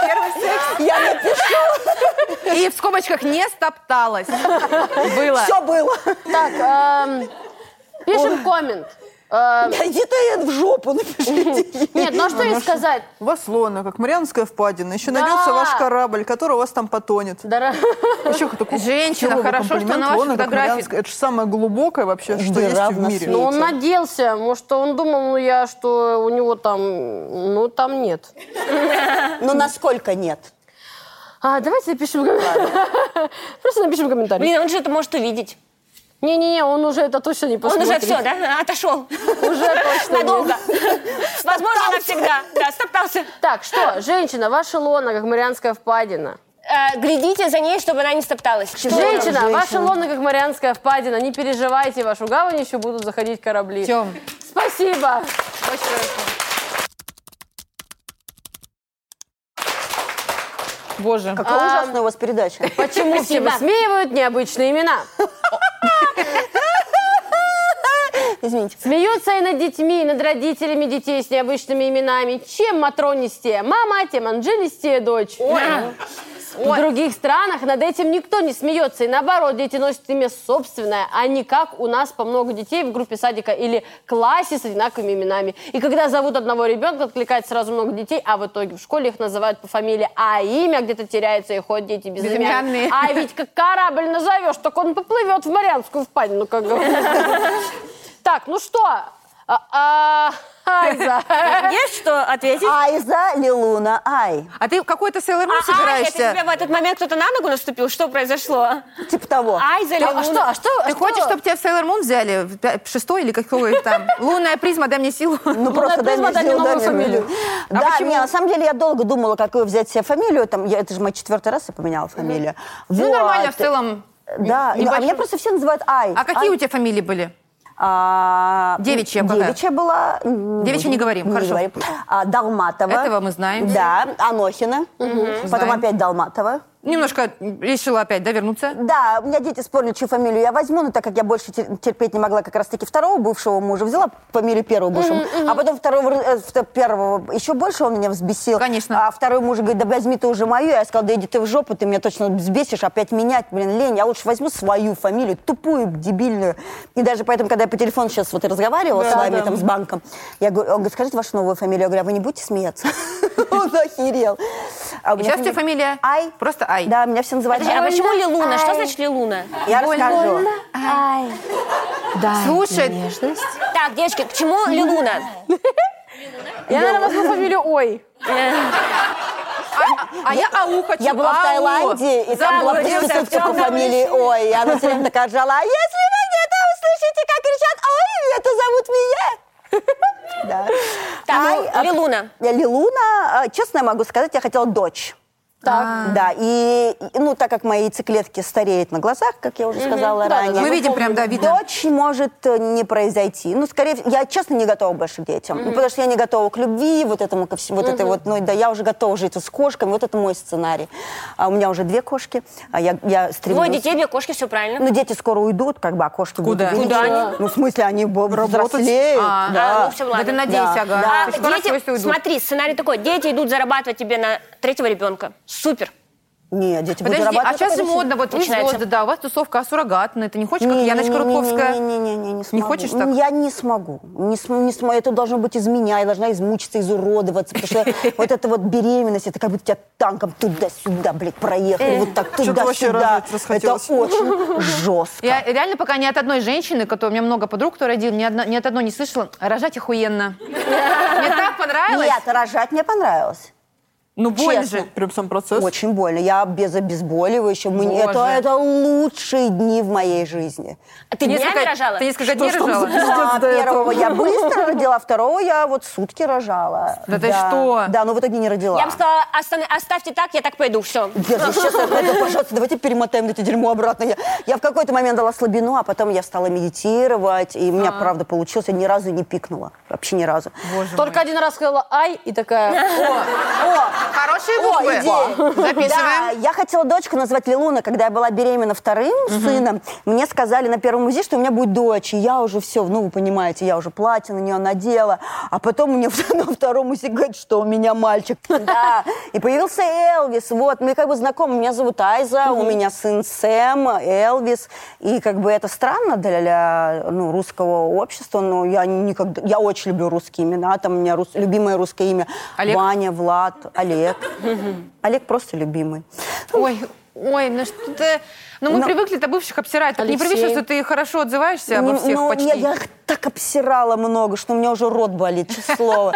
Speaker 3: первый секс.
Speaker 5: Я напишу,
Speaker 3: И в скобочках не стопталась. Было.
Speaker 5: все было.
Speaker 1: Так, эм, пишем коммент. Эм,
Speaker 5: Иди ты в жопу напишите.
Speaker 1: Нет, ну а что ей сказать?
Speaker 4: У вас лона, как Марианская впадина. Еще
Speaker 1: Да.
Speaker 4: найдется ваш корабль, который у вас там потонет.
Speaker 1: Дара-
Speaker 4: Вообще, такой
Speaker 3: Женщина,
Speaker 4: хуёвый
Speaker 3: хорошо, что
Speaker 4: комплимент,
Speaker 3: на вашей
Speaker 4: лона, как
Speaker 3: фотографии.
Speaker 4: Марианская. Это же самое глубокое вообще, что
Speaker 5: Дыра
Speaker 4: есть
Speaker 5: в
Speaker 4: в мире.
Speaker 5: носу.
Speaker 1: Ну, он надеялся, может, он думал, ну, я, что у него там, ну, там нет.
Speaker 5: Но Ну, насколько нет?
Speaker 1: А, давайте напишем комментарий. Просто напишем комментарий.
Speaker 2: Блин, он же это может увидеть.
Speaker 1: Не-не-не, он уже это точно не
Speaker 2: Он
Speaker 1: посмотрит.
Speaker 2: уже все, да? Отошел.
Speaker 1: Уже точно нет.
Speaker 2: Надолго. Возможно, навсегда. Да, стоптался.
Speaker 1: Так, что, женщина, ваша лона, как Марианская впадина.
Speaker 2: Э, Глядите за ней, чтобы она не стопталась. Что
Speaker 1: Женщина,
Speaker 5: там,
Speaker 1: ваша
Speaker 5: женщина?
Speaker 1: лона, как Марианская впадина. Не переживайте, в вашу гавань еще будут заходить корабли.
Speaker 3: Тём,
Speaker 1: Спасибо.
Speaker 3: очень хорошо. Боже.
Speaker 5: Какая
Speaker 1: А.
Speaker 5: ужасная у вас передача.
Speaker 1: Почему все высмеивают необычные имена?
Speaker 5: Извините.
Speaker 1: Смеются и над детьми, и над родителями детей с необычными именами. Чем матронистее мама, тем анжелистее дочь. В других странах над этим никто не смеется. И наоборот, дети носят имя собственное, а не как у нас по много детей в группе садика или классе с одинаковыми именами. И когда зовут одного ребенка, откликает сразу много детей, а в итоге в школе их называют по фамилии, а имя где-то теряется и ходят дети безымянные.
Speaker 3: Безымянные.
Speaker 1: А ведь как корабль назовешь, так он поплывет в Марианскую впадину, как говорится. Так, ну что? А, а, Айза.
Speaker 2: Есть что А, ответить?
Speaker 5: Айза Лилуна Ай.
Speaker 3: А ты какой-то Сейлор
Speaker 2: А,
Speaker 3: Мун
Speaker 2: Ай, это тебе
Speaker 3: собираешься?
Speaker 2: в этот момент кто-то на ногу наступил? Что произошло?
Speaker 5: Типа того.
Speaker 2: Ай, за
Speaker 1: А что, а что? а
Speaker 3: Ты
Speaker 1: что?
Speaker 3: хочешь, чтобы тебя в Сейлор Мун взяли? В пя- в шестой или какой там? Лунная призма, дай мне силу.
Speaker 5: Ну, просто дай
Speaker 1: призма,
Speaker 5: мне
Speaker 1: дай мне
Speaker 5: силу,
Speaker 1: новую
Speaker 5: дай мне
Speaker 1: фамилию.
Speaker 5: фамилию.
Speaker 3: А
Speaker 5: Да,
Speaker 3: почему?
Speaker 5: не, на самом деле я долго думала, какую взять себе фамилию. Там, я, это же мой четвертый раз я поменяла фамилию.
Speaker 3: Ну,
Speaker 5: Вот.
Speaker 3: нормально в целом.
Speaker 5: Да, ну, а
Speaker 3: небольшой.
Speaker 5: меня просто все называют Ай.
Speaker 3: А какие
Speaker 5: Ай.
Speaker 3: у тебя фамилии были?
Speaker 5: А,
Speaker 3: Девичья какая?
Speaker 5: Девичья была. м,
Speaker 3: Девичью не говорим, хорошо.
Speaker 5: говорим. А, Долматова.
Speaker 3: Этого мы знаем.
Speaker 5: Да, Анохина. Потом
Speaker 3: Знаем.
Speaker 5: опять Долматова.
Speaker 3: Немножко решила опять, да, вернуться?
Speaker 5: Да, у меня дети спорили, чью фамилию я возьму, но так как я больше тер- терпеть не могла как раз-таки второго бывшего мужа, взяла фамилию первого бывшего. А потом второго, э, вто- первого, еще больше он меня взбесил.
Speaker 3: Конечно.
Speaker 5: А второй муж говорит, да возьми ты уже мою. Я сказала, да иди ты в жопу, ты меня точно взбесишь, опять менять, блин, лень. Я лучше возьму свою фамилию, тупую, дебильную. И даже поэтому, когда я по телефону сейчас вот и разговаривала с вами, там, с банком, я говорю, он говорит, скажите вашу новую фамилию. Я говорю, а вы не будете смеяться? Он охерел. А у меня
Speaker 3: Сейчас у тебя фамилия?
Speaker 5: Ай.
Speaker 3: Просто Ай.
Speaker 5: Да, меня все называют
Speaker 2: А
Speaker 5: Ай.
Speaker 2: почему
Speaker 1: Больно.
Speaker 2: Лилуна? Что
Speaker 1: Ай.
Speaker 2: значит Лилуна?
Speaker 5: Я расскажу.
Speaker 3: Слушай,
Speaker 2: Так, девочки, к чему Лилуна?
Speaker 1: Я, наверное, возьму фамилию Ой.
Speaker 3: а, а я Ау хочу.
Speaker 5: Я была в
Speaker 3: Ау.
Speaker 5: Таиланде, и там была
Speaker 2: Заблудился в
Speaker 5: проститутка по
Speaker 2: темном
Speaker 5: фамилии Ой. И она все время такая ржала. «А если вы где-то услышите, как кричат Ой, это «А зовут меня. Да. Ай,
Speaker 2: Так,
Speaker 5: а-
Speaker 2: ну, Лилуна.
Speaker 5: Я Лилуна, а, честно я могу сказать, я хотела дочь. А.
Speaker 1: Так.
Speaker 5: Да, и, и, ну, так как мои яйцеклетки стареют на глазах, как я уже сказала
Speaker 1: да,
Speaker 5: ранее.
Speaker 1: да,
Speaker 3: Мы видим прям, да, видно.
Speaker 5: Дочь может э, не произойти. Ну, скорее, всего, я честно не готова больше к детям. Ну, потому что я не готова к любви, вот этому ко всему, вот этой вот, ну, да, я уже готова жить вот с кошками, вот это мой сценарий. А у меня уже две кошки, а я, я стремлюсь.
Speaker 2: Двое детей, две кошки, все правильно.
Speaker 5: Ну, дети скоро уйдут, как бы, а кошки
Speaker 3: Куда?
Speaker 5: будут
Speaker 2: Куда
Speaker 5: увеличены.
Speaker 2: они?
Speaker 5: Ну, в смысле, они бо- взрослеют.
Speaker 3: А,
Speaker 5: да.
Speaker 2: А, ну, все,
Speaker 3: Да ты
Speaker 2: ладно.
Speaker 3: надейся,
Speaker 5: Да,
Speaker 3: ага.
Speaker 5: да.
Speaker 2: А,
Speaker 3: То есть по
Speaker 2: дети-
Speaker 3: расстройству идут.
Speaker 2: смотри, сценарий такой. Дети идут зарабатывать тебе на третьего ребенка. Супер.
Speaker 5: Нет, дети будут
Speaker 3: Подожди, а
Speaker 5: зарабатывать
Speaker 3: сейчас же
Speaker 5: только на себе.
Speaker 3: модно, вот вы
Speaker 2: Начинается.
Speaker 3: звезды, да, у вас тусовка, а суррогатная, ты не хочешь, как
Speaker 5: Не-
Speaker 3: Яночка
Speaker 5: не- не- не-
Speaker 3: Рудковская?
Speaker 5: Не, не, не, не, не смогу.
Speaker 3: хочешь так?
Speaker 5: Я не смогу. Не, см- не смогу. Это должно быть из меня. Я должна измучиться, изуродоваться. Потому что вот эта вот беременность, это как будто тебя танком туда-сюда, блядь, проехали. Вот так
Speaker 4: Чё-то вообще
Speaker 5: туда-сюда.
Speaker 4: рожать
Speaker 5: Это
Speaker 4: расхотелось.
Speaker 5: очень жестко.
Speaker 3: Я реально пока ни от одной женщины, которая у меня много подруг, кто родил, ни, одна- ни от одной не слышала, рожать охуенно. Мне так понравилось.
Speaker 5: Нет, рожать мне понравилось.
Speaker 4: Ну, больно
Speaker 5: Честно.
Speaker 4: же. Прям сам процесс.
Speaker 5: Очень больно. Я без обезболивающего. Мне- Это,
Speaker 3: Боже.
Speaker 5: это лучшие дни в моей жизни.
Speaker 2: А ты днями рожала?
Speaker 3: Ты несколько дней
Speaker 4: ж там
Speaker 3: рожала?
Speaker 4: за- Пиздец,
Speaker 5: Да,
Speaker 4: до
Speaker 5: первого я быстро родила, второго я вот сутки рожала.
Speaker 3: Да ты что?
Speaker 5: Да, но в итоге не родила.
Speaker 2: Я бы сказала, «Остан- оставьте так, я так пойду, все.
Speaker 5: Нет, я сейчас, это, пожалуйста, давайте перемотаем это дерьмо обратно. Я, я в какой-то момент дала слабину, а потом я стала медитировать, и у меня, правда, получилось. Я ни разу не пикнула. Вообще ни разу.
Speaker 1: Только один раз сказала «ай» и такая...
Speaker 5: О,
Speaker 3: Хорошие
Speaker 5: о,
Speaker 3: буквы.
Speaker 5: идея. Да,
Speaker 3: Записываем.
Speaker 5: я хотела дочку назвать Лилуна, когда я была беременна вторым сыном. Мне сказали на первом УЗИ, что у меня будет дочь. И я уже все, ну, вы понимаете, я уже платье на нее надела. А потом мне на втором УЗИ говорят, что у меня мальчик. Да. И появился Элвис. Вот, мы как бы знакомы. Меня зовут Айза, у меня сын Сэм, Элвис. И как бы это странно для ну, русского общества, но я никогда... Я очень люблю русские имена. Там у меня рус- любимое русское имя.
Speaker 3: Олег?
Speaker 5: Ваня, Влад, Олег. Олег просто любимый.
Speaker 3: Ой, ой, ну что ты... Ну мы
Speaker 5: Но-
Speaker 3: привыкли-то бывших обсирать. Так не
Speaker 1: Алексей.
Speaker 3: привыкли, что ты хорошо отзываешься обо
Speaker 5: Не-
Speaker 3: всех
Speaker 5: ну,
Speaker 3: почти.
Speaker 5: Я, я их так обсирала много, что у меня уже рот болит, честное слово.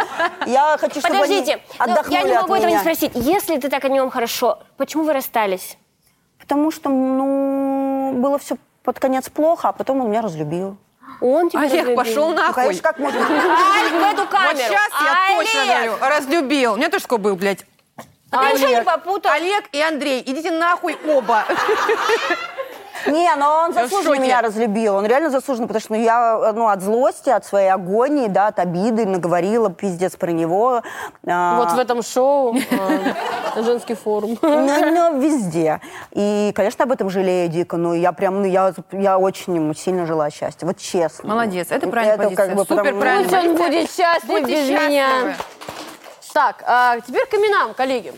Speaker 5: Я хочу, чтобы
Speaker 2: Подождите,
Speaker 5: они
Speaker 2: ну,
Speaker 5: отдохнули
Speaker 2: я не
Speaker 5: от
Speaker 2: могу этого не
Speaker 5: меня.
Speaker 2: спросить. Если ты так о нем хорошо, почему вы расстались?
Speaker 5: Потому что, ну, было все под конец плохо, а потом он меня разлюбил.
Speaker 2: Он тебя
Speaker 3: Олег,
Speaker 2: разлюбил.
Speaker 3: пошел
Speaker 5: Ну,
Speaker 3: нахуй.
Speaker 5: конечно, как можно?
Speaker 2: Алик, в эту камеру.
Speaker 3: Вот сейчас я точно
Speaker 2: Олег!
Speaker 3: говорю, разлюбил. У меня тоже такой был, блядь.
Speaker 2: А ты ничего не попутал?
Speaker 3: Олег и Андрей, идите нахуй оба.
Speaker 5: Не, но
Speaker 3: Я
Speaker 5: он
Speaker 3: в
Speaker 5: заслуженно
Speaker 3: шоке.
Speaker 5: меня разлюбил. Он реально заслуженно, потому что ну, я ну, от злости, от своей агонии, да, от обиды наговорила пиздец про него. А,
Speaker 1: Вот в этом шоу э, женский форум.
Speaker 5: Ну, ну, везде. И, конечно, об этом жалею дико, но я прям, ну, я, я очень ему сильно желаю счастья, вот честно.
Speaker 3: Молодец, это правильная позиция. Супер
Speaker 5: потому-
Speaker 3: правильная.
Speaker 1: Пусть он будет счастлив
Speaker 3: Будьте
Speaker 1: без
Speaker 3: счастливы.
Speaker 1: меня. Так, а теперь к именам, коллеги.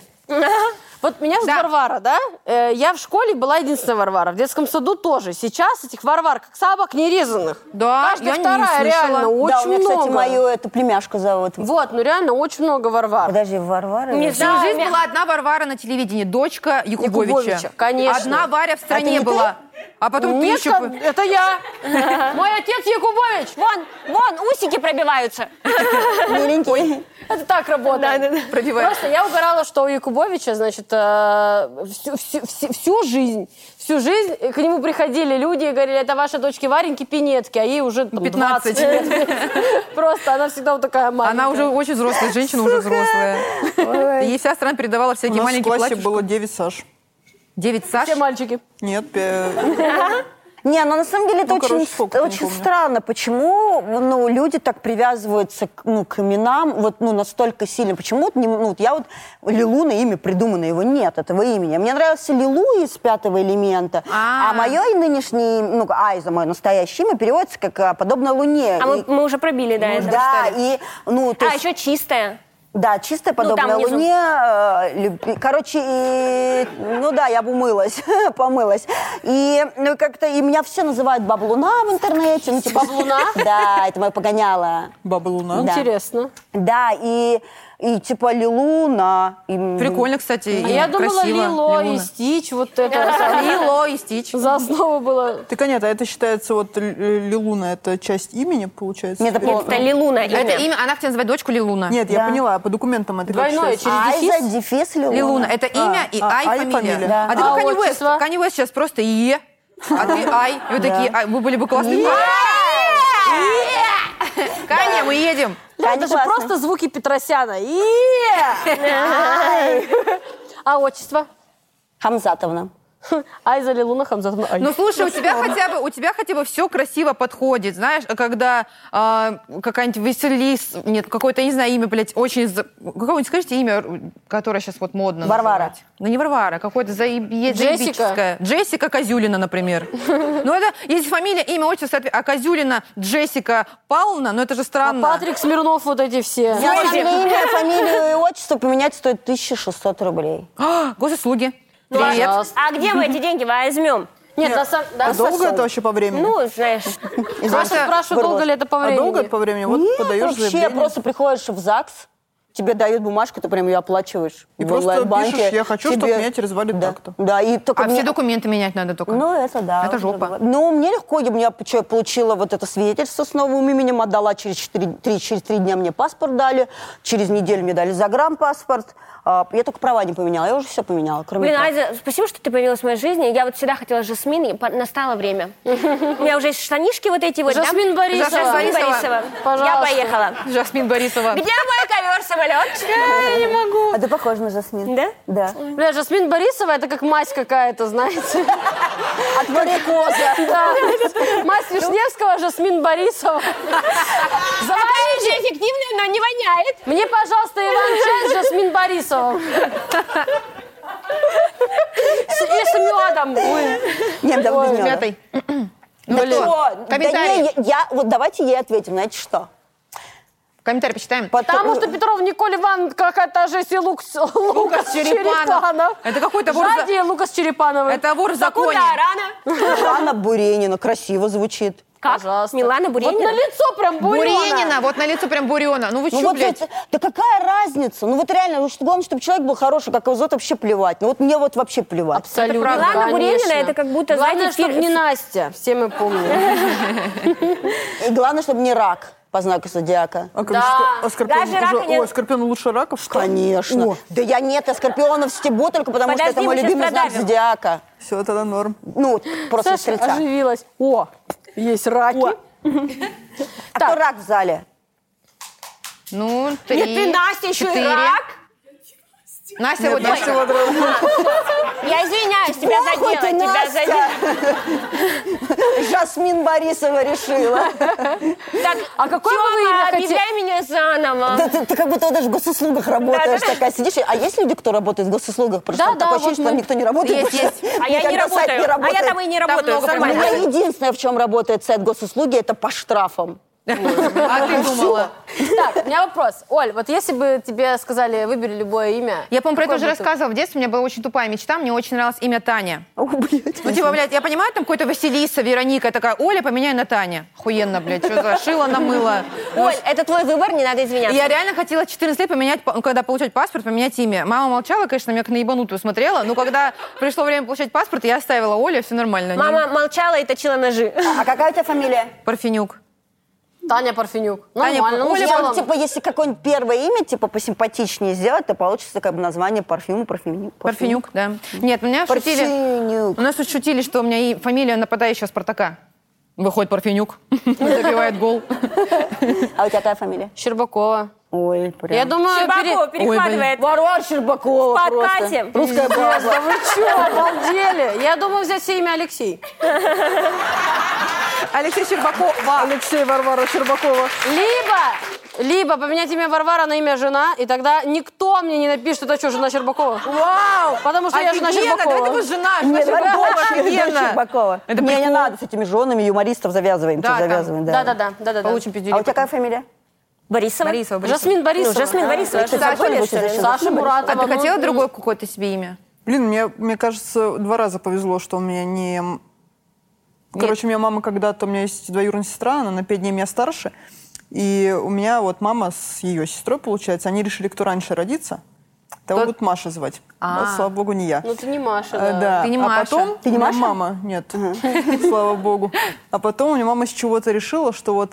Speaker 1: Вот меня зовут
Speaker 3: Да.
Speaker 1: Варвара, да? Э, Я в школе была единственная Варвара, в детском саду тоже. Сейчас этих Варвар как собак нерезанных.
Speaker 3: Да,
Speaker 1: Каждая
Speaker 3: я не
Speaker 1: вторая,
Speaker 3: слышала.
Speaker 1: реально, очень
Speaker 5: да, у меня,
Speaker 1: много.
Speaker 5: кстати, мою эту племяшку зовут.
Speaker 1: Вот, ну реально очень много Варвар.
Speaker 5: Подожди, Варвара?
Speaker 2: Не
Speaker 5: или-
Speaker 2: знаю.
Speaker 3: Всю
Speaker 2: Да,
Speaker 3: жизнь
Speaker 2: мя-
Speaker 3: была одна Варвара на телевидении, дочка Якубовича.
Speaker 1: Якубовича, конечно.
Speaker 3: Одна Варя в стране
Speaker 5: не
Speaker 3: была. А потом ты
Speaker 1: Нет,
Speaker 3: еще...
Speaker 1: это- это я. Мой отец Якубович.
Speaker 2: Вон, вон, усики пробиваются.
Speaker 5: Миленький.
Speaker 1: Это так работает.
Speaker 3: Пробивает.
Speaker 1: Просто я угорала, что у Якубовича, значит, э, всю, всю- всю- всю жизнь, всю жизнь к нему приходили люди и говорили, это ваша дочки Вареньки Пинетки, а ей уже там,
Speaker 3: 15.
Speaker 1: 20. Просто она всегда вот такая маленькая.
Speaker 3: Она уже очень взрослая, женщина уже взрослая. Ей вся страна передавала
Speaker 4: У
Speaker 3: всякие
Speaker 4: нас в
Speaker 3: маленькие
Speaker 4: классе
Speaker 3: платья.
Speaker 4: было 9 Саш.
Speaker 3: Девять Саш.
Speaker 1: Все мальчики.
Speaker 4: Нет, пе-
Speaker 5: Не, но на самом деле это
Speaker 4: Ну,
Speaker 5: очень,
Speaker 4: короче, сколько-то, не
Speaker 5: очень
Speaker 4: помню.
Speaker 5: странно, почему ну, люди так привязываются к, ну, к именам вот, ну, настолько сильно. Почему вот не- ну, вот я вот Лилуна имя придумано, его нет, этого имени. А Мне нравился Лилу из пятого элемента, а,
Speaker 3: А.
Speaker 5: мое нынешнее, ну, Айза, мое настоящее имя, переводится как а, подобно Луне.
Speaker 2: А
Speaker 5: И-
Speaker 2: мы, мы уже пробили, да, это.
Speaker 5: да, и, ну, то
Speaker 2: А,
Speaker 5: есть-
Speaker 2: еще чистая.
Speaker 5: Да, чистая, подобная
Speaker 2: там внизу.
Speaker 5: луне. э, любви. Короче, и, ну да, я бы умылась, помылась. И ну, как-то и меня все называют баблуна в интернете. Ну, типа,
Speaker 1: Баблуна?
Speaker 5: Да, это мое погоняло.
Speaker 4: Баба Луна.
Speaker 5: Да.
Speaker 1: Интересно.
Speaker 5: Да, и, и типа Лилуна. и, м,
Speaker 3: Прикольно, кстати,
Speaker 1: А
Speaker 3: и
Speaker 1: я думала,
Speaker 3: красиво.
Speaker 1: Лило и
Speaker 3: Лилуна.
Speaker 1: Стич, вот это
Speaker 3: Лило и Стич.
Speaker 1: за основу было.
Speaker 4: Так, нет, а это считается, вот л- л- Лилуна, это часть имени, получается?
Speaker 5: Нет, это
Speaker 4: теперь?
Speaker 5: пол-
Speaker 2: Это Лилуна имя.
Speaker 3: Это имя, она хотела называть дочку Лилуна.
Speaker 4: Нет, я
Speaker 5: Да.
Speaker 4: поняла, по документам это как
Speaker 1: Двойное
Speaker 4: считается?
Speaker 1: через
Speaker 5: Айза,
Speaker 1: дефис.
Speaker 5: дефис Лилуна.
Speaker 3: Лилуна. Это имя и
Speaker 4: а,
Speaker 3: Ай,
Speaker 4: Ай
Speaker 3: фамилия.
Speaker 4: фамилия.
Speaker 5: Да.
Speaker 3: А ты
Speaker 1: А
Speaker 3: как Канни Уэст.
Speaker 1: отчество?
Speaker 3: Канни Уэст сейчас просто Е, а ты Ай. И вы такие, «Ай, вы были бы классные Каня, мы едем.
Speaker 1: Да,
Speaker 5: Они
Speaker 1: это же
Speaker 5: классные.
Speaker 1: просто звуки Петросяна. Е! А отчество?
Speaker 5: Хамзатовна.
Speaker 1: Айза Лилуна Хамзатовна. Ай. А
Speaker 3: Ну слушай, у тебя хотя бы у тебя хотя бы все красиво подходит, знаешь, а когда а, какая-нибудь Василис, нет, какое-то, я не знаю, имя, блядь, очень... за- Какое-нибудь скажите имя, которое сейчас вот модно
Speaker 5: Варвара.
Speaker 3: называть? Ну не Варвара, какое-то заебе-
Speaker 1: Джессика.
Speaker 3: заебическое. Джессика Козюлина, например. Ну это, если фамилия, имя, отчество, соотве- а Козюлина Джессика Павловна, ну это же
Speaker 1: А
Speaker 3: странно.
Speaker 1: Патрик Смирнов, вот эти все.
Speaker 5: На самом деле имя, фамилию и отчество поменять стоит 1600 рублей.
Speaker 3: А, Госуслуги.
Speaker 2: Ну, а-
Speaker 1: Пожалуйста.
Speaker 2: А где мы эти деньги возьмем?
Speaker 1: Нет, на самом... да,
Speaker 4: А долго
Speaker 1: совсем.
Speaker 4: это вообще по времени?
Speaker 2: Ну, знаешь,
Speaker 1: Просто спрашиваю, долго ли это по
Speaker 4: а
Speaker 1: времени?
Speaker 4: долго это по времени? Вот
Speaker 5: Нет,
Speaker 4: подаешь
Speaker 5: вообще,
Speaker 4: заявление.
Speaker 5: просто приходишь в ЗАГС, тебе дают бумажку, ты прям ее оплачиваешь.
Speaker 4: И
Speaker 5: в
Speaker 4: просто
Speaker 5: онлайн-банке.
Speaker 4: пишешь, я хочу, чтобы
Speaker 5: Тебе-
Speaker 4: меня через валют
Speaker 5: да.
Speaker 4: так-то.
Speaker 5: Да, и только
Speaker 3: А
Speaker 5: мне-
Speaker 3: все документы менять надо только.
Speaker 5: Ну, это да.
Speaker 3: Это
Speaker 5: вот
Speaker 3: жопа.
Speaker 5: было. Ну, мне легко, я, мне, чё, я получила вот это свидетельство с новым именем, отдала через 4, через три дня мне паспорт дали, через неделю мне дали загранпаспорт. А, я только права не поменяла, я уже все поменяла, кроме
Speaker 2: блин,
Speaker 5: прав.
Speaker 2: Айза, спасибо, что ты появилась в моей жизни. Я вот всегда хотела Жасмин, и по- настало время. У меня уже есть штанишки вот эти вот. да?
Speaker 1: Жасмин Борисова.
Speaker 2: Жасмин
Speaker 3: Жасмин
Speaker 2: Борисова. Я
Speaker 1: Пожалуйста.
Speaker 2: поехала.
Speaker 3: Жасмин Борисова.
Speaker 2: Где мой ковер-самолет?
Speaker 5: А ты похожа на Жасмин.
Speaker 2: Да?
Speaker 5: Да.
Speaker 1: Бля, Жасмин Борисова, это как мазь какая-то, знаете.
Speaker 5: От варикоза.
Speaker 1: Да. Мазь Вишневского, Жасмин Борисова. Заварите.
Speaker 2: эффективная, но не воняет.
Speaker 1: Мне, пожалуйста, Иван Чай с Жасмин Борисовым. С- И с медом. Ой.
Speaker 5: Нет, да, без мёда.
Speaker 3: Мятой. Ну
Speaker 5: Да
Speaker 3: что,
Speaker 5: что? Да
Speaker 3: комментарий.
Speaker 5: не, я- я, вот давайте ей ответим, знаете что?
Speaker 3: Комментарий почитаем.
Speaker 1: Потому что Петров Николь Иван какая-то жесть и Лукс, Лукас Черепанов.
Speaker 3: Это какой-то вор за-
Speaker 1: Жади и Лукас Черепанов.
Speaker 3: Это вор в законе.
Speaker 2: Тарана.
Speaker 5: Лана Буренина, красиво звучит.
Speaker 2: Как?
Speaker 1: Пожалуйста.
Speaker 2: Милана
Speaker 1: Вот
Speaker 2: Буренина.
Speaker 1: на лицо прям бурена.
Speaker 3: Буренина, вот на лицо прям Бурена. Ну вы
Speaker 5: Ну
Speaker 3: что,
Speaker 5: вот,
Speaker 3: блядь?
Speaker 5: вот, да какая разница? Ну вот реально, ну, что- главное, чтобы человек был хороший, как его зовут, вообще плевать. Ну вот мне вот вообще плевать.
Speaker 1: Абсолютно,
Speaker 2: Это правда. Милана Буренина,
Speaker 1: конечно.
Speaker 2: это как будто,
Speaker 1: Главное,
Speaker 2: знаете,
Speaker 1: чтобы
Speaker 2: фиг-
Speaker 1: не Настя. Все мы помним.
Speaker 5: И главное, чтобы не рак по знаку зодиака.
Speaker 4: А, как
Speaker 1: Да.
Speaker 4: же что? А скорпион
Speaker 2: Даже рака
Speaker 4: уже...
Speaker 2: нет.
Speaker 4: Ой, скорпион лучше раков? что ли?
Speaker 5: Конечно.
Speaker 4: О,
Speaker 5: Да я нет, я скорпионов стебу только потому,
Speaker 2: Подожди,
Speaker 5: что это
Speaker 2: мы
Speaker 5: мой
Speaker 2: щас
Speaker 5: любимый
Speaker 2: продавим.
Speaker 5: знак зодиака.
Speaker 4: все, тогда норм.
Speaker 5: Ну, вот просто
Speaker 1: Саша
Speaker 5: стрельца.
Speaker 1: оживилась. О, есть раки.
Speaker 5: А кто рак в зале?
Speaker 3: Ну, три,
Speaker 2: Нет, ты, Настя, еще и
Speaker 3: четыре.
Speaker 2: рак.
Speaker 3: Настя, вот
Speaker 4: Настя вот
Speaker 2: Я извиняюсь, тебя
Speaker 5: Похуй
Speaker 2: задела,
Speaker 5: ты,
Speaker 2: тебя
Speaker 5: Настя!
Speaker 2: задела.
Speaker 5: Жасмин Борисова решила.
Speaker 2: Так,
Speaker 1: А какое
Speaker 2: Тёма,
Speaker 1: вы имя хотели?
Speaker 2: объявляй меня заново.
Speaker 5: Да ты, ты как будто вот даже в госуслугах работаешь, такая сидишь. А есть люди, кто работает в госуслугах? Просто
Speaker 1: Да,
Speaker 5: там
Speaker 1: да,
Speaker 5: такое
Speaker 1: вот
Speaker 5: ощущение, что там
Speaker 1: мы-
Speaker 5: никто не работает.
Speaker 3: Есть,
Speaker 5: потому что
Speaker 2: А я не
Speaker 5: никогда сайт
Speaker 2: работаю. А я
Speaker 5: работает.
Speaker 2: там и не
Speaker 3: Там
Speaker 2: работаю.
Speaker 3: много
Speaker 5: У
Speaker 2: Сама.
Speaker 3: проблем.
Speaker 5: меня единственное, в чем работает сайт госуслуги, это по штрафам.
Speaker 3: А ты думала?
Speaker 1: Так, у меня вопрос. Оль, вот если бы тебе сказали, выбери любое имя.
Speaker 3: Я, по-моему, про это
Speaker 1: какое
Speaker 3: уже
Speaker 1: бы ты-
Speaker 3: рассказывала. В детстве у меня была очень тупая мечта. Мне очень нравилось имя Таня.
Speaker 5: О, блядь.
Speaker 3: Ну, типа, блядь, я понимаю, там какой-то Василиса, Вероника. Я такая, Оля, поменяй на Таня. Охуенно, блядь, что за шило намыло.
Speaker 2: Оль, это твой выбор, не надо
Speaker 3: И
Speaker 2: извиняться.
Speaker 3: Я реально хотела 14 лет поменять, па- ну, когда получать паспорт, поменять имя. Мама молчала, конечно, меня как на ебанутую смотрела, но когда пришло время получать паспорт, я оставила Оля, все нормально. Не-
Speaker 2: Мама молчала и точила ножи.
Speaker 5: А какая у тебя фамилия?
Speaker 3: Парфенюк.
Speaker 1: Таня Парфенюк.
Speaker 3: Таня,
Speaker 1: Нормально. ну,
Speaker 3: Оля,
Speaker 1: в
Speaker 5: Я,
Speaker 1: целом.
Speaker 5: типа, если какое-нибудь первое имя, типа, посимпатичнее сделать, то получится как бы название парфюма, парфюм,
Speaker 3: Парфенюк, да. Нет, меня шутили...
Speaker 5: Парфюнюк.
Speaker 3: У нас тут шутили, что у меня и фамилия нападающего Спартака. Выходит Парфенюк, забивает гол.
Speaker 5: А у тебя какая фамилия?
Speaker 1: Щербакова.
Speaker 5: Ой, прям.
Speaker 1: Я думаю,
Speaker 2: Щербакова
Speaker 1: пере-
Speaker 2: перекладывает.
Speaker 5: Варвара Щербакова
Speaker 2: В
Speaker 5: просто.
Speaker 2: подкате.
Speaker 5: Русская баба.
Speaker 1: Да вы что, обалдели? Я думаю взять все имя Алексей.
Speaker 3: Алексей Щербаков.
Speaker 4: Алексей Варвара Щербакова.
Speaker 1: Либо, либо поменять имя Варвара на имя жена, и тогда никто мне не напишет, это что, жена Щербакова.
Speaker 3: Вау!
Speaker 1: Потому что я жена
Speaker 3: Офигенно,
Speaker 1: Щербакова.
Speaker 3: давай ты будешь жена, жена
Speaker 5: Нет, давай
Speaker 3: Щербакова,
Speaker 5: дочь
Speaker 3: офигенно.
Speaker 5: Щербакова.
Speaker 3: Это
Speaker 5: Не, не
Speaker 3: прикол. А
Speaker 5: надо с этими женами юмористов завязываем.
Speaker 3: Да, там.
Speaker 5: завязываем, да.
Speaker 1: Да-да-да. да-да-да.
Speaker 3: Получим
Speaker 5: А у тебя
Speaker 3: пиздюлей.
Speaker 5: какая фамилия?
Speaker 2: Борисова.
Speaker 3: Борисова, Борисова.
Speaker 1: Жасмин Борисова.
Speaker 2: Ну, Жасмин Борисова.
Speaker 5: Ты
Speaker 2: Что, забыли,
Speaker 5: забыли,
Speaker 2: что ли?
Speaker 5: что за
Speaker 1: Саша Муратова.
Speaker 3: А ты
Speaker 1: ну,
Speaker 3: хотела
Speaker 1: ну,
Speaker 3: другое какое-то себе имя?
Speaker 4: Блин, мне, мне кажется, два раза повезло, что у меня не... Короче, у меня мама когда-то, у меня есть двоюродная сестра, она на пять дней меня старше. И у меня вот мама с ее сестрой, получается, они решили, кто раньше родится, того
Speaker 3: Тот-
Speaker 4: будут Маша звать.
Speaker 3: А.
Speaker 4: Вот, слава богу, не я.
Speaker 1: Ну, ты не Маша,
Speaker 4: Э,
Speaker 1: да.
Speaker 4: да.
Speaker 3: Ты не
Speaker 4: а
Speaker 3: Маша.
Speaker 4: потом
Speaker 5: Ты не
Speaker 4: у меня
Speaker 5: Маша?
Speaker 4: мама, нет, слава богу. А потом у меня мама с чего-то решила, что вот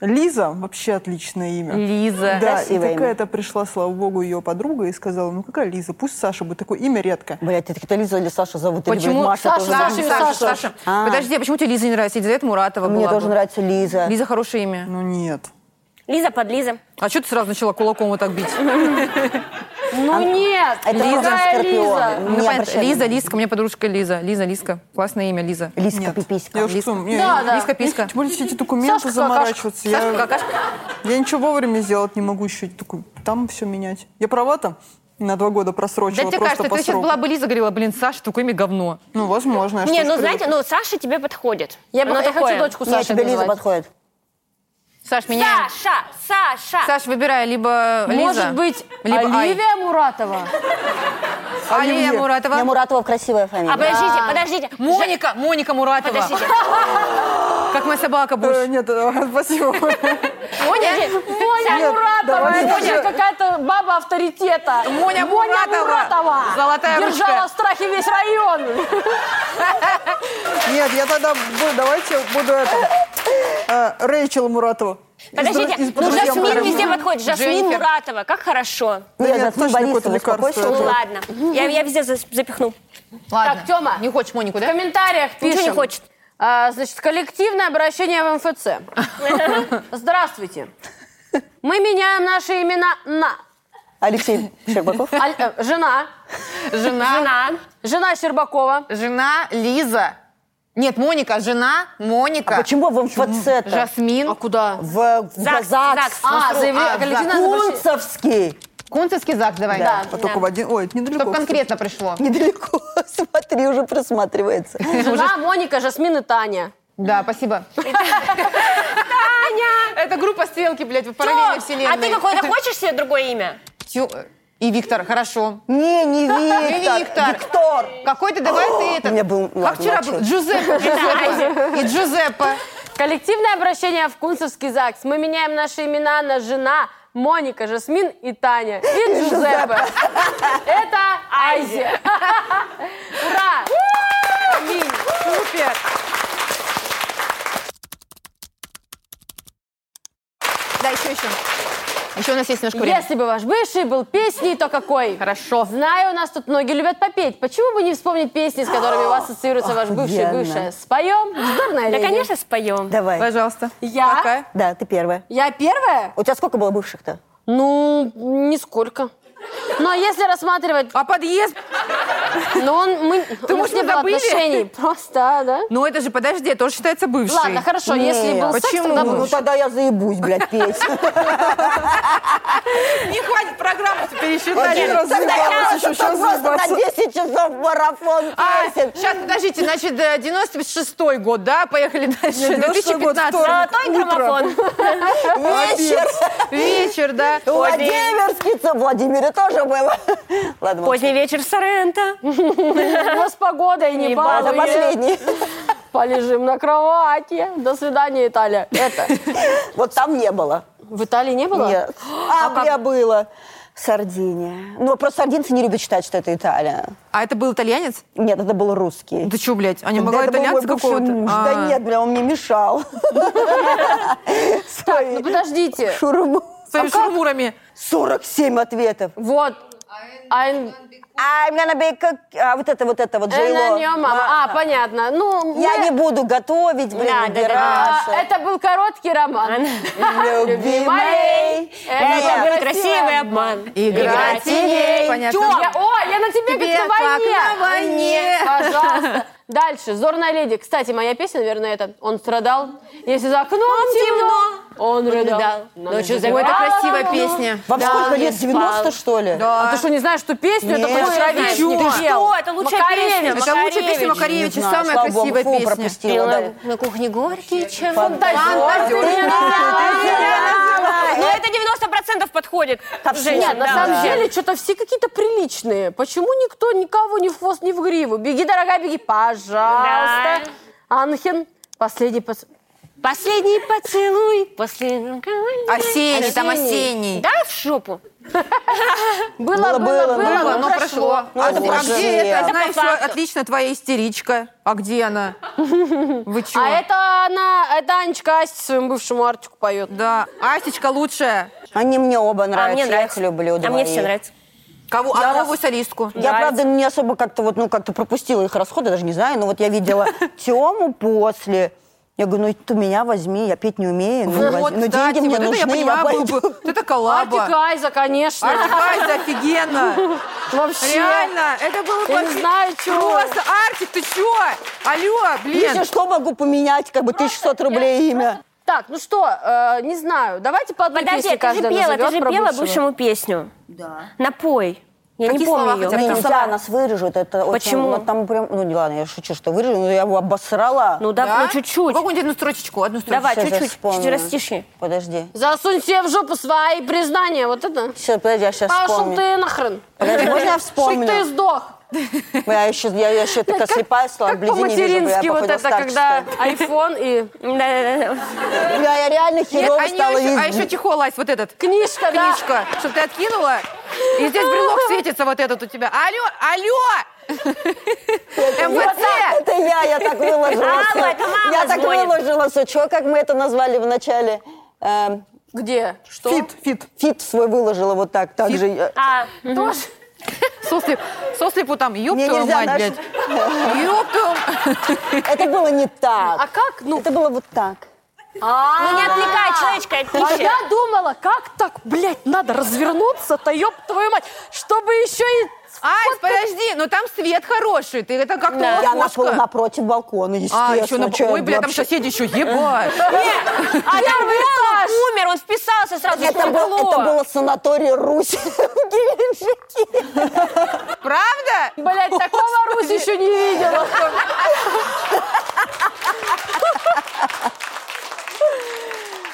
Speaker 4: Лиза вообще отличное имя.
Speaker 3: Лиза.
Speaker 4: Да, и
Speaker 5: Красивое имя.
Speaker 4: какая-то пришла, слава богу, ее подруга и сказала, ну какая Лиза, пусть Саша будет, такое имя редко.
Speaker 5: Блядь, это какая-то Лиза или Саша зовут? Или,
Speaker 3: Почему?
Speaker 5: блядь, Маша
Speaker 1: Саша,
Speaker 5: тоже
Speaker 1: Саша,
Speaker 5: зовут?
Speaker 1: Саша, Саша.
Speaker 5: А.
Speaker 3: Подожди, а почему тебе Лиза не нравится? Елизавета Муратова
Speaker 5: Мне
Speaker 3: была
Speaker 5: тоже
Speaker 3: бы.
Speaker 5: нравится Лиза.
Speaker 3: Лиза хорошее имя.
Speaker 4: Ну нет.
Speaker 2: Лиза под Лиза.
Speaker 3: А что ты сразу начала кулаком вот так бить?
Speaker 1: Ну нет,
Speaker 5: Это
Speaker 1: какая
Speaker 5: просто
Speaker 1: Лиза.
Speaker 5: скорпион.
Speaker 3: Ну,
Speaker 5: Не
Speaker 3: понятно.
Speaker 5: обращай
Speaker 3: Лиза,
Speaker 5: внимания.
Speaker 3: Лизка, мне подружка Лиза. Лиза, Лизка. Классное имя, Лиза.
Speaker 5: Лизка,
Speaker 4: Нет.
Speaker 5: пиписька.
Speaker 4: Я уж
Speaker 3: Лизка.
Speaker 4: сам- я-
Speaker 1: Да, да.
Speaker 3: Лизка, писка.
Speaker 4: Тем более все эти документы
Speaker 1: Сашка
Speaker 4: заморачиваться. Я,
Speaker 3: Сашка, какашка.
Speaker 4: я ничего вовремя сделать не могу еще. Такой, там все менять. Я права там? На два года просрочила
Speaker 3: Да тебе
Speaker 4: просто
Speaker 3: кажется,
Speaker 4: по
Speaker 3: ты сейчас
Speaker 4: сроку.
Speaker 3: была бы Лиза, говорила, блин, Саша, такое имя говно.
Speaker 4: Ну, возможно. я
Speaker 2: Не,
Speaker 4: что ж
Speaker 2: ну
Speaker 4: при-
Speaker 2: знаете, ну Саша тебе подходит.
Speaker 1: Я, бы,
Speaker 2: Оно
Speaker 1: я
Speaker 2: такое.
Speaker 1: хочу дочку
Speaker 5: Нет,
Speaker 1: Саши
Speaker 5: тебе Лиза
Speaker 1: назвать.
Speaker 5: подходит.
Speaker 3: Саш, меня.
Speaker 2: Саша, Саша.
Speaker 3: Саш, выбирай, либо Лиза.
Speaker 1: Может быть,
Speaker 3: либо Ай.
Speaker 1: Оливия Муратова?
Speaker 3: А
Speaker 4: Оливье.
Speaker 3: Лилия
Speaker 5: У меня
Speaker 3: Муратова?
Speaker 5: Муратова красивая фамилия.
Speaker 2: А подождите, подождите.
Speaker 3: Моника, Моника Муратова.
Speaker 2: Подождите.
Speaker 3: Как моя собака Буш.
Speaker 4: Э, Нет, э, спасибо.
Speaker 3: Моня?
Speaker 1: Э, Моня
Speaker 4: Нет,
Speaker 1: Муратова,
Speaker 4: давай
Speaker 1: это
Speaker 4: даже-
Speaker 1: же какая-то баба авторитета.
Speaker 3: Моня Муратова.
Speaker 1: Муратова.
Speaker 3: Золотая
Speaker 1: Держала
Speaker 3: ручка.
Speaker 1: в страхе весь район.
Speaker 4: Нет, я тогда буду, давайте буду это. э, Рэйчел Муратова. Из друз-
Speaker 2: Подождите,
Speaker 4: из
Speaker 2: ну
Speaker 4: «Друзьям»
Speaker 2: Жасмин
Speaker 4: хорошо.
Speaker 2: везде подходит. Жасмин
Speaker 3: Дженнифер.
Speaker 2: Муратова, как хорошо.
Speaker 4: Да
Speaker 5: Нет,
Speaker 4: нет,
Speaker 5: Жасмин
Speaker 4: точно какое-то
Speaker 5: Борисова,
Speaker 4: лекарство
Speaker 5: успокойся.
Speaker 2: Ну
Speaker 4: это.
Speaker 2: ладно, я, я везде за- запихну.
Speaker 3: Ладно.
Speaker 1: Так, Тёма.
Speaker 3: Не хочешь Монику,
Speaker 1: В
Speaker 3: да?
Speaker 1: комментариях пишем.
Speaker 2: Ничего не хочет.
Speaker 1: А, значит, коллективное обращение в МФЦ. Здравствуйте. Мы меняем наши имена на
Speaker 5: Алексей Щербаков. А
Speaker 1: Аль- э, жена,
Speaker 3: Жена.
Speaker 2: Жена.
Speaker 1: жена Щербакова,
Speaker 3: Жена Лиза. Нет, Моника, жена Моника.
Speaker 5: Почему в МФЦ-то?
Speaker 3: Жасмин.
Speaker 1: куда?
Speaker 5: В в
Speaker 2: ЗАГС,
Speaker 5: ЗАГС.
Speaker 1: А, заявление-
Speaker 3: а,
Speaker 1: коллективное обращение.
Speaker 5: Кунцевский.
Speaker 3: Кунцевский ЗАГС давай.
Speaker 1: Да.
Speaker 4: А только в один... Ой, это недалеко.
Speaker 3: Чтобы конкретно пришло.
Speaker 5: Недалеко. Смотри, уже просматривается.
Speaker 1: Жена Моника, Жасмин и Таня.
Speaker 3: Да, спасибо. Таня! Это группа «Стрелки», блядь, в параллельной вселенной.
Speaker 2: А ты какое-то хочешь себе другое имя?
Speaker 3: Тю- И Виктор, хорошо.
Speaker 5: Не, не Виктор.
Speaker 3: Виктор.
Speaker 5: Виктор.
Speaker 3: Какой-то давай ты этот.
Speaker 5: меня был-
Speaker 3: Как вчера был?
Speaker 5: ладно,
Speaker 3: Джузеппе. Джузеппе. И Джузеппе.
Speaker 1: Коллективное обращение в Кунцевский ЗАГС. Мы меняем наши имена на жена, Моника, Жасмин и Таня. И Джузеппе. Это Азия. Ура! Аминь. Супер.
Speaker 3: Да, еще, еще. Еще у нас есть немножко времени.
Speaker 1: Если бы ваш бывший был песней, то какой?
Speaker 3: Хорошо.
Speaker 1: Знаю, у нас тут многие любят попеть. Почему бы не вспомнить песни, с которыми у вас ассоциируется ваш бывший,
Speaker 5: Офигенно.
Speaker 1: бывшая? Споем? Вздорная
Speaker 2: Да,
Speaker 1: леди.
Speaker 2: конечно, споем.
Speaker 5: Давай.
Speaker 3: Пожалуйста.
Speaker 1: Я?
Speaker 3: Какая?
Speaker 5: Да, ты первая.
Speaker 1: Я первая?
Speaker 5: У тебя сколько было бывших-то?
Speaker 1: Ну, нисколько. Но если рассматривать,
Speaker 3: А подъезд?
Speaker 1: ну он, мы, у нас
Speaker 3: может,
Speaker 1: не
Speaker 3: мы
Speaker 1: было
Speaker 3: забыли?
Speaker 1: отношений. Просто, а, да?
Speaker 3: Ну это же, подожди, это тоже считается бывший.
Speaker 1: Ладно, хорошо, если
Speaker 5: Нет.
Speaker 1: был секс,
Speaker 3: Почему?
Speaker 1: тогда
Speaker 3: Ну,
Speaker 5: Ну
Speaker 1: бывший.
Speaker 5: тогда я заебусь, блядь, петь.
Speaker 3: Не хватит программу
Speaker 4: Один
Speaker 3: пересчитали.
Speaker 4: раз заебалась, еще сейчас
Speaker 5: просто на
Speaker 4: заебаться.
Speaker 5: 10 часов марафон
Speaker 3: А,
Speaker 5: песен.
Speaker 3: сейчас, подождите, значит, э, 96-й год, да? Поехали дальше.
Speaker 4: Нет, 96-й год,
Speaker 3: 2015
Speaker 2: Золотой граммофон.
Speaker 5: Вечер.
Speaker 3: вечер, да?
Speaker 5: Владимирский ЦО. В Владимире тоже было. Ладно,
Speaker 2: Поздний вечер в Соренто.
Speaker 1: Но с погодой не
Speaker 5: ладно,
Speaker 1: балуй.
Speaker 5: последний.
Speaker 1: Полежим на кровати. До свидания, Италия. Это.
Speaker 5: Вот там не было.
Speaker 1: В Италии не было?
Speaker 5: Нет. Абрия было. Сардиния. Ну, просто сардинцы не любят считать, что это Италия.
Speaker 3: А это был итальянец?
Speaker 5: Нет, это был русский.
Speaker 3: Да что, блядь, а не
Speaker 5: Да
Speaker 3: могла
Speaker 5: это был мой
Speaker 3: итальянца
Speaker 5: бывший
Speaker 3: какого-то?
Speaker 5: муж.
Speaker 3: А.
Speaker 5: Да нет, бля, он мне мешал.
Speaker 1: Так, ну подождите.
Speaker 5: Шурму.
Speaker 3: Своими шурмурами.
Speaker 5: 47 ответов.
Speaker 1: Вот. А I'm-
Speaker 5: I'm gonna be cook- А вот это, вот это, вот
Speaker 1: and
Speaker 5: Джейло.
Speaker 1: on your mama. А, понятно. Ну,
Speaker 5: Я
Speaker 1: мы-
Speaker 5: не буду готовить, блин,
Speaker 2: Да, да, да.
Speaker 1: А,
Speaker 5: убираться.
Speaker 1: это был короткий роман.
Speaker 5: Любимый.
Speaker 1: Это
Speaker 5: Нет.
Speaker 1: был
Speaker 2: Был
Speaker 1: красивый
Speaker 2: красивый
Speaker 1: обман.
Speaker 2: обман.
Speaker 3: Игра теней. Понятно.
Speaker 1: Тём, я- о, я на тебе,
Speaker 3: Тебе
Speaker 1: как на войне.
Speaker 3: как на войне.
Speaker 1: Пожалуйста. Дальше, «Зорная леди». Кстати, моя песня, наверное, это «Он страдал, если за окном темно». Он рыдал. Ну,
Speaker 2: рыдал.
Speaker 3: Ну,
Speaker 1: Ночью
Speaker 2: Ночью
Speaker 3: Ой, это
Speaker 1: забирала
Speaker 3: красивая
Speaker 1: его».
Speaker 3: песня.
Speaker 5: Вам
Speaker 2: Да,
Speaker 5: сколько
Speaker 2: он не
Speaker 5: лет, 90
Speaker 2: спал.
Speaker 5: что ли?
Speaker 1: А ты что, не знаешь эту песню? Это
Speaker 5: Нет.
Speaker 1: какой
Speaker 5: Ты
Speaker 1: Шаровичник
Speaker 3: что?
Speaker 1: пел?
Speaker 2: Что? Это лучшая
Speaker 1: Макаревич.
Speaker 2: песня.
Speaker 3: Это лучшая песня
Speaker 2: Макаревич.
Speaker 3: Макаревича,
Speaker 5: Не знаю,
Speaker 3: самая
Speaker 5: слава богу,
Speaker 3: красивая
Speaker 5: фу,
Speaker 3: песня.
Speaker 5: пропустила, да.
Speaker 2: На кухне горький чай.
Speaker 1: Фантазер, ты меня
Speaker 2: Ну, это 90% подходит.
Speaker 5: Ко всем,
Speaker 2: Женщин,
Speaker 1: Нет, на
Speaker 2: да.
Speaker 1: самом деле, что-то все какие-то приличные. Почему никто никого ни в хвост, ни в гриву? Беги, дорогая, беги, пожалуйста. Анхен, последний поц-
Speaker 2: Последний поцелуй после алкогольного-
Speaker 3: Осенний, там осенний.
Speaker 2: Да, в шопу.
Speaker 1: Было, было, было,
Speaker 5: было,
Speaker 1: но,
Speaker 5: было,
Speaker 3: Оно прошло.
Speaker 5: Ну,
Speaker 3: А,
Speaker 5: это
Speaker 3: а
Speaker 5: уже.
Speaker 3: где это?
Speaker 5: Это
Speaker 3: Знаю,
Speaker 2: по
Speaker 3: всё,
Speaker 2: факту.
Speaker 3: отлично, твоя истеричка. А где она? Вы чё?
Speaker 1: А это она, это Анечка Асти своему бывшему Артику поет.
Speaker 3: Да, Асечка лучшая.
Speaker 5: Они мне оба
Speaker 2: А
Speaker 5: нравятся,
Speaker 2: мне
Speaker 5: я их
Speaker 2: нравится.
Speaker 5: люблю
Speaker 2: А мне
Speaker 5: двоих.
Speaker 2: все нравится.
Speaker 3: Кого? А новую солистку.
Speaker 5: Я, правда, не особо как-то вот, ну, как-то пропустила их расход, я даже не знаю, но вот я видела Тему после. Я говорю, ну ты меня возьми, я петь не умею, ну,
Speaker 3: Вот,
Speaker 5: возьми. Ну,
Speaker 3: кстати,
Speaker 5: деньги
Speaker 3: вот
Speaker 5: мне
Speaker 3: это я
Speaker 5: нужны, я
Speaker 3: понимаю,
Speaker 5: пойду.
Speaker 3: был бы. Вот это коллаба.
Speaker 1: Артик Айза, конечно.
Speaker 3: Артикайза офигенно.
Speaker 1: Вообще.
Speaker 3: Реально, это было
Speaker 1: Я не
Speaker 3: бы
Speaker 1: знаю, чего.
Speaker 3: Просто, Артик, ты чё? Алло,
Speaker 5: Если
Speaker 3: блин.
Speaker 5: что, могу поменять, как бы, 1600 рублей имя.
Speaker 1: Так, ну что, э, не знаю, давайте по одной
Speaker 2: Подожди,
Speaker 1: песне
Speaker 2: ты же
Speaker 1: каждая
Speaker 2: пела, ты
Speaker 1: назовет
Speaker 2: же
Speaker 1: про
Speaker 2: пела
Speaker 1: бывшего.
Speaker 2: бывшему песню. Да. Напой. Я
Speaker 3: Какие
Speaker 2: не помню
Speaker 3: слова
Speaker 2: ее.
Speaker 3: хотя бы?
Speaker 5: Не,
Speaker 3: там
Speaker 5: Ну, нельзя
Speaker 3: слова.
Speaker 2: ну,
Speaker 5: нас вырежут. Это очень-
Speaker 2: Почему?
Speaker 5: ну, там прям, ну не ладно, я шучу, что вырежу, но я его обосрала.
Speaker 2: Ну да, ну чуть-чуть.
Speaker 3: Какую-нибудь одну строчечку, одну строчечку.
Speaker 2: Давай,
Speaker 5: Сейчас я
Speaker 2: чуть-чуть,
Speaker 5: вспомню.
Speaker 2: чуть растиши.
Speaker 5: Подожди.
Speaker 1: Засунь себе в жопу свои признания, вот это.
Speaker 5: Сейчас, подожди, я сейчас
Speaker 1: Пошел
Speaker 5: вспомню.
Speaker 1: ты нахрен.
Speaker 5: Подожди, можно
Speaker 1: Шик
Speaker 5: я
Speaker 1: ты
Speaker 5: вспомню?
Speaker 1: сдох.
Speaker 5: Я еще, я, я еще такая слепая стала,
Speaker 1: Как
Speaker 5: вблизи не вижу. бля,
Speaker 1: по-матерински
Speaker 5: Я,
Speaker 1: вот
Speaker 5: походу,
Speaker 1: это,
Speaker 5: старше
Speaker 1: когда
Speaker 5: стала.
Speaker 1: iPhone и
Speaker 2: Да-да-да.
Speaker 5: Бля, Ну, я реально
Speaker 3: Нет,
Speaker 5: херово
Speaker 3: а, не, а
Speaker 5: стала
Speaker 3: еще, а еще
Speaker 5: видеть.
Speaker 3: чехол лазь, вот этот.
Speaker 1: книжка, да.
Speaker 3: Книжка, чтобы ты откинула, и здесь брелок светится вот этот у тебя. Алло, алло! МВЦ!
Speaker 5: Это я, я Ну, так выложила.
Speaker 2: Алла, это мама
Speaker 5: Я так
Speaker 2: звонит.
Speaker 5: выложила все. Че, как мы это назвали в начале? Эм,
Speaker 1: Где? Что?
Speaker 4: Фит, фит.
Speaker 5: Фит свой выложила вот так, так же. я-
Speaker 2: А,
Speaker 1: Тоже?
Speaker 3: Сослеп, сослепу там, ёб
Speaker 5: Мне
Speaker 3: твою
Speaker 5: нельзя
Speaker 3: А мать,
Speaker 5: наш-
Speaker 3: блядь. Ёб твою м-
Speaker 5: Это было не
Speaker 1: А
Speaker 5: так.
Speaker 1: как? Ну,
Speaker 5: Это было вот так.
Speaker 2: ну не отвлекай человечка от
Speaker 1: а
Speaker 2: пищи.
Speaker 1: я думала, как так, блядь, надо развернуться-то, ёб твою мать, чтобы еще и...
Speaker 3: Ась, подожди, ну там свет хороший, ты это как-то
Speaker 5: Я на пол-
Speaker 3: лохушка.
Speaker 5: напротив балкона, естественно.
Speaker 3: А, еще на...
Speaker 5: Чё я
Speaker 3: Ой, бля, там
Speaker 5: вообще-
Speaker 3: соседи еще, ебать.
Speaker 2: А там Белов умер, он вписался сразу.
Speaker 5: Это, был,
Speaker 2: Что
Speaker 5: это было санаторий Русь в Геленджике.
Speaker 3: Правда?
Speaker 1: Блядь, такого Русь еще не видела.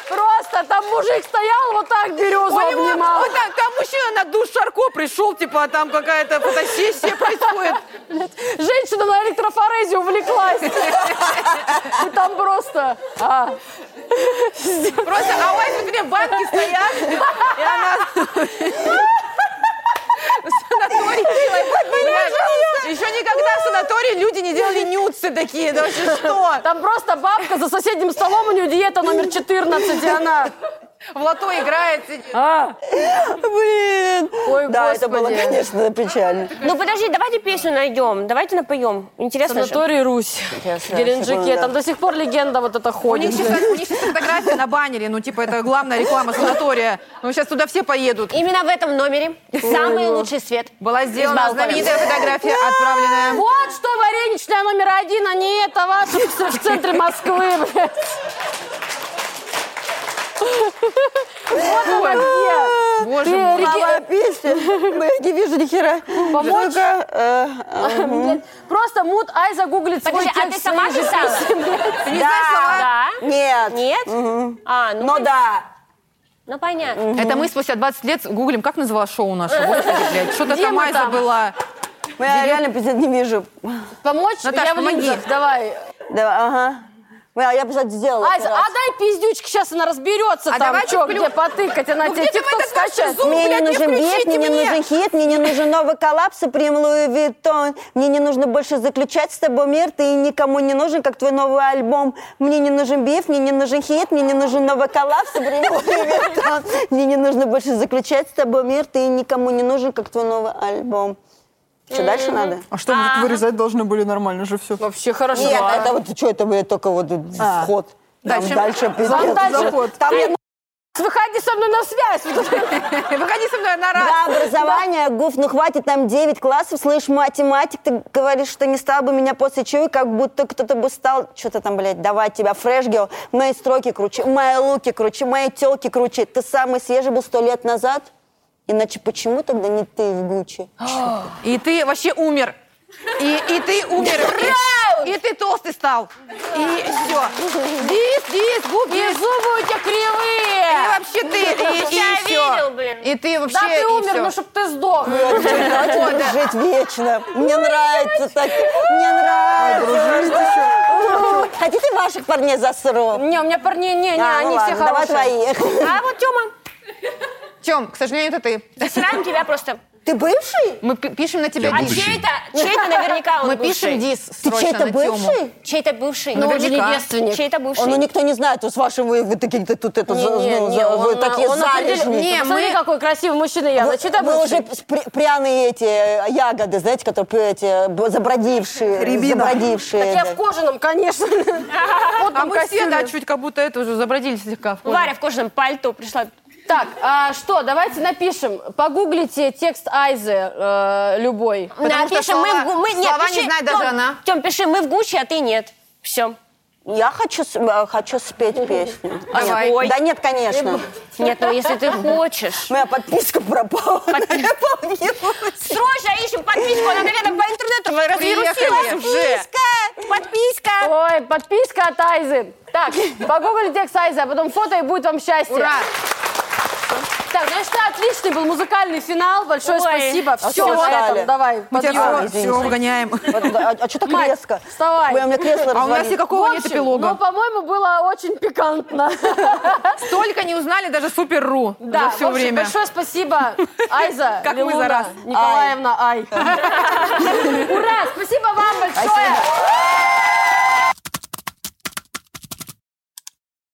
Speaker 1: Просто там мужик стоял вот так березу
Speaker 3: Ой, его-
Speaker 1: обнимал.
Speaker 3: ой, там, там мужчина на душ Шарко пришел, типа, а там какая-то фотосессия происходит.
Speaker 1: Женщина на электрофорезе увлеклась. И там просто... а.
Speaker 3: Просто, а у вас вот две банки стоят, и она... В санатории делает. Еще никогда в санатории люди не делали нюцы такие, да вообще что?
Speaker 1: Там просто бабка за соседним столом, у нее диета номер 14, и она...
Speaker 3: В лото играет, сидит.
Speaker 1: А,
Speaker 5: Блин.
Speaker 1: ой,
Speaker 5: Да, это было,
Speaker 1: господи.
Speaker 5: конечно, печально.
Speaker 2: Ну подожди, давайте песню найдем, давайте напоем. Интересно же.
Speaker 1: Санаторий Русь в
Speaker 5: Интересно,
Speaker 1: Геленджике.
Speaker 5: секунду.
Speaker 1: Там до сих пор легенда вот эта
Speaker 3: У
Speaker 1: ходит.
Speaker 3: них сейчас, у них сейчас фотографии набанили, ну типа это главная реклама санатория. Ну сейчас туда все поедут.
Speaker 2: Именно в этом номере самый лучший свет.
Speaker 3: Была сделана
Speaker 2: балкона.
Speaker 3: знаменитая фотография, отправленная.
Speaker 1: Вот что вареничная номер один, а не это ваше в центре Москвы, блядь. Вот она где.
Speaker 3: Боже
Speaker 1: Ты
Speaker 3: мой.
Speaker 1: оригин-
Speaker 5: Новая песня. Ну, Я не вижу ни хера.
Speaker 1: э, Помочь?
Speaker 5: Ну-ка, э, э,
Speaker 1: Блядь, Просто мут Ай загуглит свой
Speaker 2: Подожди, а ты
Speaker 1: текст
Speaker 2: сама
Speaker 1: своей же
Speaker 2: писала?
Speaker 1: песни, блядь.
Speaker 3: Ты не знаешь слова?
Speaker 2: Да?
Speaker 5: Нет.
Speaker 2: Нет? А, ну,
Speaker 5: Но да.
Speaker 2: ну понятно.
Speaker 3: Это мы спустя 20 лет гуглим, как называлось шоу наше. Господи, блядь, что-то
Speaker 1: Где
Speaker 3: там
Speaker 1: мы
Speaker 3: Айза
Speaker 1: там?
Speaker 3: была.
Speaker 5: Ну, Я реально пиздец не вижу.
Speaker 1: Помочь?
Speaker 3: Наташ,
Speaker 1: Я в
Speaker 3: помоги.
Speaker 1: линзах, давай.
Speaker 5: Да, ага. Бля, Я, писать сделала.
Speaker 1: Айза,
Speaker 5: аккуратно.
Speaker 1: а дай пиздючки, сейчас она разберется
Speaker 3: А
Speaker 1: там,
Speaker 3: давайте
Speaker 1: что,
Speaker 3: включим.
Speaker 1: где потыкать, она
Speaker 3: Ну
Speaker 1: тебе
Speaker 3: где ты в
Speaker 1: тикток
Speaker 3: этот наш
Speaker 1: скачает.
Speaker 3: зум? Ну,
Speaker 5: Мне
Speaker 3: блядь,
Speaker 5: не
Speaker 3: не
Speaker 5: нужен бит,
Speaker 3: включите
Speaker 5: мне не
Speaker 3: мне.
Speaker 5: нужен хит, мне не нужен новый коллапс и прим Луи Виттон. Мне не нужно больше заключать с тобой мир, ты никому не нужен, как твой новый альбом. Мне не нужен биф, мне не нужен хит, мне не нужен новый коллапс и прим Луи Виттон. Мне не нужно больше заключать с тобой мир, ты никому не нужен, как твой новый альбом. Что, дальше надо?
Speaker 4: А что, мы тут вырезать должны были нормально же все.
Speaker 1: Вообще хорошо.
Speaker 5: Нет, это вот что, это вы только вот вход. Там
Speaker 3: А. Дальше.
Speaker 5: дальше пиздец.
Speaker 1: Там дальше.
Speaker 5: заход. Там не
Speaker 1: Выходи со мной на связь. Вот это
Speaker 3: Выходи со мной на раз.
Speaker 5: Да, образование, гуф, ну хватит нам 9 классов, слышь, математик, ты говоришь, что не стал бы меня после чего, как будто кто-то бы стал, что-то там, блядь, давай тебя, фреш-гел, мои строки круче, мои луки круче, мои телки круче, ты самый свежий был сто лет назад, иначе почему тогда не ты в Гуччи?
Speaker 3: И ты вообще умер. И, и ты умер. И, и ты толстый стал. И все. Дис, дис, губ,
Speaker 1: И
Speaker 3: дис.
Speaker 1: зубы у тебя
Speaker 3: И
Speaker 1: кривые.
Speaker 3: вообще ты. И,
Speaker 2: Я
Speaker 3: и все.
Speaker 2: видел, блин.
Speaker 3: И ты вообще...
Speaker 1: Да ты
Speaker 3: и
Speaker 1: умер,
Speaker 3: всё.
Speaker 1: ну чтоб ты сдох.
Speaker 5: Давайте будем жить вечно, мне нравится так, мне
Speaker 4: Дружить
Speaker 5: нравится.
Speaker 4: еще.
Speaker 5: Хотите ваших парней засру?
Speaker 1: Не, у меня парни, не, не,
Speaker 5: А, ну
Speaker 1: они все
Speaker 5: ладно, давай
Speaker 1: хорошие.
Speaker 5: твоих.
Speaker 2: А вот Тёма,
Speaker 3: Тём, к сожалению, это ты.
Speaker 2: засираем тебя просто.
Speaker 5: Ты бывший?
Speaker 3: Мы пи- пишем на тебя
Speaker 6: Я
Speaker 2: А
Speaker 3: дис.
Speaker 6: бывший.
Speaker 2: чей это? Чей-то наверняка он
Speaker 3: Мы
Speaker 2: бывший.
Speaker 3: пишем дис
Speaker 5: Ты
Speaker 3: срочно
Speaker 5: чей-то
Speaker 3: на Тёму.
Speaker 5: бывший?
Speaker 2: Чей-то бывший.
Speaker 1: Но он же не
Speaker 3: Наверняка.
Speaker 1: девственник.
Speaker 2: Ну, Чей-то
Speaker 5: Он, ну
Speaker 2: бывший.
Speaker 5: никто не знает, вот с вашим вы, вы такие ты тут это
Speaker 1: Не,
Speaker 5: за-
Speaker 1: не,
Speaker 5: ну,
Speaker 1: не,
Speaker 5: за- вы
Speaker 1: он,
Speaker 5: такие
Speaker 1: он
Speaker 5: залежные.
Speaker 1: определен- Не, а
Speaker 3: Мы-
Speaker 1: Смотри, какой красивый мужчина я.
Speaker 5: Вы-
Speaker 1: Значит, я
Speaker 5: вы уже
Speaker 1: бывший.
Speaker 5: с- при- пряные эти э, ягоды, знаете, которые п- эти б- забродившие,
Speaker 4: Рябина.
Speaker 5: забродившие.
Speaker 1: Я
Speaker 5: да.
Speaker 1: в кожаном, конечно. Вот
Speaker 3: А
Speaker 1: там
Speaker 3: мы все,
Speaker 1: костюме.
Speaker 3: да, чуть как будто это уже забродили слегка. в кожу.
Speaker 2: Варя в кожаном пальто пришла.
Speaker 1: Так, а что, давайте напишем. Погуглите текст Айзы э, любой.
Speaker 3: Потому что
Speaker 2: Напишем, мы в
Speaker 3: слова-
Speaker 2: гу- мы- нет,
Speaker 3: слова не
Speaker 2: пиши,
Speaker 3: знает даже
Speaker 2: Тём,
Speaker 3: она.
Speaker 2: Тём, пиши, мы в Гуччи, а ты нет. Все.
Speaker 5: Я хочу, с- э, хочу спеть песню.
Speaker 2: Давай.
Speaker 5: Нет. Да нет, конечно.
Speaker 2: Нет, ну если ты хочешь.
Speaker 5: Моя подписка пропала. Я пополнилась.
Speaker 2: Срочно ищем подписку, она, наверное, по интернету
Speaker 3: Приехали
Speaker 2: развернулась.
Speaker 3: уже.
Speaker 2: Подписка!
Speaker 1: Ой, подписка от Айзы. Так, погугли текст Айзы, а потом фото, и будет вам счастье.
Speaker 3: Ура!
Speaker 1: Так, ну я считаю, отличный был музыкальный финал. Большое
Speaker 2: Ой,
Speaker 1: спасибо. Все, на
Speaker 5: осуждали.
Speaker 1: этом, давай,
Speaker 3: Мы тебя
Speaker 1: подъем.
Speaker 3: все, все выгоняем.
Speaker 5: Вот, А а что так
Speaker 1: Мать,
Speaker 5: резко?
Speaker 1: вставай.
Speaker 5: Ой, У меня кресло
Speaker 3: А у нас
Speaker 5: развалилось.
Speaker 3: никакого
Speaker 1: В
Speaker 3: нет
Speaker 1: общем,
Speaker 3: эпилога.
Speaker 1: Ну, по-моему, было очень пикантно.
Speaker 3: Столько не узнали даже Супер.ру
Speaker 1: Да,
Speaker 3: за все
Speaker 1: в общем,
Speaker 3: время.
Speaker 1: большое спасибо, Айза
Speaker 3: Как мы за
Speaker 1: Лилуна
Speaker 3: раз.
Speaker 1: Николаевна Ай. Ура!